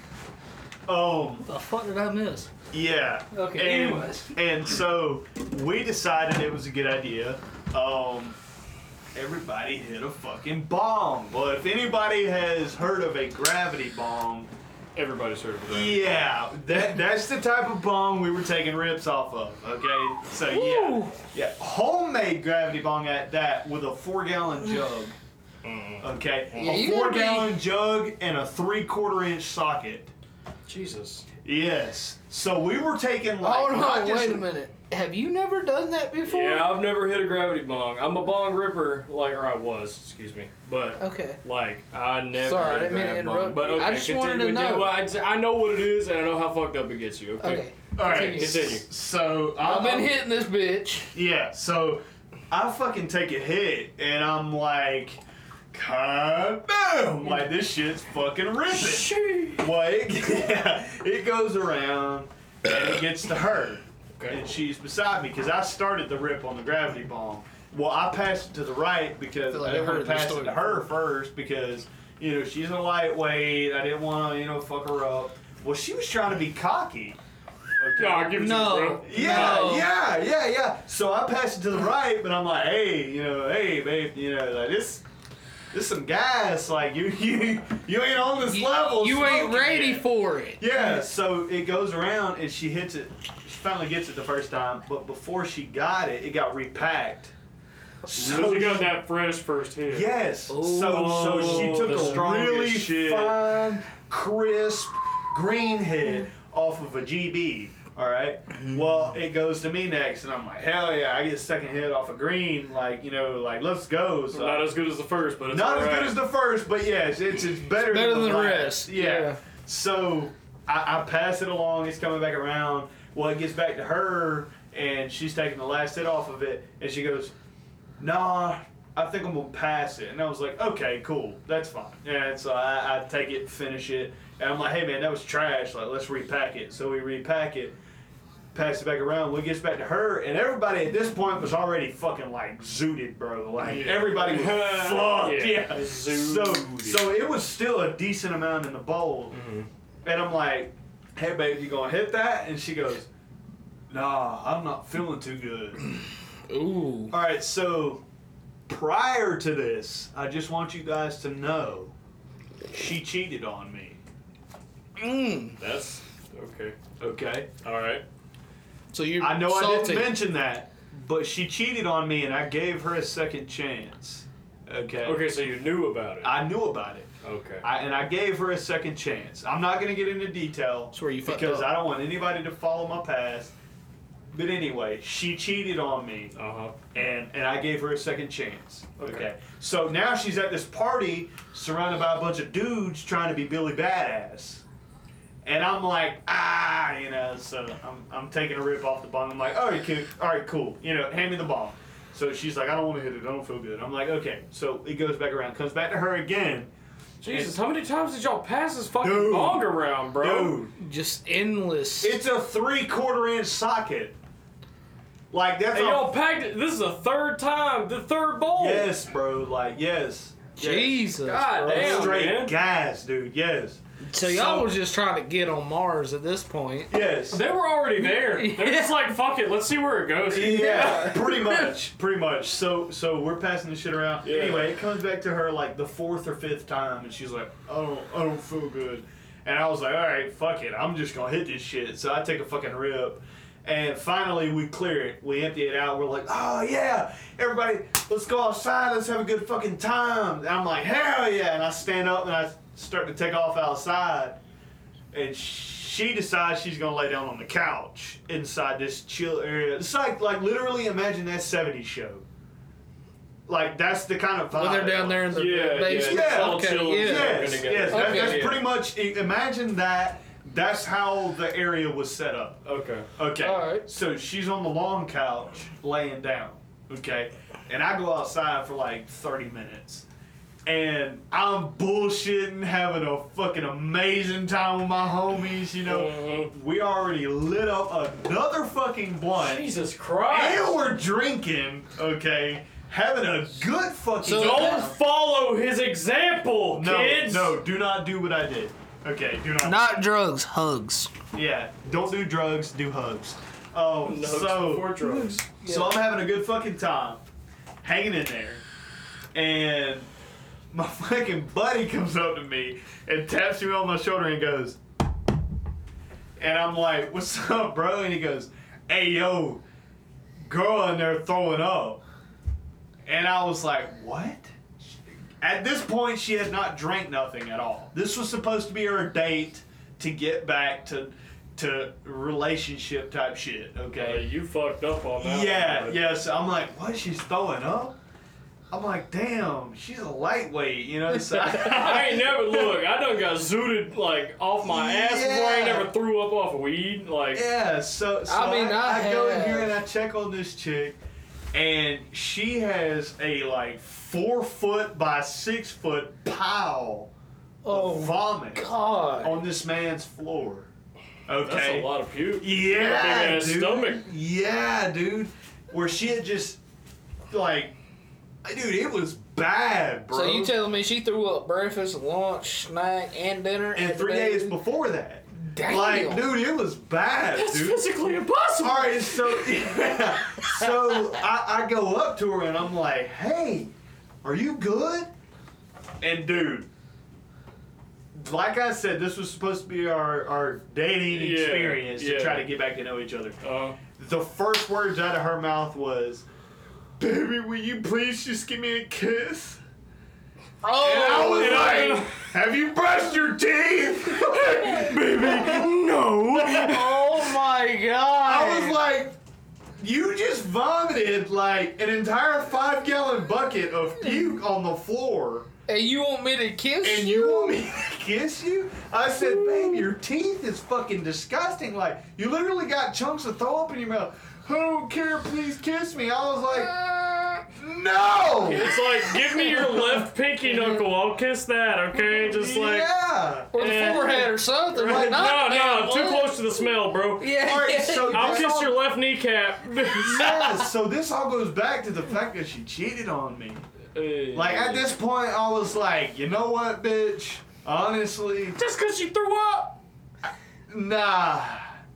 [SPEAKER 1] Um,
[SPEAKER 2] The fuck did I miss?
[SPEAKER 1] yeah.
[SPEAKER 2] Okay,
[SPEAKER 1] And,
[SPEAKER 2] anyways.
[SPEAKER 1] and so we decided it was a good idea. Um, everybody hit a fucking bomb. Well, if anybody has heard of a gravity bomb,
[SPEAKER 6] Everybody's heard of that.
[SPEAKER 1] yeah, that that's the type of bong we were taking rips off of. Okay, so yeah, yeah, homemade gravity bong at that with a four gallon jug. Okay,
[SPEAKER 2] Mm. Yeah,
[SPEAKER 1] a
[SPEAKER 2] you
[SPEAKER 1] four
[SPEAKER 2] gotta be-
[SPEAKER 1] gallon jug and a three quarter inch socket.
[SPEAKER 6] Jesus.
[SPEAKER 1] Yes. So we were taking like
[SPEAKER 2] Hold
[SPEAKER 1] not
[SPEAKER 2] on,
[SPEAKER 1] just-
[SPEAKER 2] wait a minute. Have you never done that before?
[SPEAKER 6] Yeah, I've never hit a gravity bong. I'm a bong ripper, like, or I was, excuse me. But
[SPEAKER 2] Okay.
[SPEAKER 6] Like I never.
[SPEAKER 2] Sorry, I
[SPEAKER 6] had a
[SPEAKER 2] didn't mean to
[SPEAKER 6] grab
[SPEAKER 2] interrupt
[SPEAKER 6] bong, But
[SPEAKER 2] you.
[SPEAKER 6] okay,
[SPEAKER 2] I just wanted to
[SPEAKER 6] continue.
[SPEAKER 2] know.
[SPEAKER 6] Well, I, just- I know what it is, and I know how fucked up it gets you. Okay.
[SPEAKER 2] Okay.
[SPEAKER 1] All right.
[SPEAKER 2] Continue.
[SPEAKER 6] Continue.
[SPEAKER 1] So
[SPEAKER 2] I've
[SPEAKER 1] I'm-
[SPEAKER 2] been hitting this bitch.
[SPEAKER 1] Yeah, so I fucking take a hit and I'm like, boom! Like this shit's fucking ripping. Well, it, yeah, it goes around and it gets to her,
[SPEAKER 6] Okay.
[SPEAKER 1] and she's beside me because I started the rip on the gravity bomb. Well, I passed it to the right because
[SPEAKER 2] Feel
[SPEAKER 1] I,
[SPEAKER 2] like I've
[SPEAKER 1] didn't
[SPEAKER 2] heard
[SPEAKER 1] want to
[SPEAKER 2] this
[SPEAKER 1] pass it
[SPEAKER 2] story
[SPEAKER 1] to her first because you know she's a lightweight. I didn't want to you know fuck her up. Well, she was trying to be cocky.
[SPEAKER 6] No, I give it
[SPEAKER 2] No.
[SPEAKER 6] to you, bro.
[SPEAKER 1] Yeah,
[SPEAKER 2] No.
[SPEAKER 1] yeah, yeah, yeah. So I pass it to the right, but I'm like, hey, you know, hey, babe, you know, like this, this some gas. Like you, you, you ain't on this level.
[SPEAKER 2] you ain't
[SPEAKER 1] smoking
[SPEAKER 2] ready
[SPEAKER 1] yet.
[SPEAKER 2] for it.
[SPEAKER 1] Yeah. So it goes around, and she hits it. She finally gets it the first time, but before she got it, it got repacked. So
[SPEAKER 6] you got that fresh first hit.
[SPEAKER 1] Yes. so so she
[SPEAKER 6] Oh,
[SPEAKER 1] took
[SPEAKER 6] the
[SPEAKER 1] a
[SPEAKER 6] strongest
[SPEAKER 1] really
[SPEAKER 6] shit.
[SPEAKER 1] fine, crisp green head off of a GB. All right. Well, it goes to me next, and I'm like, hell yeah! I get second head off a green. Like you know, like let's go. So
[SPEAKER 6] Not as good as the first, but it's
[SPEAKER 1] not as
[SPEAKER 6] alright.
[SPEAKER 1] good as the first, but yes, it's it's better,
[SPEAKER 2] better than the
[SPEAKER 1] last.
[SPEAKER 2] rest,
[SPEAKER 1] Yeah.
[SPEAKER 2] yeah.
[SPEAKER 1] So I, I pass it along. It's coming back around. Well, it gets back to her, and she's taking the last hit off of it, and she goes, "Nah." I think I'm gonna pass it, and I was like, "Okay, cool, that's fine." And so I, I take it, finish it, and I'm like, "Hey, man, that was trash. Like, let's repack it." So we repack it, pass it back around. When it gets back to her, and everybody at this point was already fucking like zooted, bro. Like
[SPEAKER 6] Yeah.
[SPEAKER 1] everybody was fucked.
[SPEAKER 6] Yeah.
[SPEAKER 1] Yeah. So
[SPEAKER 6] Zooted.
[SPEAKER 1] so it was still a decent amount in the bowl,
[SPEAKER 6] Mm-hmm.
[SPEAKER 1] and I'm like, "Hey, babe, you gonna hit that?" And she goes, "Nah, I'm not feeling too good."
[SPEAKER 2] Ooh.
[SPEAKER 1] All right, so prior to this, I just want you guys to know she cheated on me.
[SPEAKER 2] Mm.
[SPEAKER 6] That's okay.
[SPEAKER 1] Okay.
[SPEAKER 6] All right.
[SPEAKER 2] So you're
[SPEAKER 1] I know I
[SPEAKER 2] salty.
[SPEAKER 1] didn't mention that, but she cheated on me and I gave her a second chance. Okay.
[SPEAKER 6] Okay, so you knew about it.
[SPEAKER 1] I knew about it.
[SPEAKER 6] okay.
[SPEAKER 1] I, and I gave her a second chance. I'm not going to get into detail
[SPEAKER 2] That's where you fucked
[SPEAKER 1] because
[SPEAKER 2] up.
[SPEAKER 1] I don't want anybody to follow my past. But anyway, she cheated on me
[SPEAKER 6] Uh huh.
[SPEAKER 1] and, and I gave her a second chance. Okay.
[SPEAKER 6] Okay.
[SPEAKER 1] So now she's at this party surrounded by a bunch of dudes trying to be Billy Badass. And I'm like, ah, you know, so I'm, I'm taking a rip off the bong. I'm like, all right, kid, all right, cool. You know, hand me the bong. So she's like, I don't want to hit it. I don't feel good. I'm like, okay. So it goes back around, comes back to her again.
[SPEAKER 6] Jesus, how many times did y'all pass this fucking
[SPEAKER 1] Dude.
[SPEAKER 6] bong around, bro?
[SPEAKER 1] Dude,
[SPEAKER 2] Just endless.
[SPEAKER 1] it's a three quarter inch socket. Like, that's
[SPEAKER 6] And
[SPEAKER 1] a
[SPEAKER 6] y'all packed it. This is the third time. The third bowl.
[SPEAKER 1] Yes, bro. Like, yes.
[SPEAKER 2] Jesus.
[SPEAKER 6] God
[SPEAKER 2] bro.
[SPEAKER 6] damn,
[SPEAKER 1] Straight
[SPEAKER 6] man.
[SPEAKER 1] gas, dude. Yes.
[SPEAKER 2] So y'all
[SPEAKER 1] So-
[SPEAKER 2] was just trying to get on Mars at this point.
[SPEAKER 1] Yes.
[SPEAKER 6] They were already there. They're just like, fuck it, let's see where it goes.
[SPEAKER 1] Yeah, pretty much, pretty much. So, so we're passing this shit around.
[SPEAKER 6] Yeah.
[SPEAKER 1] Anyway, it comes back to her like the fourth or fifth time, and she's like, "I don't, I don't feel good," and I was like, "All right, fuck it, I'm just gonna hit this shit." So I take a fucking rip, and finally we clear it, we empty it out. We're like, "Oh yeah, everybody, let's go outside, let's have a good fucking time." And I'm like, "Hell yeah!" And I stand up and I start to take off outside and she decides she's gonna lay down on the couch inside this chill area. It's like like literally imagine that '70s show. Like that's the kind of vibe.
[SPEAKER 2] When they're down there in the
[SPEAKER 6] Yeah,
[SPEAKER 2] basement.
[SPEAKER 1] yeah, yeah.
[SPEAKER 6] All
[SPEAKER 2] okay,
[SPEAKER 6] chilling.
[SPEAKER 2] yeah.
[SPEAKER 1] Yes,
[SPEAKER 6] Gonna get
[SPEAKER 1] yes.
[SPEAKER 6] it.
[SPEAKER 1] that-
[SPEAKER 2] Okay.
[SPEAKER 1] that's pretty much. Imagine that. That's how the area was set up.
[SPEAKER 6] Okay.
[SPEAKER 1] Okay.
[SPEAKER 4] All right.
[SPEAKER 1] So she's on the long couch laying down. Okay. And I go outside for like 30 minutes. And I'm bullshitting, having a fucking amazing time with my homies, you know.
[SPEAKER 2] Mm-hmm.
[SPEAKER 6] Mm-hmm.
[SPEAKER 1] We already lit up another fucking blunt.
[SPEAKER 6] Jesus Christ.
[SPEAKER 1] And we're drinking, okay. Having a good fucking
[SPEAKER 2] So
[SPEAKER 1] time.
[SPEAKER 6] Don't follow his example,
[SPEAKER 1] No,
[SPEAKER 6] kids.
[SPEAKER 1] no, do not do what I did. Okay, do not.
[SPEAKER 2] Not drugs, hugs.
[SPEAKER 1] yeah, don't do drugs, do hugs. Um,
[SPEAKER 6] Nugs
[SPEAKER 1] so.
[SPEAKER 6] before drugs.
[SPEAKER 1] So I'm having a good fucking time, hanging in there, and my fucking buddy comes up to me and taps me on my shoulder and goes, and I'm like, "What's up, bro?" And he goes, "Hey, yo, girl in there throwing up," and I was like, "What?" At this point, she had not drank nothing at all. This was supposed to be her date to get back to to relationship type shit.
[SPEAKER 6] Yeah,
[SPEAKER 1] Okay.
[SPEAKER 6] you fucked up on that.
[SPEAKER 1] Yeah,
[SPEAKER 6] one,
[SPEAKER 1] yeah. So I'm like, what? She's throwing up? I'm like, damn, she's a lightweight, you know. So
[SPEAKER 6] but-
[SPEAKER 1] I,
[SPEAKER 6] I ain't never look. I done got zooted like off my ass before. I ain't
[SPEAKER 1] Yeah.
[SPEAKER 6] never threw up off of weed. Like
[SPEAKER 1] yeah, so, so
[SPEAKER 2] I mean, I
[SPEAKER 1] go in
[SPEAKER 2] have-
[SPEAKER 1] here and I check on this chick, and she has a like four foot by six foot pile
[SPEAKER 4] Oh,
[SPEAKER 1] of vomit
[SPEAKER 4] God.
[SPEAKER 1] on this man's floor. Okay,
[SPEAKER 6] that's a lot of puke.
[SPEAKER 1] Yeah,
[SPEAKER 6] Big ass
[SPEAKER 1] dude.
[SPEAKER 6] stomach.
[SPEAKER 1] Yeah, dude. Where she had just like, dude, it was bad, bro.
[SPEAKER 2] So you telling me she threw up breakfast, lunch, snack, and dinner?
[SPEAKER 1] and
[SPEAKER 2] at
[SPEAKER 1] three
[SPEAKER 2] the
[SPEAKER 1] days
[SPEAKER 2] baby?
[SPEAKER 1] before that.
[SPEAKER 2] Damn.
[SPEAKER 1] Like, dude, it was bad,
[SPEAKER 6] That's
[SPEAKER 1] dude.
[SPEAKER 6] physically impossible.
[SPEAKER 1] All right, so yeah. so I, I go up to her and I'm like, "Hey, are you good?" And dude, like I said, this was supposed to be our our dating
[SPEAKER 6] Yeah,
[SPEAKER 1] experience
[SPEAKER 6] yeah.
[SPEAKER 1] to try to get back to know each other.
[SPEAKER 6] Uh,
[SPEAKER 1] The first words out of her mouth was, "Baby, will you please just give me a kiss?" I
[SPEAKER 2] Oh,
[SPEAKER 1] was
[SPEAKER 6] And I-
[SPEAKER 1] like, "Have you brushed your teeth, baby?"
[SPEAKER 6] Uh,
[SPEAKER 1] No.
[SPEAKER 2] oh my god!
[SPEAKER 1] I was like, you just vomited like an entire five gallon bucket of puke on the floor,
[SPEAKER 2] and you want me to kiss
[SPEAKER 1] and you want me to kiss you? I said, babe, your teeth is fucking disgusting. Like, you literally got chunks of throw up in your mouth. I don't care, please kiss me. I was like, no!
[SPEAKER 6] it's like give me your left pinky knuckle. I'll kiss that. Okay, just like.
[SPEAKER 1] yeah!
[SPEAKER 2] or the
[SPEAKER 6] eh.
[SPEAKER 2] forehead or something? Like,
[SPEAKER 6] No,
[SPEAKER 2] not
[SPEAKER 6] no,
[SPEAKER 2] that
[SPEAKER 6] too
[SPEAKER 2] one.
[SPEAKER 6] close to the smell, bro.
[SPEAKER 2] Yeah.
[SPEAKER 1] All right, so
[SPEAKER 6] I'll
[SPEAKER 1] that's
[SPEAKER 6] kiss
[SPEAKER 1] all-
[SPEAKER 6] your left kneecap.
[SPEAKER 1] Yeah, so this all goes back to the fact that she cheated on me. Like, at this point, I was like, you know what, bitch? Honestly,
[SPEAKER 6] just because you threw up,
[SPEAKER 1] nah.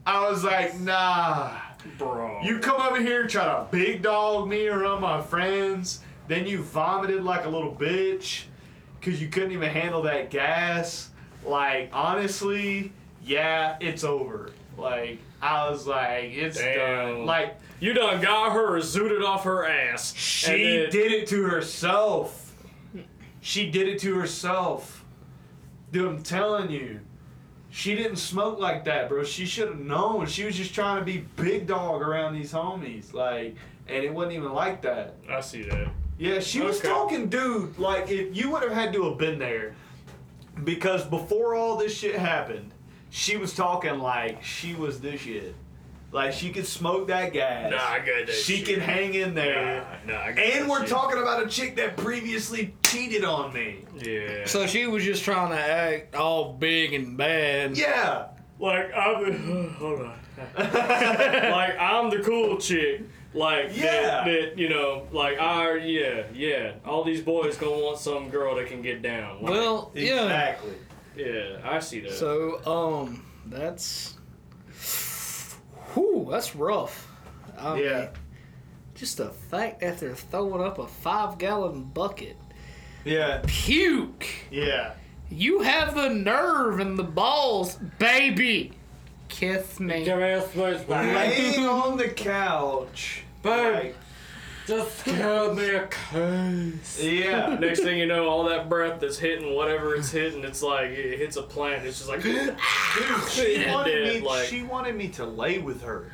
[SPEAKER 1] I was like, nah.
[SPEAKER 6] bro.
[SPEAKER 1] You come over here and try to big dog me around my friends, then you vomited like a little bitch because you couldn't even handle that gas. Like, honestly, yeah, it's over. Like, I was like, it's
[SPEAKER 6] Damn.
[SPEAKER 1] done. Like,
[SPEAKER 6] You done got her zooted off her ass.
[SPEAKER 1] she
[SPEAKER 6] And then-
[SPEAKER 1] did it to herself. She did it to herself. Dude, I'm telling you. She didn't smoke like that, bro. She should have known. She was just trying to be big dog around these homies. Like, and it wasn't even like that.
[SPEAKER 6] I see that.
[SPEAKER 1] Yeah, she was
[SPEAKER 6] Okay.
[SPEAKER 1] talking, dude. Like, if you would have had to have been there, because before all this shit happened, she was talking like she was this shit. Like, she could smoke that gas.
[SPEAKER 6] Nah, I got that.
[SPEAKER 1] she
[SPEAKER 6] shit.
[SPEAKER 1] can hang in there.
[SPEAKER 6] Nah, nah, I got
[SPEAKER 1] And
[SPEAKER 6] that
[SPEAKER 1] we're
[SPEAKER 6] shit.
[SPEAKER 1] talking about a chick that previously cheated on me.
[SPEAKER 6] Yeah.
[SPEAKER 2] So she was just trying to act all big and bad.
[SPEAKER 1] Yeah.
[SPEAKER 6] like I'm. The, hold on. like I'm the cool chick.
[SPEAKER 3] Like that,
[SPEAKER 1] Yeah.
[SPEAKER 3] that, you know, like I yeah, yeah. All these boys gonna want some girl that can get down. Like,
[SPEAKER 2] Well, yeah.
[SPEAKER 1] Exactly.
[SPEAKER 3] yeah, I see that.
[SPEAKER 2] So, um, that's. Whew, that's rough. I mean,
[SPEAKER 1] Yeah.
[SPEAKER 2] Just the fact that they're throwing up a five gallon bucket.
[SPEAKER 1] Yeah.
[SPEAKER 2] Puke!
[SPEAKER 1] Yeah.
[SPEAKER 2] You have the nerve and the balls, baby! Kiss me.
[SPEAKER 1] Laying on the couch.
[SPEAKER 3] Babe,
[SPEAKER 1] Like,
[SPEAKER 3] just give me a kiss.
[SPEAKER 1] yeah.
[SPEAKER 3] Next thing you know, all that breath that's hitting whatever it's hitting, it's like it hits a plant. It's just like, ah!
[SPEAKER 1] She wanted,
[SPEAKER 3] dead,
[SPEAKER 1] me,
[SPEAKER 3] like-
[SPEAKER 1] she wanted me to lay with her.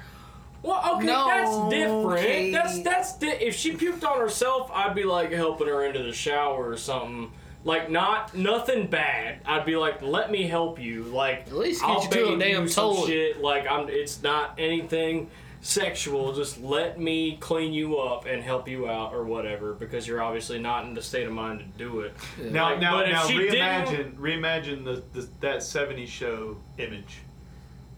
[SPEAKER 3] well, okay,
[SPEAKER 2] No,
[SPEAKER 3] that's different.
[SPEAKER 2] okay.
[SPEAKER 3] That's that's di- if she puked on herself, I'd be like helping her into the shower or something. Like not nothing bad. I'd be like, let me help you. Like
[SPEAKER 2] At least get
[SPEAKER 3] I'll
[SPEAKER 2] you to a
[SPEAKER 3] bathe
[SPEAKER 2] damn
[SPEAKER 3] you some
[SPEAKER 2] toilet.
[SPEAKER 3] shit. Like I'm. It's not anything sexual. Just let me clean you up and help you out or whatever because you're obviously not in the state of mind to do it.
[SPEAKER 1] Now,
[SPEAKER 3] Like,
[SPEAKER 1] now,
[SPEAKER 3] but if
[SPEAKER 1] now,
[SPEAKER 3] she didn't-
[SPEAKER 1] reimagine, reimagine the, the that '70s show image.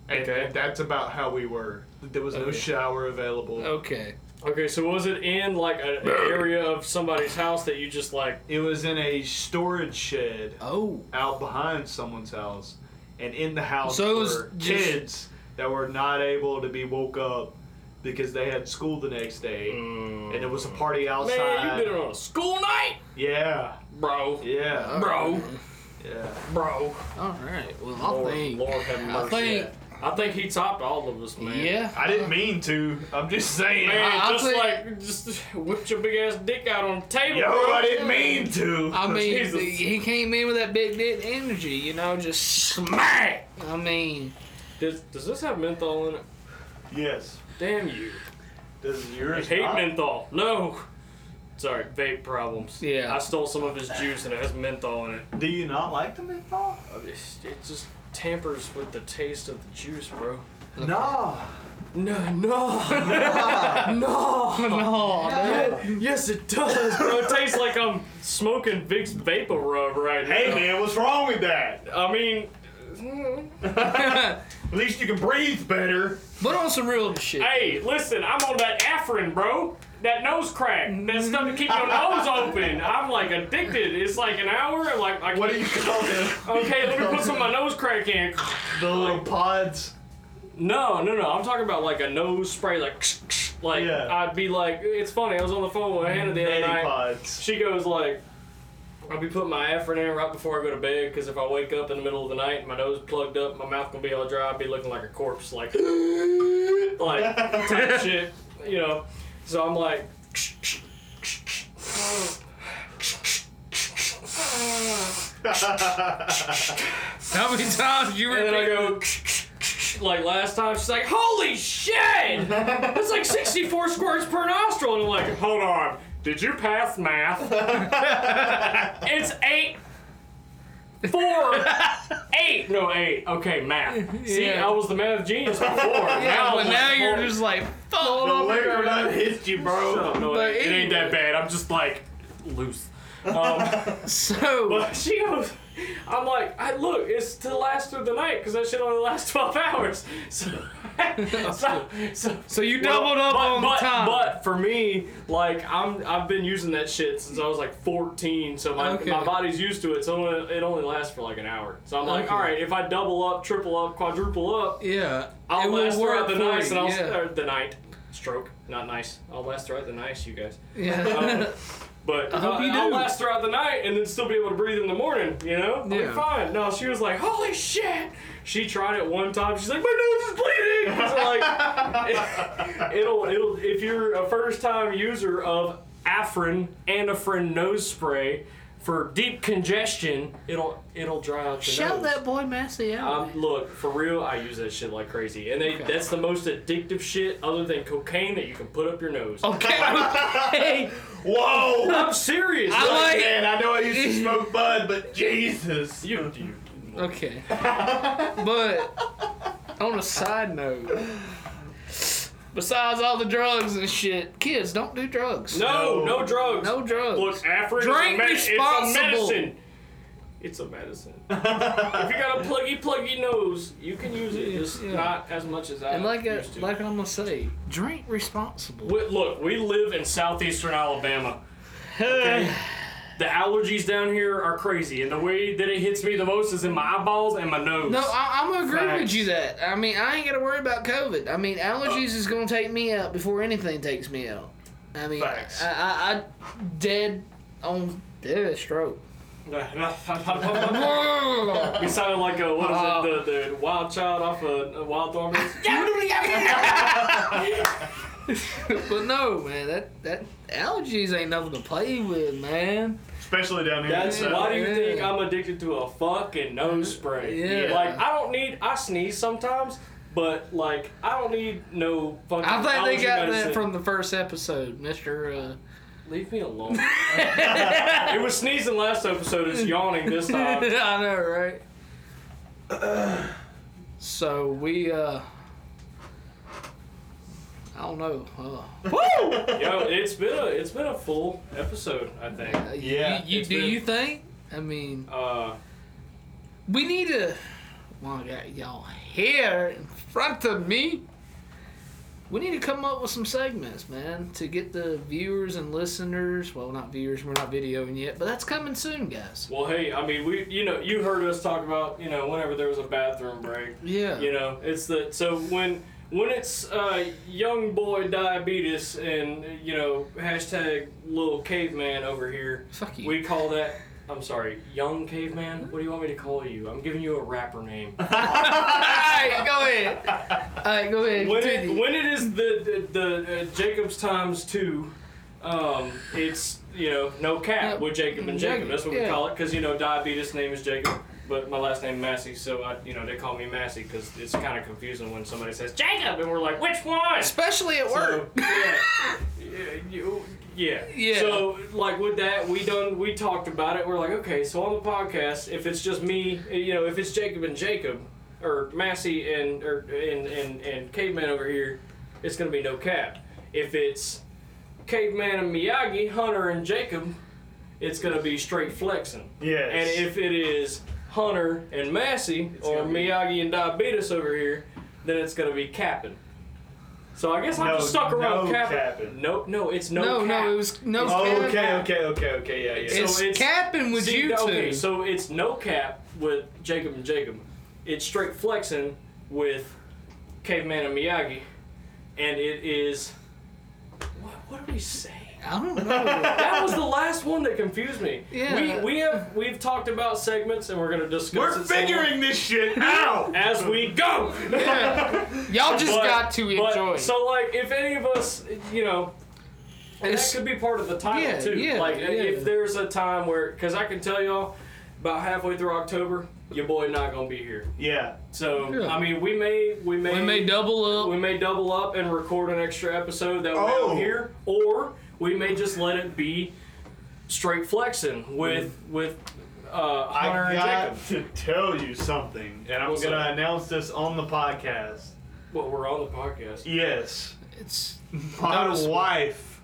[SPEAKER 1] And
[SPEAKER 3] Okay.
[SPEAKER 1] that's about how we were. There was no
[SPEAKER 3] Okay.
[SPEAKER 1] shower available.
[SPEAKER 2] Okay.
[SPEAKER 3] Okay, so was it in like an area of somebody's house that you just like?
[SPEAKER 1] It was in a storage shed
[SPEAKER 2] Oh.
[SPEAKER 1] out behind someone's house, and in the house
[SPEAKER 2] So it
[SPEAKER 1] were
[SPEAKER 2] was just-
[SPEAKER 1] kids that were not able to be woke up because they had school the next day, and there was a party outside.
[SPEAKER 3] Mm. Man, you did it on a school night,
[SPEAKER 1] Yeah,
[SPEAKER 3] bro,
[SPEAKER 1] yeah,
[SPEAKER 3] bro,
[SPEAKER 1] yeah.
[SPEAKER 3] bro.
[SPEAKER 2] Alright, well, I
[SPEAKER 3] Lord,
[SPEAKER 2] think.
[SPEAKER 3] Lord have mercy.
[SPEAKER 2] I think.
[SPEAKER 3] I think he topped all of us, man.
[SPEAKER 2] Yeah.
[SPEAKER 1] I didn't mean to. I'm just saying.
[SPEAKER 3] Man,
[SPEAKER 2] I- I
[SPEAKER 3] just
[SPEAKER 2] think-
[SPEAKER 3] like just whipped your big ass dick out on the table.
[SPEAKER 1] Yo,
[SPEAKER 3] bro.
[SPEAKER 1] I didn't mean to.
[SPEAKER 2] I mean,
[SPEAKER 3] Jesus.
[SPEAKER 2] he came in with that big dick energy, you know, just smack. I mean,
[SPEAKER 3] Does, does this have menthol in it?
[SPEAKER 1] yes.
[SPEAKER 3] Damn you!
[SPEAKER 1] This is
[SPEAKER 3] I
[SPEAKER 1] yours.
[SPEAKER 3] hate
[SPEAKER 1] not?
[SPEAKER 3] menthol. No. Sorry, vape problems.
[SPEAKER 2] Yeah.
[SPEAKER 3] I stole some of his juice and it has menthol in it. Uh,
[SPEAKER 1] Do you not like the menthol?
[SPEAKER 3] It's- It just tampers with the taste of the juice, bro.
[SPEAKER 1] No.
[SPEAKER 3] No, no, no.
[SPEAKER 2] no,
[SPEAKER 3] Yes, it does, bro. It tastes like I'm smoking Vicks Vapor Rub right now.
[SPEAKER 1] Hey man, what's wrong with that?
[SPEAKER 3] I mean,
[SPEAKER 2] dude.
[SPEAKER 1] At least you can breathe better.
[SPEAKER 2] but on some real shit.
[SPEAKER 3] hey, listen, I'm on that Afrin, bro. That nose crack, that stuff to keep your nose open. I'm like addicted. It's like an hour. I'm like, I
[SPEAKER 1] What do
[SPEAKER 3] can't-
[SPEAKER 1] you call them?
[SPEAKER 3] Okay, let me put some of my nose crack in.
[SPEAKER 1] The little pods.
[SPEAKER 3] No, no, no. I'm talking about like a nose spray, like, like
[SPEAKER 1] Yeah.
[SPEAKER 3] I'd be like, it's funny. I was on the phone with Hannah the other
[SPEAKER 1] Nanny
[SPEAKER 3] night.
[SPEAKER 1] pods.
[SPEAKER 3] She goes like, I'll be putting my Afrin in right before I go to bed because if I wake up in the middle of the night and my nose plugged up, my mouth gonna be all dry. I'll be looking like a corpse, like, like type shit, you know. So I'm like,
[SPEAKER 2] How many times you
[SPEAKER 3] and then I
[SPEAKER 2] repeat-
[SPEAKER 3] go. Like last time, she's like, "Holy shit! That's like 64 squirts per nostril." And I'm like, "Hold on, did you pass math? it's eight, four, eight, no eight. Okay, math. See,
[SPEAKER 2] Yeah.
[SPEAKER 3] I was the math genius before.
[SPEAKER 2] Yeah,
[SPEAKER 3] now
[SPEAKER 2] but
[SPEAKER 3] I'm
[SPEAKER 2] now
[SPEAKER 3] like,
[SPEAKER 2] you're
[SPEAKER 3] "Holy
[SPEAKER 2] just like,
[SPEAKER 1] The
[SPEAKER 2] fuck.
[SPEAKER 1] liquor done hit you, bro.
[SPEAKER 3] no,
[SPEAKER 2] But
[SPEAKER 3] it, it ain't that bad. I'm just like loose. Um,
[SPEAKER 2] So,
[SPEAKER 3] but she goes, I'm like, I look, it's to last through the night because that shit only lasts 12 hours. So, so, so,
[SPEAKER 2] so you doubled up
[SPEAKER 3] but,
[SPEAKER 2] on
[SPEAKER 3] but,
[SPEAKER 2] time.
[SPEAKER 3] But for me, like I'm, I've been using that shit since I was like 14, so my,
[SPEAKER 2] Okay.
[SPEAKER 3] my body's used to it. So it it only lasts for like an hour. So I'm like,
[SPEAKER 2] Okay.
[SPEAKER 3] all right, if I double up, triple up, quadruple up,
[SPEAKER 2] yeah,
[SPEAKER 3] I'll
[SPEAKER 2] it will
[SPEAKER 3] last
[SPEAKER 2] work
[SPEAKER 3] throughout the
[SPEAKER 2] for
[SPEAKER 3] night. And
[SPEAKER 2] you,
[SPEAKER 3] I'll
[SPEAKER 2] yeah.
[SPEAKER 3] or the night stroke, not nice. I'll last throughout the night, you guys.
[SPEAKER 2] yeah.
[SPEAKER 3] Um, but I
[SPEAKER 2] hope you
[SPEAKER 3] will
[SPEAKER 2] do.
[SPEAKER 3] last throughout the night and then still be able to breathe in the morning, you know? I'll
[SPEAKER 2] Yeah.
[SPEAKER 3] be fine. No, she was like, holy shit. She tried it one time. She's like, my nose is bleeding. It's like, it, will it'll, if you're a first time user of Afrin, Anafrin nose spray for deep congestion, it'll, it'll dry out your
[SPEAKER 2] Shout
[SPEAKER 3] nose.
[SPEAKER 2] that boy Massey out.
[SPEAKER 3] Um, look, for real, I use that shit like crazy, and they,
[SPEAKER 2] Okay.
[SPEAKER 3] that's the most addictive shit other than cocaine that you can put up your nose.
[SPEAKER 2] Oh. okay. hey,
[SPEAKER 1] Whoa.
[SPEAKER 3] I'm serious.
[SPEAKER 2] I
[SPEAKER 3] like-
[SPEAKER 2] like-
[SPEAKER 1] Man, I know I used to smoke bud, but Jesus.
[SPEAKER 3] you, you
[SPEAKER 2] Okay. but on a side note, besides all the drugs and shit, kids don't do drugs.
[SPEAKER 3] No, no drugs.
[SPEAKER 2] No drugs.
[SPEAKER 3] Look, Afrin
[SPEAKER 2] Drink
[SPEAKER 3] is a, med- it's a
[SPEAKER 2] responsible.
[SPEAKER 3] medicine. It's a medicine. if you got a pluggy pluggy nose, you can use it. Just
[SPEAKER 2] Yeah.
[SPEAKER 3] not as much as I
[SPEAKER 2] And like, I,
[SPEAKER 3] used to.
[SPEAKER 2] like I'm gonna say, drink responsible.
[SPEAKER 3] We- look, we live in southeastern Alabama. Okay? the allergies down here are crazy, and the way that it hits me the most is in my eyeballs and my nose.
[SPEAKER 2] No, I, I'm gonna agree
[SPEAKER 3] Facts.
[SPEAKER 2] with you that. I mean, I ain't gotta worry about COVID. I mean, allergies is gonna take me out before anything takes me out. I mean, I,
[SPEAKER 1] Facts.
[SPEAKER 2] I, I dead on dead of stroke.
[SPEAKER 3] you sounded like a what is
[SPEAKER 2] Uh,
[SPEAKER 3] it? The, the wild child off of uh, Wild Thornberries.
[SPEAKER 2] but no, man, that that allergies ain't nothing to play with, man.
[SPEAKER 1] Especially down here.
[SPEAKER 3] That's
[SPEAKER 1] in the
[SPEAKER 3] why
[SPEAKER 1] South.
[SPEAKER 3] do you
[SPEAKER 2] Yeah.
[SPEAKER 3] think I'm addicted to a fucking nose spray?
[SPEAKER 2] Yeah.
[SPEAKER 3] Like I don't need. I sneeze sometimes, but like I don't need no fucking.
[SPEAKER 2] I think
[SPEAKER 3] allergy
[SPEAKER 2] they got
[SPEAKER 3] medicine.
[SPEAKER 2] that from the first episode, Mister. Uh,
[SPEAKER 3] Leave me alone. it was sneezing last episode. It's yawning this time.
[SPEAKER 2] I know, right? so we, uh, I don't know. Uh,
[SPEAKER 3] Yo, it's been a it's been a full episode. I think.
[SPEAKER 1] Yeah,
[SPEAKER 2] Uh, You, you,
[SPEAKER 3] it's
[SPEAKER 2] do
[SPEAKER 3] been-
[SPEAKER 2] you think? I mean,
[SPEAKER 3] Uh,
[SPEAKER 2] we need to. Well, I got y'all here in front of me. We need to come up with some segments, man, to get the viewers and listeners. Well, not viewers, we're not videoing yet, but that's coming soon, guys.
[SPEAKER 3] well, hey, I mean, we you know you heard us talk about you know whenever there was a bathroom break.
[SPEAKER 2] Yeah.
[SPEAKER 3] You know, it's the so when when it's uh, young boy diabetes and you know hashtag little caveman over here,
[SPEAKER 2] Fuck you.
[SPEAKER 3] we call that. I'm sorry, young caveman. What do you want me to call you? I'm giving you a rapper name.
[SPEAKER 2] Alright, go ahead. Alright, go ahead.
[SPEAKER 3] when it,
[SPEAKER 2] continue.
[SPEAKER 3] when it is the the, the uh, Jacob's times two, um, it's you know no cap
[SPEAKER 2] No,
[SPEAKER 3] with Jacob and
[SPEAKER 2] Jacob,
[SPEAKER 3] Jacob. That's what we
[SPEAKER 2] yeah.
[SPEAKER 3] call it because you know diabetes name is Jacob, but my last name Massey, so I you know they call me Massey because it's kind of confusing when somebody says Jacob and we're like which one?
[SPEAKER 2] Especially at
[SPEAKER 3] So,
[SPEAKER 2] work.
[SPEAKER 3] yeah. yeah, you- yeah.
[SPEAKER 2] Yeah.
[SPEAKER 3] So like with that, we done we talked about it. We're like, okay, so on the podcast, if it's just me, you know, if it's Jacob and Jacob, or Massey and or and and, and Caveman over here, it's gonna be no cap. If it's Caveman and Miyagi, Hunter and Jacob, it's gonna be straight flexing.
[SPEAKER 1] Yes.
[SPEAKER 3] And if it is Hunter and Massey or
[SPEAKER 1] gonna be-
[SPEAKER 3] Miyagi and Diabetes over here, then it's gonna be capping. So I guess I'm
[SPEAKER 1] No,
[SPEAKER 3] just stuck around
[SPEAKER 1] no
[SPEAKER 3] capping.
[SPEAKER 1] capping.
[SPEAKER 3] No, no, it's no.
[SPEAKER 2] No,
[SPEAKER 3] cap.
[SPEAKER 2] no, it was no.
[SPEAKER 1] Oh,
[SPEAKER 2] cap.
[SPEAKER 1] okay, okay, okay, okay, yeah, yeah.
[SPEAKER 2] It's,
[SPEAKER 3] So it's-
[SPEAKER 2] capping with
[SPEAKER 3] See,
[SPEAKER 2] you two.
[SPEAKER 3] Okay, so it's no cap with Jacob and Jacob. It's straight flexing with Caveman and Miyagi, and it is. What, what are we saying?
[SPEAKER 2] I don't know.
[SPEAKER 3] That was the last one that confused me.
[SPEAKER 2] Yeah.
[SPEAKER 3] We, we have we've talked about segments and we're gonna discuss.
[SPEAKER 1] We're
[SPEAKER 3] it some more
[SPEAKER 1] figuring this shit out.
[SPEAKER 3] as we go.
[SPEAKER 2] Y'all just
[SPEAKER 3] But-
[SPEAKER 2] got to
[SPEAKER 3] but-
[SPEAKER 2] enjoy. it.
[SPEAKER 3] So like, if any of us, you know, and
[SPEAKER 2] It's-
[SPEAKER 3] that could be part of the title
[SPEAKER 2] Yeah,
[SPEAKER 3] too.
[SPEAKER 2] yeah,
[SPEAKER 3] like,
[SPEAKER 2] yeah.
[SPEAKER 3] if there's a time where, because I can tell y'all, about halfway through October, your boy not gonna be here.
[SPEAKER 1] Yeah.
[SPEAKER 3] So
[SPEAKER 2] Yeah.
[SPEAKER 3] I mean, we may we may
[SPEAKER 2] we may double
[SPEAKER 3] we
[SPEAKER 2] up.
[SPEAKER 3] may double up and record an extra episode that way
[SPEAKER 1] Oh.
[SPEAKER 3] I'm here, or we may just let it be straight flexing with with uh, Hunter
[SPEAKER 1] I
[SPEAKER 3] and
[SPEAKER 1] got
[SPEAKER 3] Jacob.
[SPEAKER 1] to tell you something, and I'm
[SPEAKER 3] What's
[SPEAKER 1] gonna
[SPEAKER 3] up?
[SPEAKER 1] announce this on the podcast.
[SPEAKER 3] Well, we're on the podcast.
[SPEAKER 1] Yes,
[SPEAKER 2] It's
[SPEAKER 1] my
[SPEAKER 2] Noticeable.
[SPEAKER 1] wife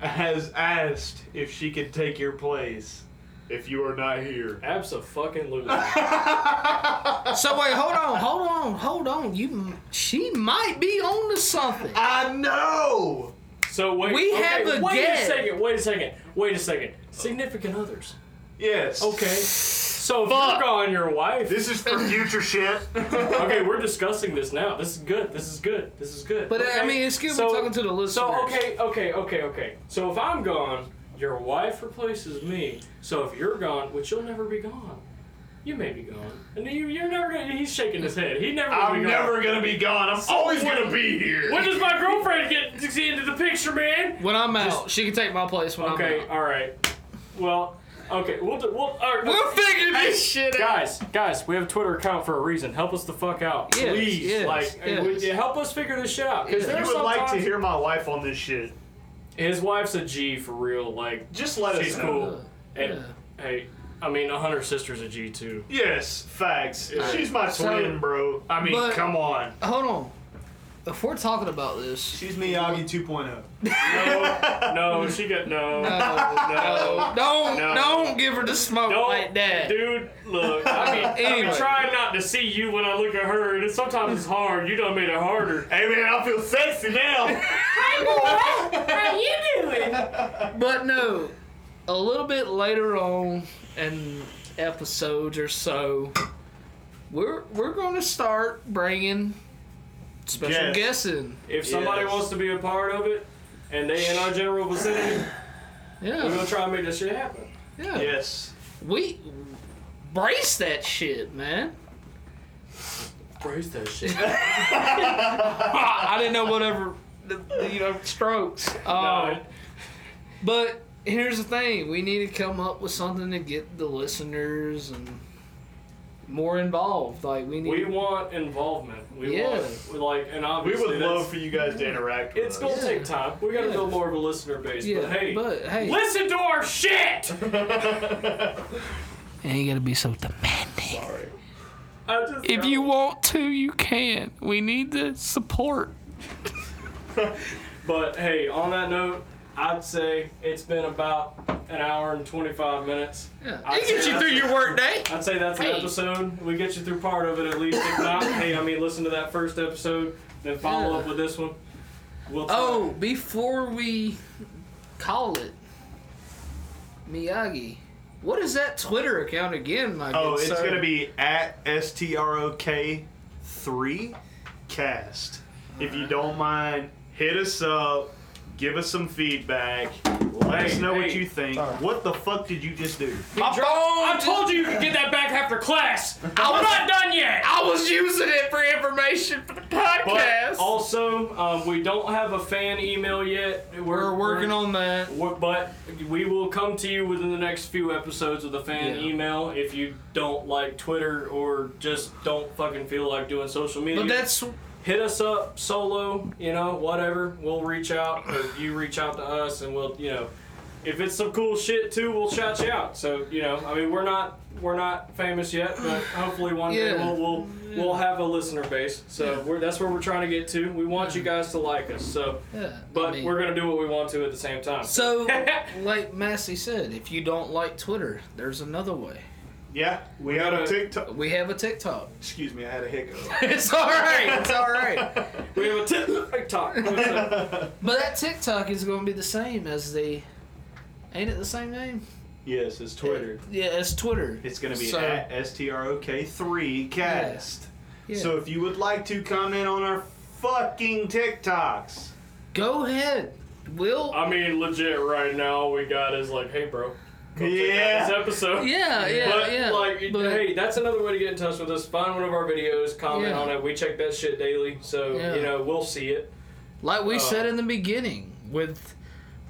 [SPEAKER 1] has asked if she could take your place if you are not here.
[SPEAKER 3] Absolutely.
[SPEAKER 2] so wait, hold on, hold on, hold on. You, m- she might be on to something.
[SPEAKER 1] I know.
[SPEAKER 3] So wait.
[SPEAKER 2] We
[SPEAKER 3] okay,
[SPEAKER 2] have a
[SPEAKER 3] wait
[SPEAKER 2] dead.
[SPEAKER 3] a second. Wait a second. Wait a second. Significant others.
[SPEAKER 1] Yes.
[SPEAKER 3] Okay. So if you're on your wife.
[SPEAKER 1] This is for future shit.
[SPEAKER 3] Okay, we're discussing this now. This is good. This is good. This is good.
[SPEAKER 2] But uh,
[SPEAKER 3] okay?
[SPEAKER 2] I mean, it's good
[SPEAKER 3] So-
[SPEAKER 2] we're talking to the listeners.
[SPEAKER 3] So okay, okay, okay, okay. So if I'm gone, your wife replaces me. So if you're gone, which you'll never be gone. You may be gone, and you, you're never gonna. He's shaking his head. He never. will
[SPEAKER 1] I'm
[SPEAKER 3] be gone.
[SPEAKER 1] never gonna be gone. I'm always gonna be here.
[SPEAKER 3] When does my girlfriend get into the picture, man?
[SPEAKER 2] When I'm out, she can take my place. When
[SPEAKER 3] Okay,
[SPEAKER 2] I'm out.
[SPEAKER 3] all right. Well, okay, we'll do, we'll. All right,
[SPEAKER 2] We'll figure
[SPEAKER 3] Hey,
[SPEAKER 2] this shit out.
[SPEAKER 3] guys, guys, we have a Twitter account for a reason. Help us the fuck out,
[SPEAKER 2] Yes,
[SPEAKER 3] please.
[SPEAKER 2] yes,
[SPEAKER 3] like,
[SPEAKER 2] yes.
[SPEAKER 3] would you help us figure this shit out. Because
[SPEAKER 2] Yes.
[SPEAKER 1] If
[SPEAKER 3] there's
[SPEAKER 1] you would like to
[SPEAKER 3] sometimes-
[SPEAKER 1] hear my wife on this shit,
[SPEAKER 3] His wife's a G for real. Like,
[SPEAKER 1] just let
[SPEAKER 3] she's
[SPEAKER 1] us know.
[SPEAKER 3] cool. And hey, I mean, Hunter's sister's a G too.
[SPEAKER 1] Yes, facts. She's my
[SPEAKER 2] So-
[SPEAKER 1] twin, bro. I mean,
[SPEAKER 2] But-
[SPEAKER 1] come on.
[SPEAKER 2] Hold on. if we're talking about this,
[SPEAKER 7] She's Miyagi oh. 2.0.
[SPEAKER 3] No, no, she got no.
[SPEAKER 2] no, no, don't,
[SPEAKER 3] No.
[SPEAKER 2] don't give her the smoke
[SPEAKER 3] Don't,
[SPEAKER 2] like that.
[SPEAKER 3] dude. Look, I mean, I've
[SPEAKER 2] Anyway.
[SPEAKER 3] been trying not to see you when I look at her, and it's, sometimes it's hard. You done made it harder.
[SPEAKER 1] Hey man, I feel sexy now.
[SPEAKER 6] How you doing?
[SPEAKER 2] But no, a little bit later on in episodes or so, we're we're going to start bringing special
[SPEAKER 1] Guests.
[SPEAKER 2] guests in.
[SPEAKER 3] If somebody
[SPEAKER 7] Yes.
[SPEAKER 3] wants to be a part of it, and they in our general vicinity, we're
[SPEAKER 2] Yeah,
[SPEAKER 3] gonna try and make this shit happen.
[SPEAKER 2] yeah.
[SPEAKER 1] yes.
[SPEAKER 2] We brace that shit, man.
[SPEAKER 3] Brace that shit.
[SPEAKER 2] I didn't know whatever the, the, you know strokes. Um,
[SPEAKER 1] Oh.
[SPEAKER 2] But here's the thing: we need to come up with something to get the listeners and more involved. Like we need.
[SPEAKER 3] we want involvement. We
[SPEAKER 2] Yeah.
[SPEAKER 3] want we like, and
[SPEAKER 1] We
[SPEAKER 3] obviously
[SPEAKER 1] would
[SPEAKER 3] that's-
[SPEAKER 1] love for you guys to interact with
[SPEAKER 3] It's
[SPEAKER 1] us.
[SPEAKER 3] gonna take time. We gotta
[SPEAKER 2] Yeah.
[SPEAKER 3] build more of a listener base.
[SPEAKER 2] yeah,
[SPEAKER 3] but hey,
[SPEAKER 2] but hey,
[SPEAKER 3] listen to our shit.
[SPEAKER 2] it ain't gotta be so demanding.
[SPEAKER 3] I just
[SPEAKER 5] If you want to, you can. We need the support.
[SPEAKER 3] But hey, on that note, I'd say it's been about an hour and 25 minutes.
[SPEAKER 2] Yeah.
[SPEAKER 3] I'd
[SPEAKER 2] It gets
[SPEAKER 3] say
[SPEAKER 2] you through your work day.
[SPEAKER 3] I'd say that's an
[SPEAKER 2] Hey.
[SPEAKER 3] episode. We get you through part of it at least. If not, hey, I mean, listen to that first episode, then follow
[SPEAKER 2] Yeah.
[SPEAKER 3] up with this one. We'll try-
[SPEAKER 2] Oh, before we call it Miyagi, what is that Twitter account again, my
[SPEAKER 1] Oh,
[SPEAKER 2] good
[SPEAKER 1] it's
[SPEAKER 2] sir?
[SPEAKER 1] gonna be at S T R O K three cast. If you don't mind, hit us up, give us some feedback, let us
[SPEAKER 3] Hey,
[SPEAKER 1] know what
[SPEAKER 3] hey.
[SPEAKER 1] you think. What the fuck did you just do?
[SPEAKER 3] I, I told you you could get that back after class. I'm not done yet.
[SPEAKER 2] I was using it for information for the podcast.
[SPEAKER 3] But also, um, we don't have a fan email yet. We're,
[SPEAKER 2] We're working on that.
[SPEAKER 3] Wha- But we will come to you within the next few episodes with a fan
[SPEAKER 2] Yeah.
[SPEAKER 3] email if you don't like Twitter or just don't fucking feel like doing social media.
[SPEAKER 2] But that's
[SPEAKER 3] hit us up solo, you know, whatever. We'll reach out or you reach out to us and we'll, you know, if it's some cool shit too, we'll shout you out. So, you know, I mean, we're not we're not famous yet, but hopefully one day
[SPEAKER 2] Yeah.
[SPEAKER 3] we'll we'll, we'll have a listener base. So, we're that's where we're trying to get to. We want you guys to like us. So,
[SPEAKER 2] yeah,
[SPEAKER 3] but
[SPEAKER 2] I mean-
[SPEAKER 3] we're going to do what we want to at the same time.
[SPEAKER 2] so like Massey said, if you don't like Twitter, there's another way.
[SPEAKER 1] Yeah, we had a
[SPEAKER 3] gotta-
[SPEAKER 1] TikTok.
[SPEAKER 2] We have a TikTok.
[SPEAKER 1] Excuse me, I had a hiccup.
[SPEAKER 2] it's all right. It's all right.
[SPEAKER 3] We have a TikTok. So,
[SPEAKER 2] But that TikTok is going to be the same as the. Ain't it the same name?
[SPEAKER 1] yes, it's Twitter.
[SPEAKER 2] Yeah, it's Twitter.
[SPEAKER 1] It's gonna be
[SPEAKER 2] So-
[SPEAKER 1] at S T R O K three cast.
[SPEAKER 2] Yeah.
[SPEAKER 1] So if you would like to comment on our fucking TikToks.
[SPEAKER 2] Go ahead. We'll.
[SPEAKER 3] I mean, legit right now, all we got is like, hey, bro. go check out This
[SPEAKER 1] Yeah.
[SPEAKER 3] episode.
[SPEAKER 2] yeah, yeah,
[SPEAKER 3] but
[SPEAKER 2] yeah.
[SPEAKER 3] like,
[SPEAKER 2] but-
[SPEAKER 3] hey, that's another way to get in touch with us. Find one of our videos, comment
[SPEAKER 2] Yeah.
[SPEAKER 3] on it. We check that shit daily, so
[SPEAKER 2] Yeah.
[SPEAKER 3] you know we'll see it.
[SPEAKER 2] like we
[SPEAKER 3] uh,
[SPEAKER 2] said in the beginning, with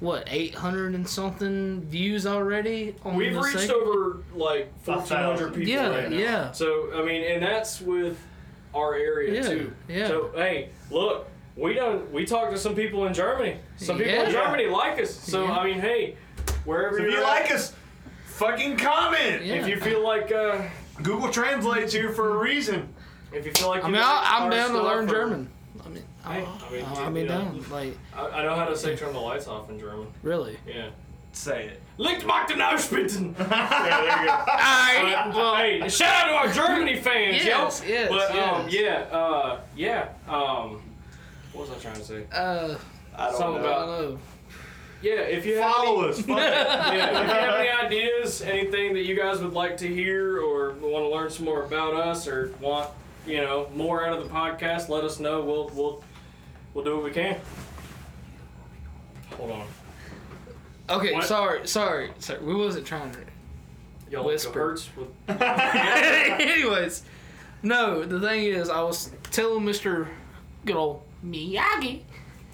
[SPEAKER 2] what eight hundred and something views already. On
[SPEAKER 3] We've
[SPEAKER 2] the
[SPEAKER 3] reached
[SPEAKER 2] sec-
[SPEAKER 3] over like fourteen hundred
[SPEAKER 1] thousand.
[SPEAKER 3] people
[SPEAKER 2] Yeah,
[SPEAKER 3] right now.
[SPEAKER 2] yeah.
[SPEAKER 3] So I mean, and that's with our area
[SPEAKER 2] Yeah,
[SPEAKER 3] too.
[SPEAKER 2] yeah.
[SPEAKER 3] So hey, look, we done we talked to some people in Germany. Some people
[SPEAKER 2] Yeah.
[SPEAKER 3] in Germany like us. So
[SPEAKER 2] Yeah.
[SPEAKER 3] I mean, hey, wherever
[SPEAKER 1] If
[SPEAKER 3] you're
[SPEAKER 1] you
[SPEAKER 3] at,
[SPEAKER 1] like us, fucking comment.
[SPEAKER 2] Yeah.
[SPEAKER 3] if you feel like uh,
[SPEAKER 1] Google Translate's here for a reason.
[SPEAKER 3] if you feel like
[SPEAKER 2] I
[SPEAKER 3] you
[SPEAKER 2] mean,
[SPEAKER 3] like
[SPEAKER 2] I, I'm
[SPEAKER 3] our
[SPEAKER 2] down to
[SPEAKER 3] stuff
[SPEAKER 2] learn
[SPEAKER 3] or-
[SPEAKER 2] German. I mean, I,
[SPEAKER 3] Hey,
[SPEAKER 2] I,
[SPEAKER 3] I mean,
[SPEAKER 2] I mean,
[SPEAKER 3] you know.
[SPEAKER 2] down. Like,
[SPEAKER 3] I, I know how to say turn the lights off in German.
[SPEAKER 2] really.
[SPEAKER 3] Yeah.
[SPEAKER 1] Say it.
[SPEAKER 3] Licht macht den Ausspitzen!
[SPEAKER 2] I,
[SPEAKER 3] But, hey, shout out to our Germany fans,
[SPEAKER 2] Yes,
[SPEAKER 3] yo.
[SPEAKER 2] yes,
[SPEAKER 3] but um,
[SPEAKER 2] yes.
[SPEAKER 3] yeah, uh, yeah. Um, what was I trying to say?
[SPEAKER 2] uh,
[SPEAKER 1] I don't
[SPEAKER 3] Something
[SPEAKER 1] know.
[SPEAKER 2] I
[SPEAKER 3] about
[SPEAKER 2] don't know.
[SPEAKER 3] yeah. If you have
[SPEAKER 1] Follow
[SPEAKER 3] any,
[SPEAKER 1] us. Fuck it.
[SPEAKER 3] yeah, if you have any ideas, anything that you guys would like to hear or want to learn some more about us or want you know more out of the podcast, let us know. We'll we'll we'll do what we can. Hold on.
[SPEAKER 2] Okay,
[SPEAKER 3] What?
[SPEAKER 2] sorry, sorry, sorry. We wasn't trying to.
[SPEAKER 3] Y'all
[SPEAKER 2] Whisper.
[SPEAKER 3] Whisper. Hurts with
[SPEAKER 2] Anyways, no. The thing is, I was telling Mister Good old Miyagi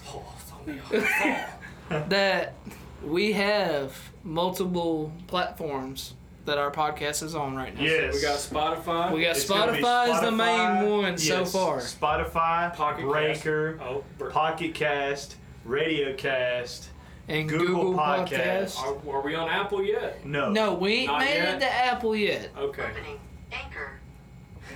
[SPEAKER 3] oh, throw me off.
[SPEAKER 2] that we have multiple platforms that our podcast is on right now.
[SPEAKER 1] Yes.
[SPEAKER 3] We got Spotify.
[SPEAKER 2] We got
[SPEAKER 1] It's gonna be
[SPEAKER 2] Spotify is the main
[SPEAKER 1] Spotify,
[SPEAKER 2] one so
[SPEAKER 1] yes,
[SPEAKER 2] far.
[SPEAKER 1] Spotify,
[SPEAKER 3] Pocket Cast.
[SPEAKER 1] Breaker,
[SPEAKER 3] oh, br-
[SPEAKER 1] Pocket Cast, Radio Cast.
[SPEAKER 2] And Google,
[SPEAKER 1] Google
[SPEAKER 2] Podcast.
[SPEAKER 1] Podcast.
[SPEAKER 3] are, are we on Apple yet?
[SPEAKER 1] No.
[SPEAKER 2] No, we ain't
[SPEAKER 3] Not
[SPEAKER 2] made
[SPEAKER 3] yet.
[SPEAKER 2] it to Apple yet.
[SPEAKER 3] Okay.
[SPEAKER 8] Opening. Anchor.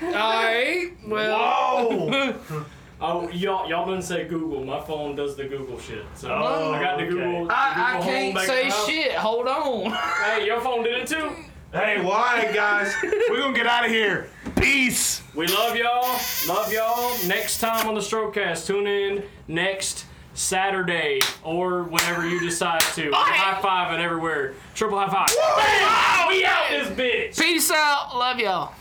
[SPEAKER 2] All right. Well.
[SPEAKER 1] Whoa!
[SPEAKER 3] Oh, y'all, y'all didn't say Google. My phone does the Google shit. So
[SPEAKER 1] Oh,
[SPEAKER 3] I got the
[SPEAKER 1] okay.
[SPEAKER 3] Google.
[SPEAKER 2] I, I
[SPEAKER 3] Google Home
[SPEAKER 2] can't
[SPEAKER 3] back
[SPEAKER 2] say
[SPEAKER 3] up.
[SPEAKER 2] shit. Hold on.
[SPEAKER 3] Hey, your phone did it too.
[SPEAKER 1] Hey, well, all right, guys. We're going to get out of here. Peace.
[SPEAKER 3] We love y'all. Love y'all. Next time on the Strokecast, tune in next Saturday or whenever you decide to. High five and everywhere. Triple high five. Bam! We out this bitch.
[SPEAKER 2] Peace out. Love y'all.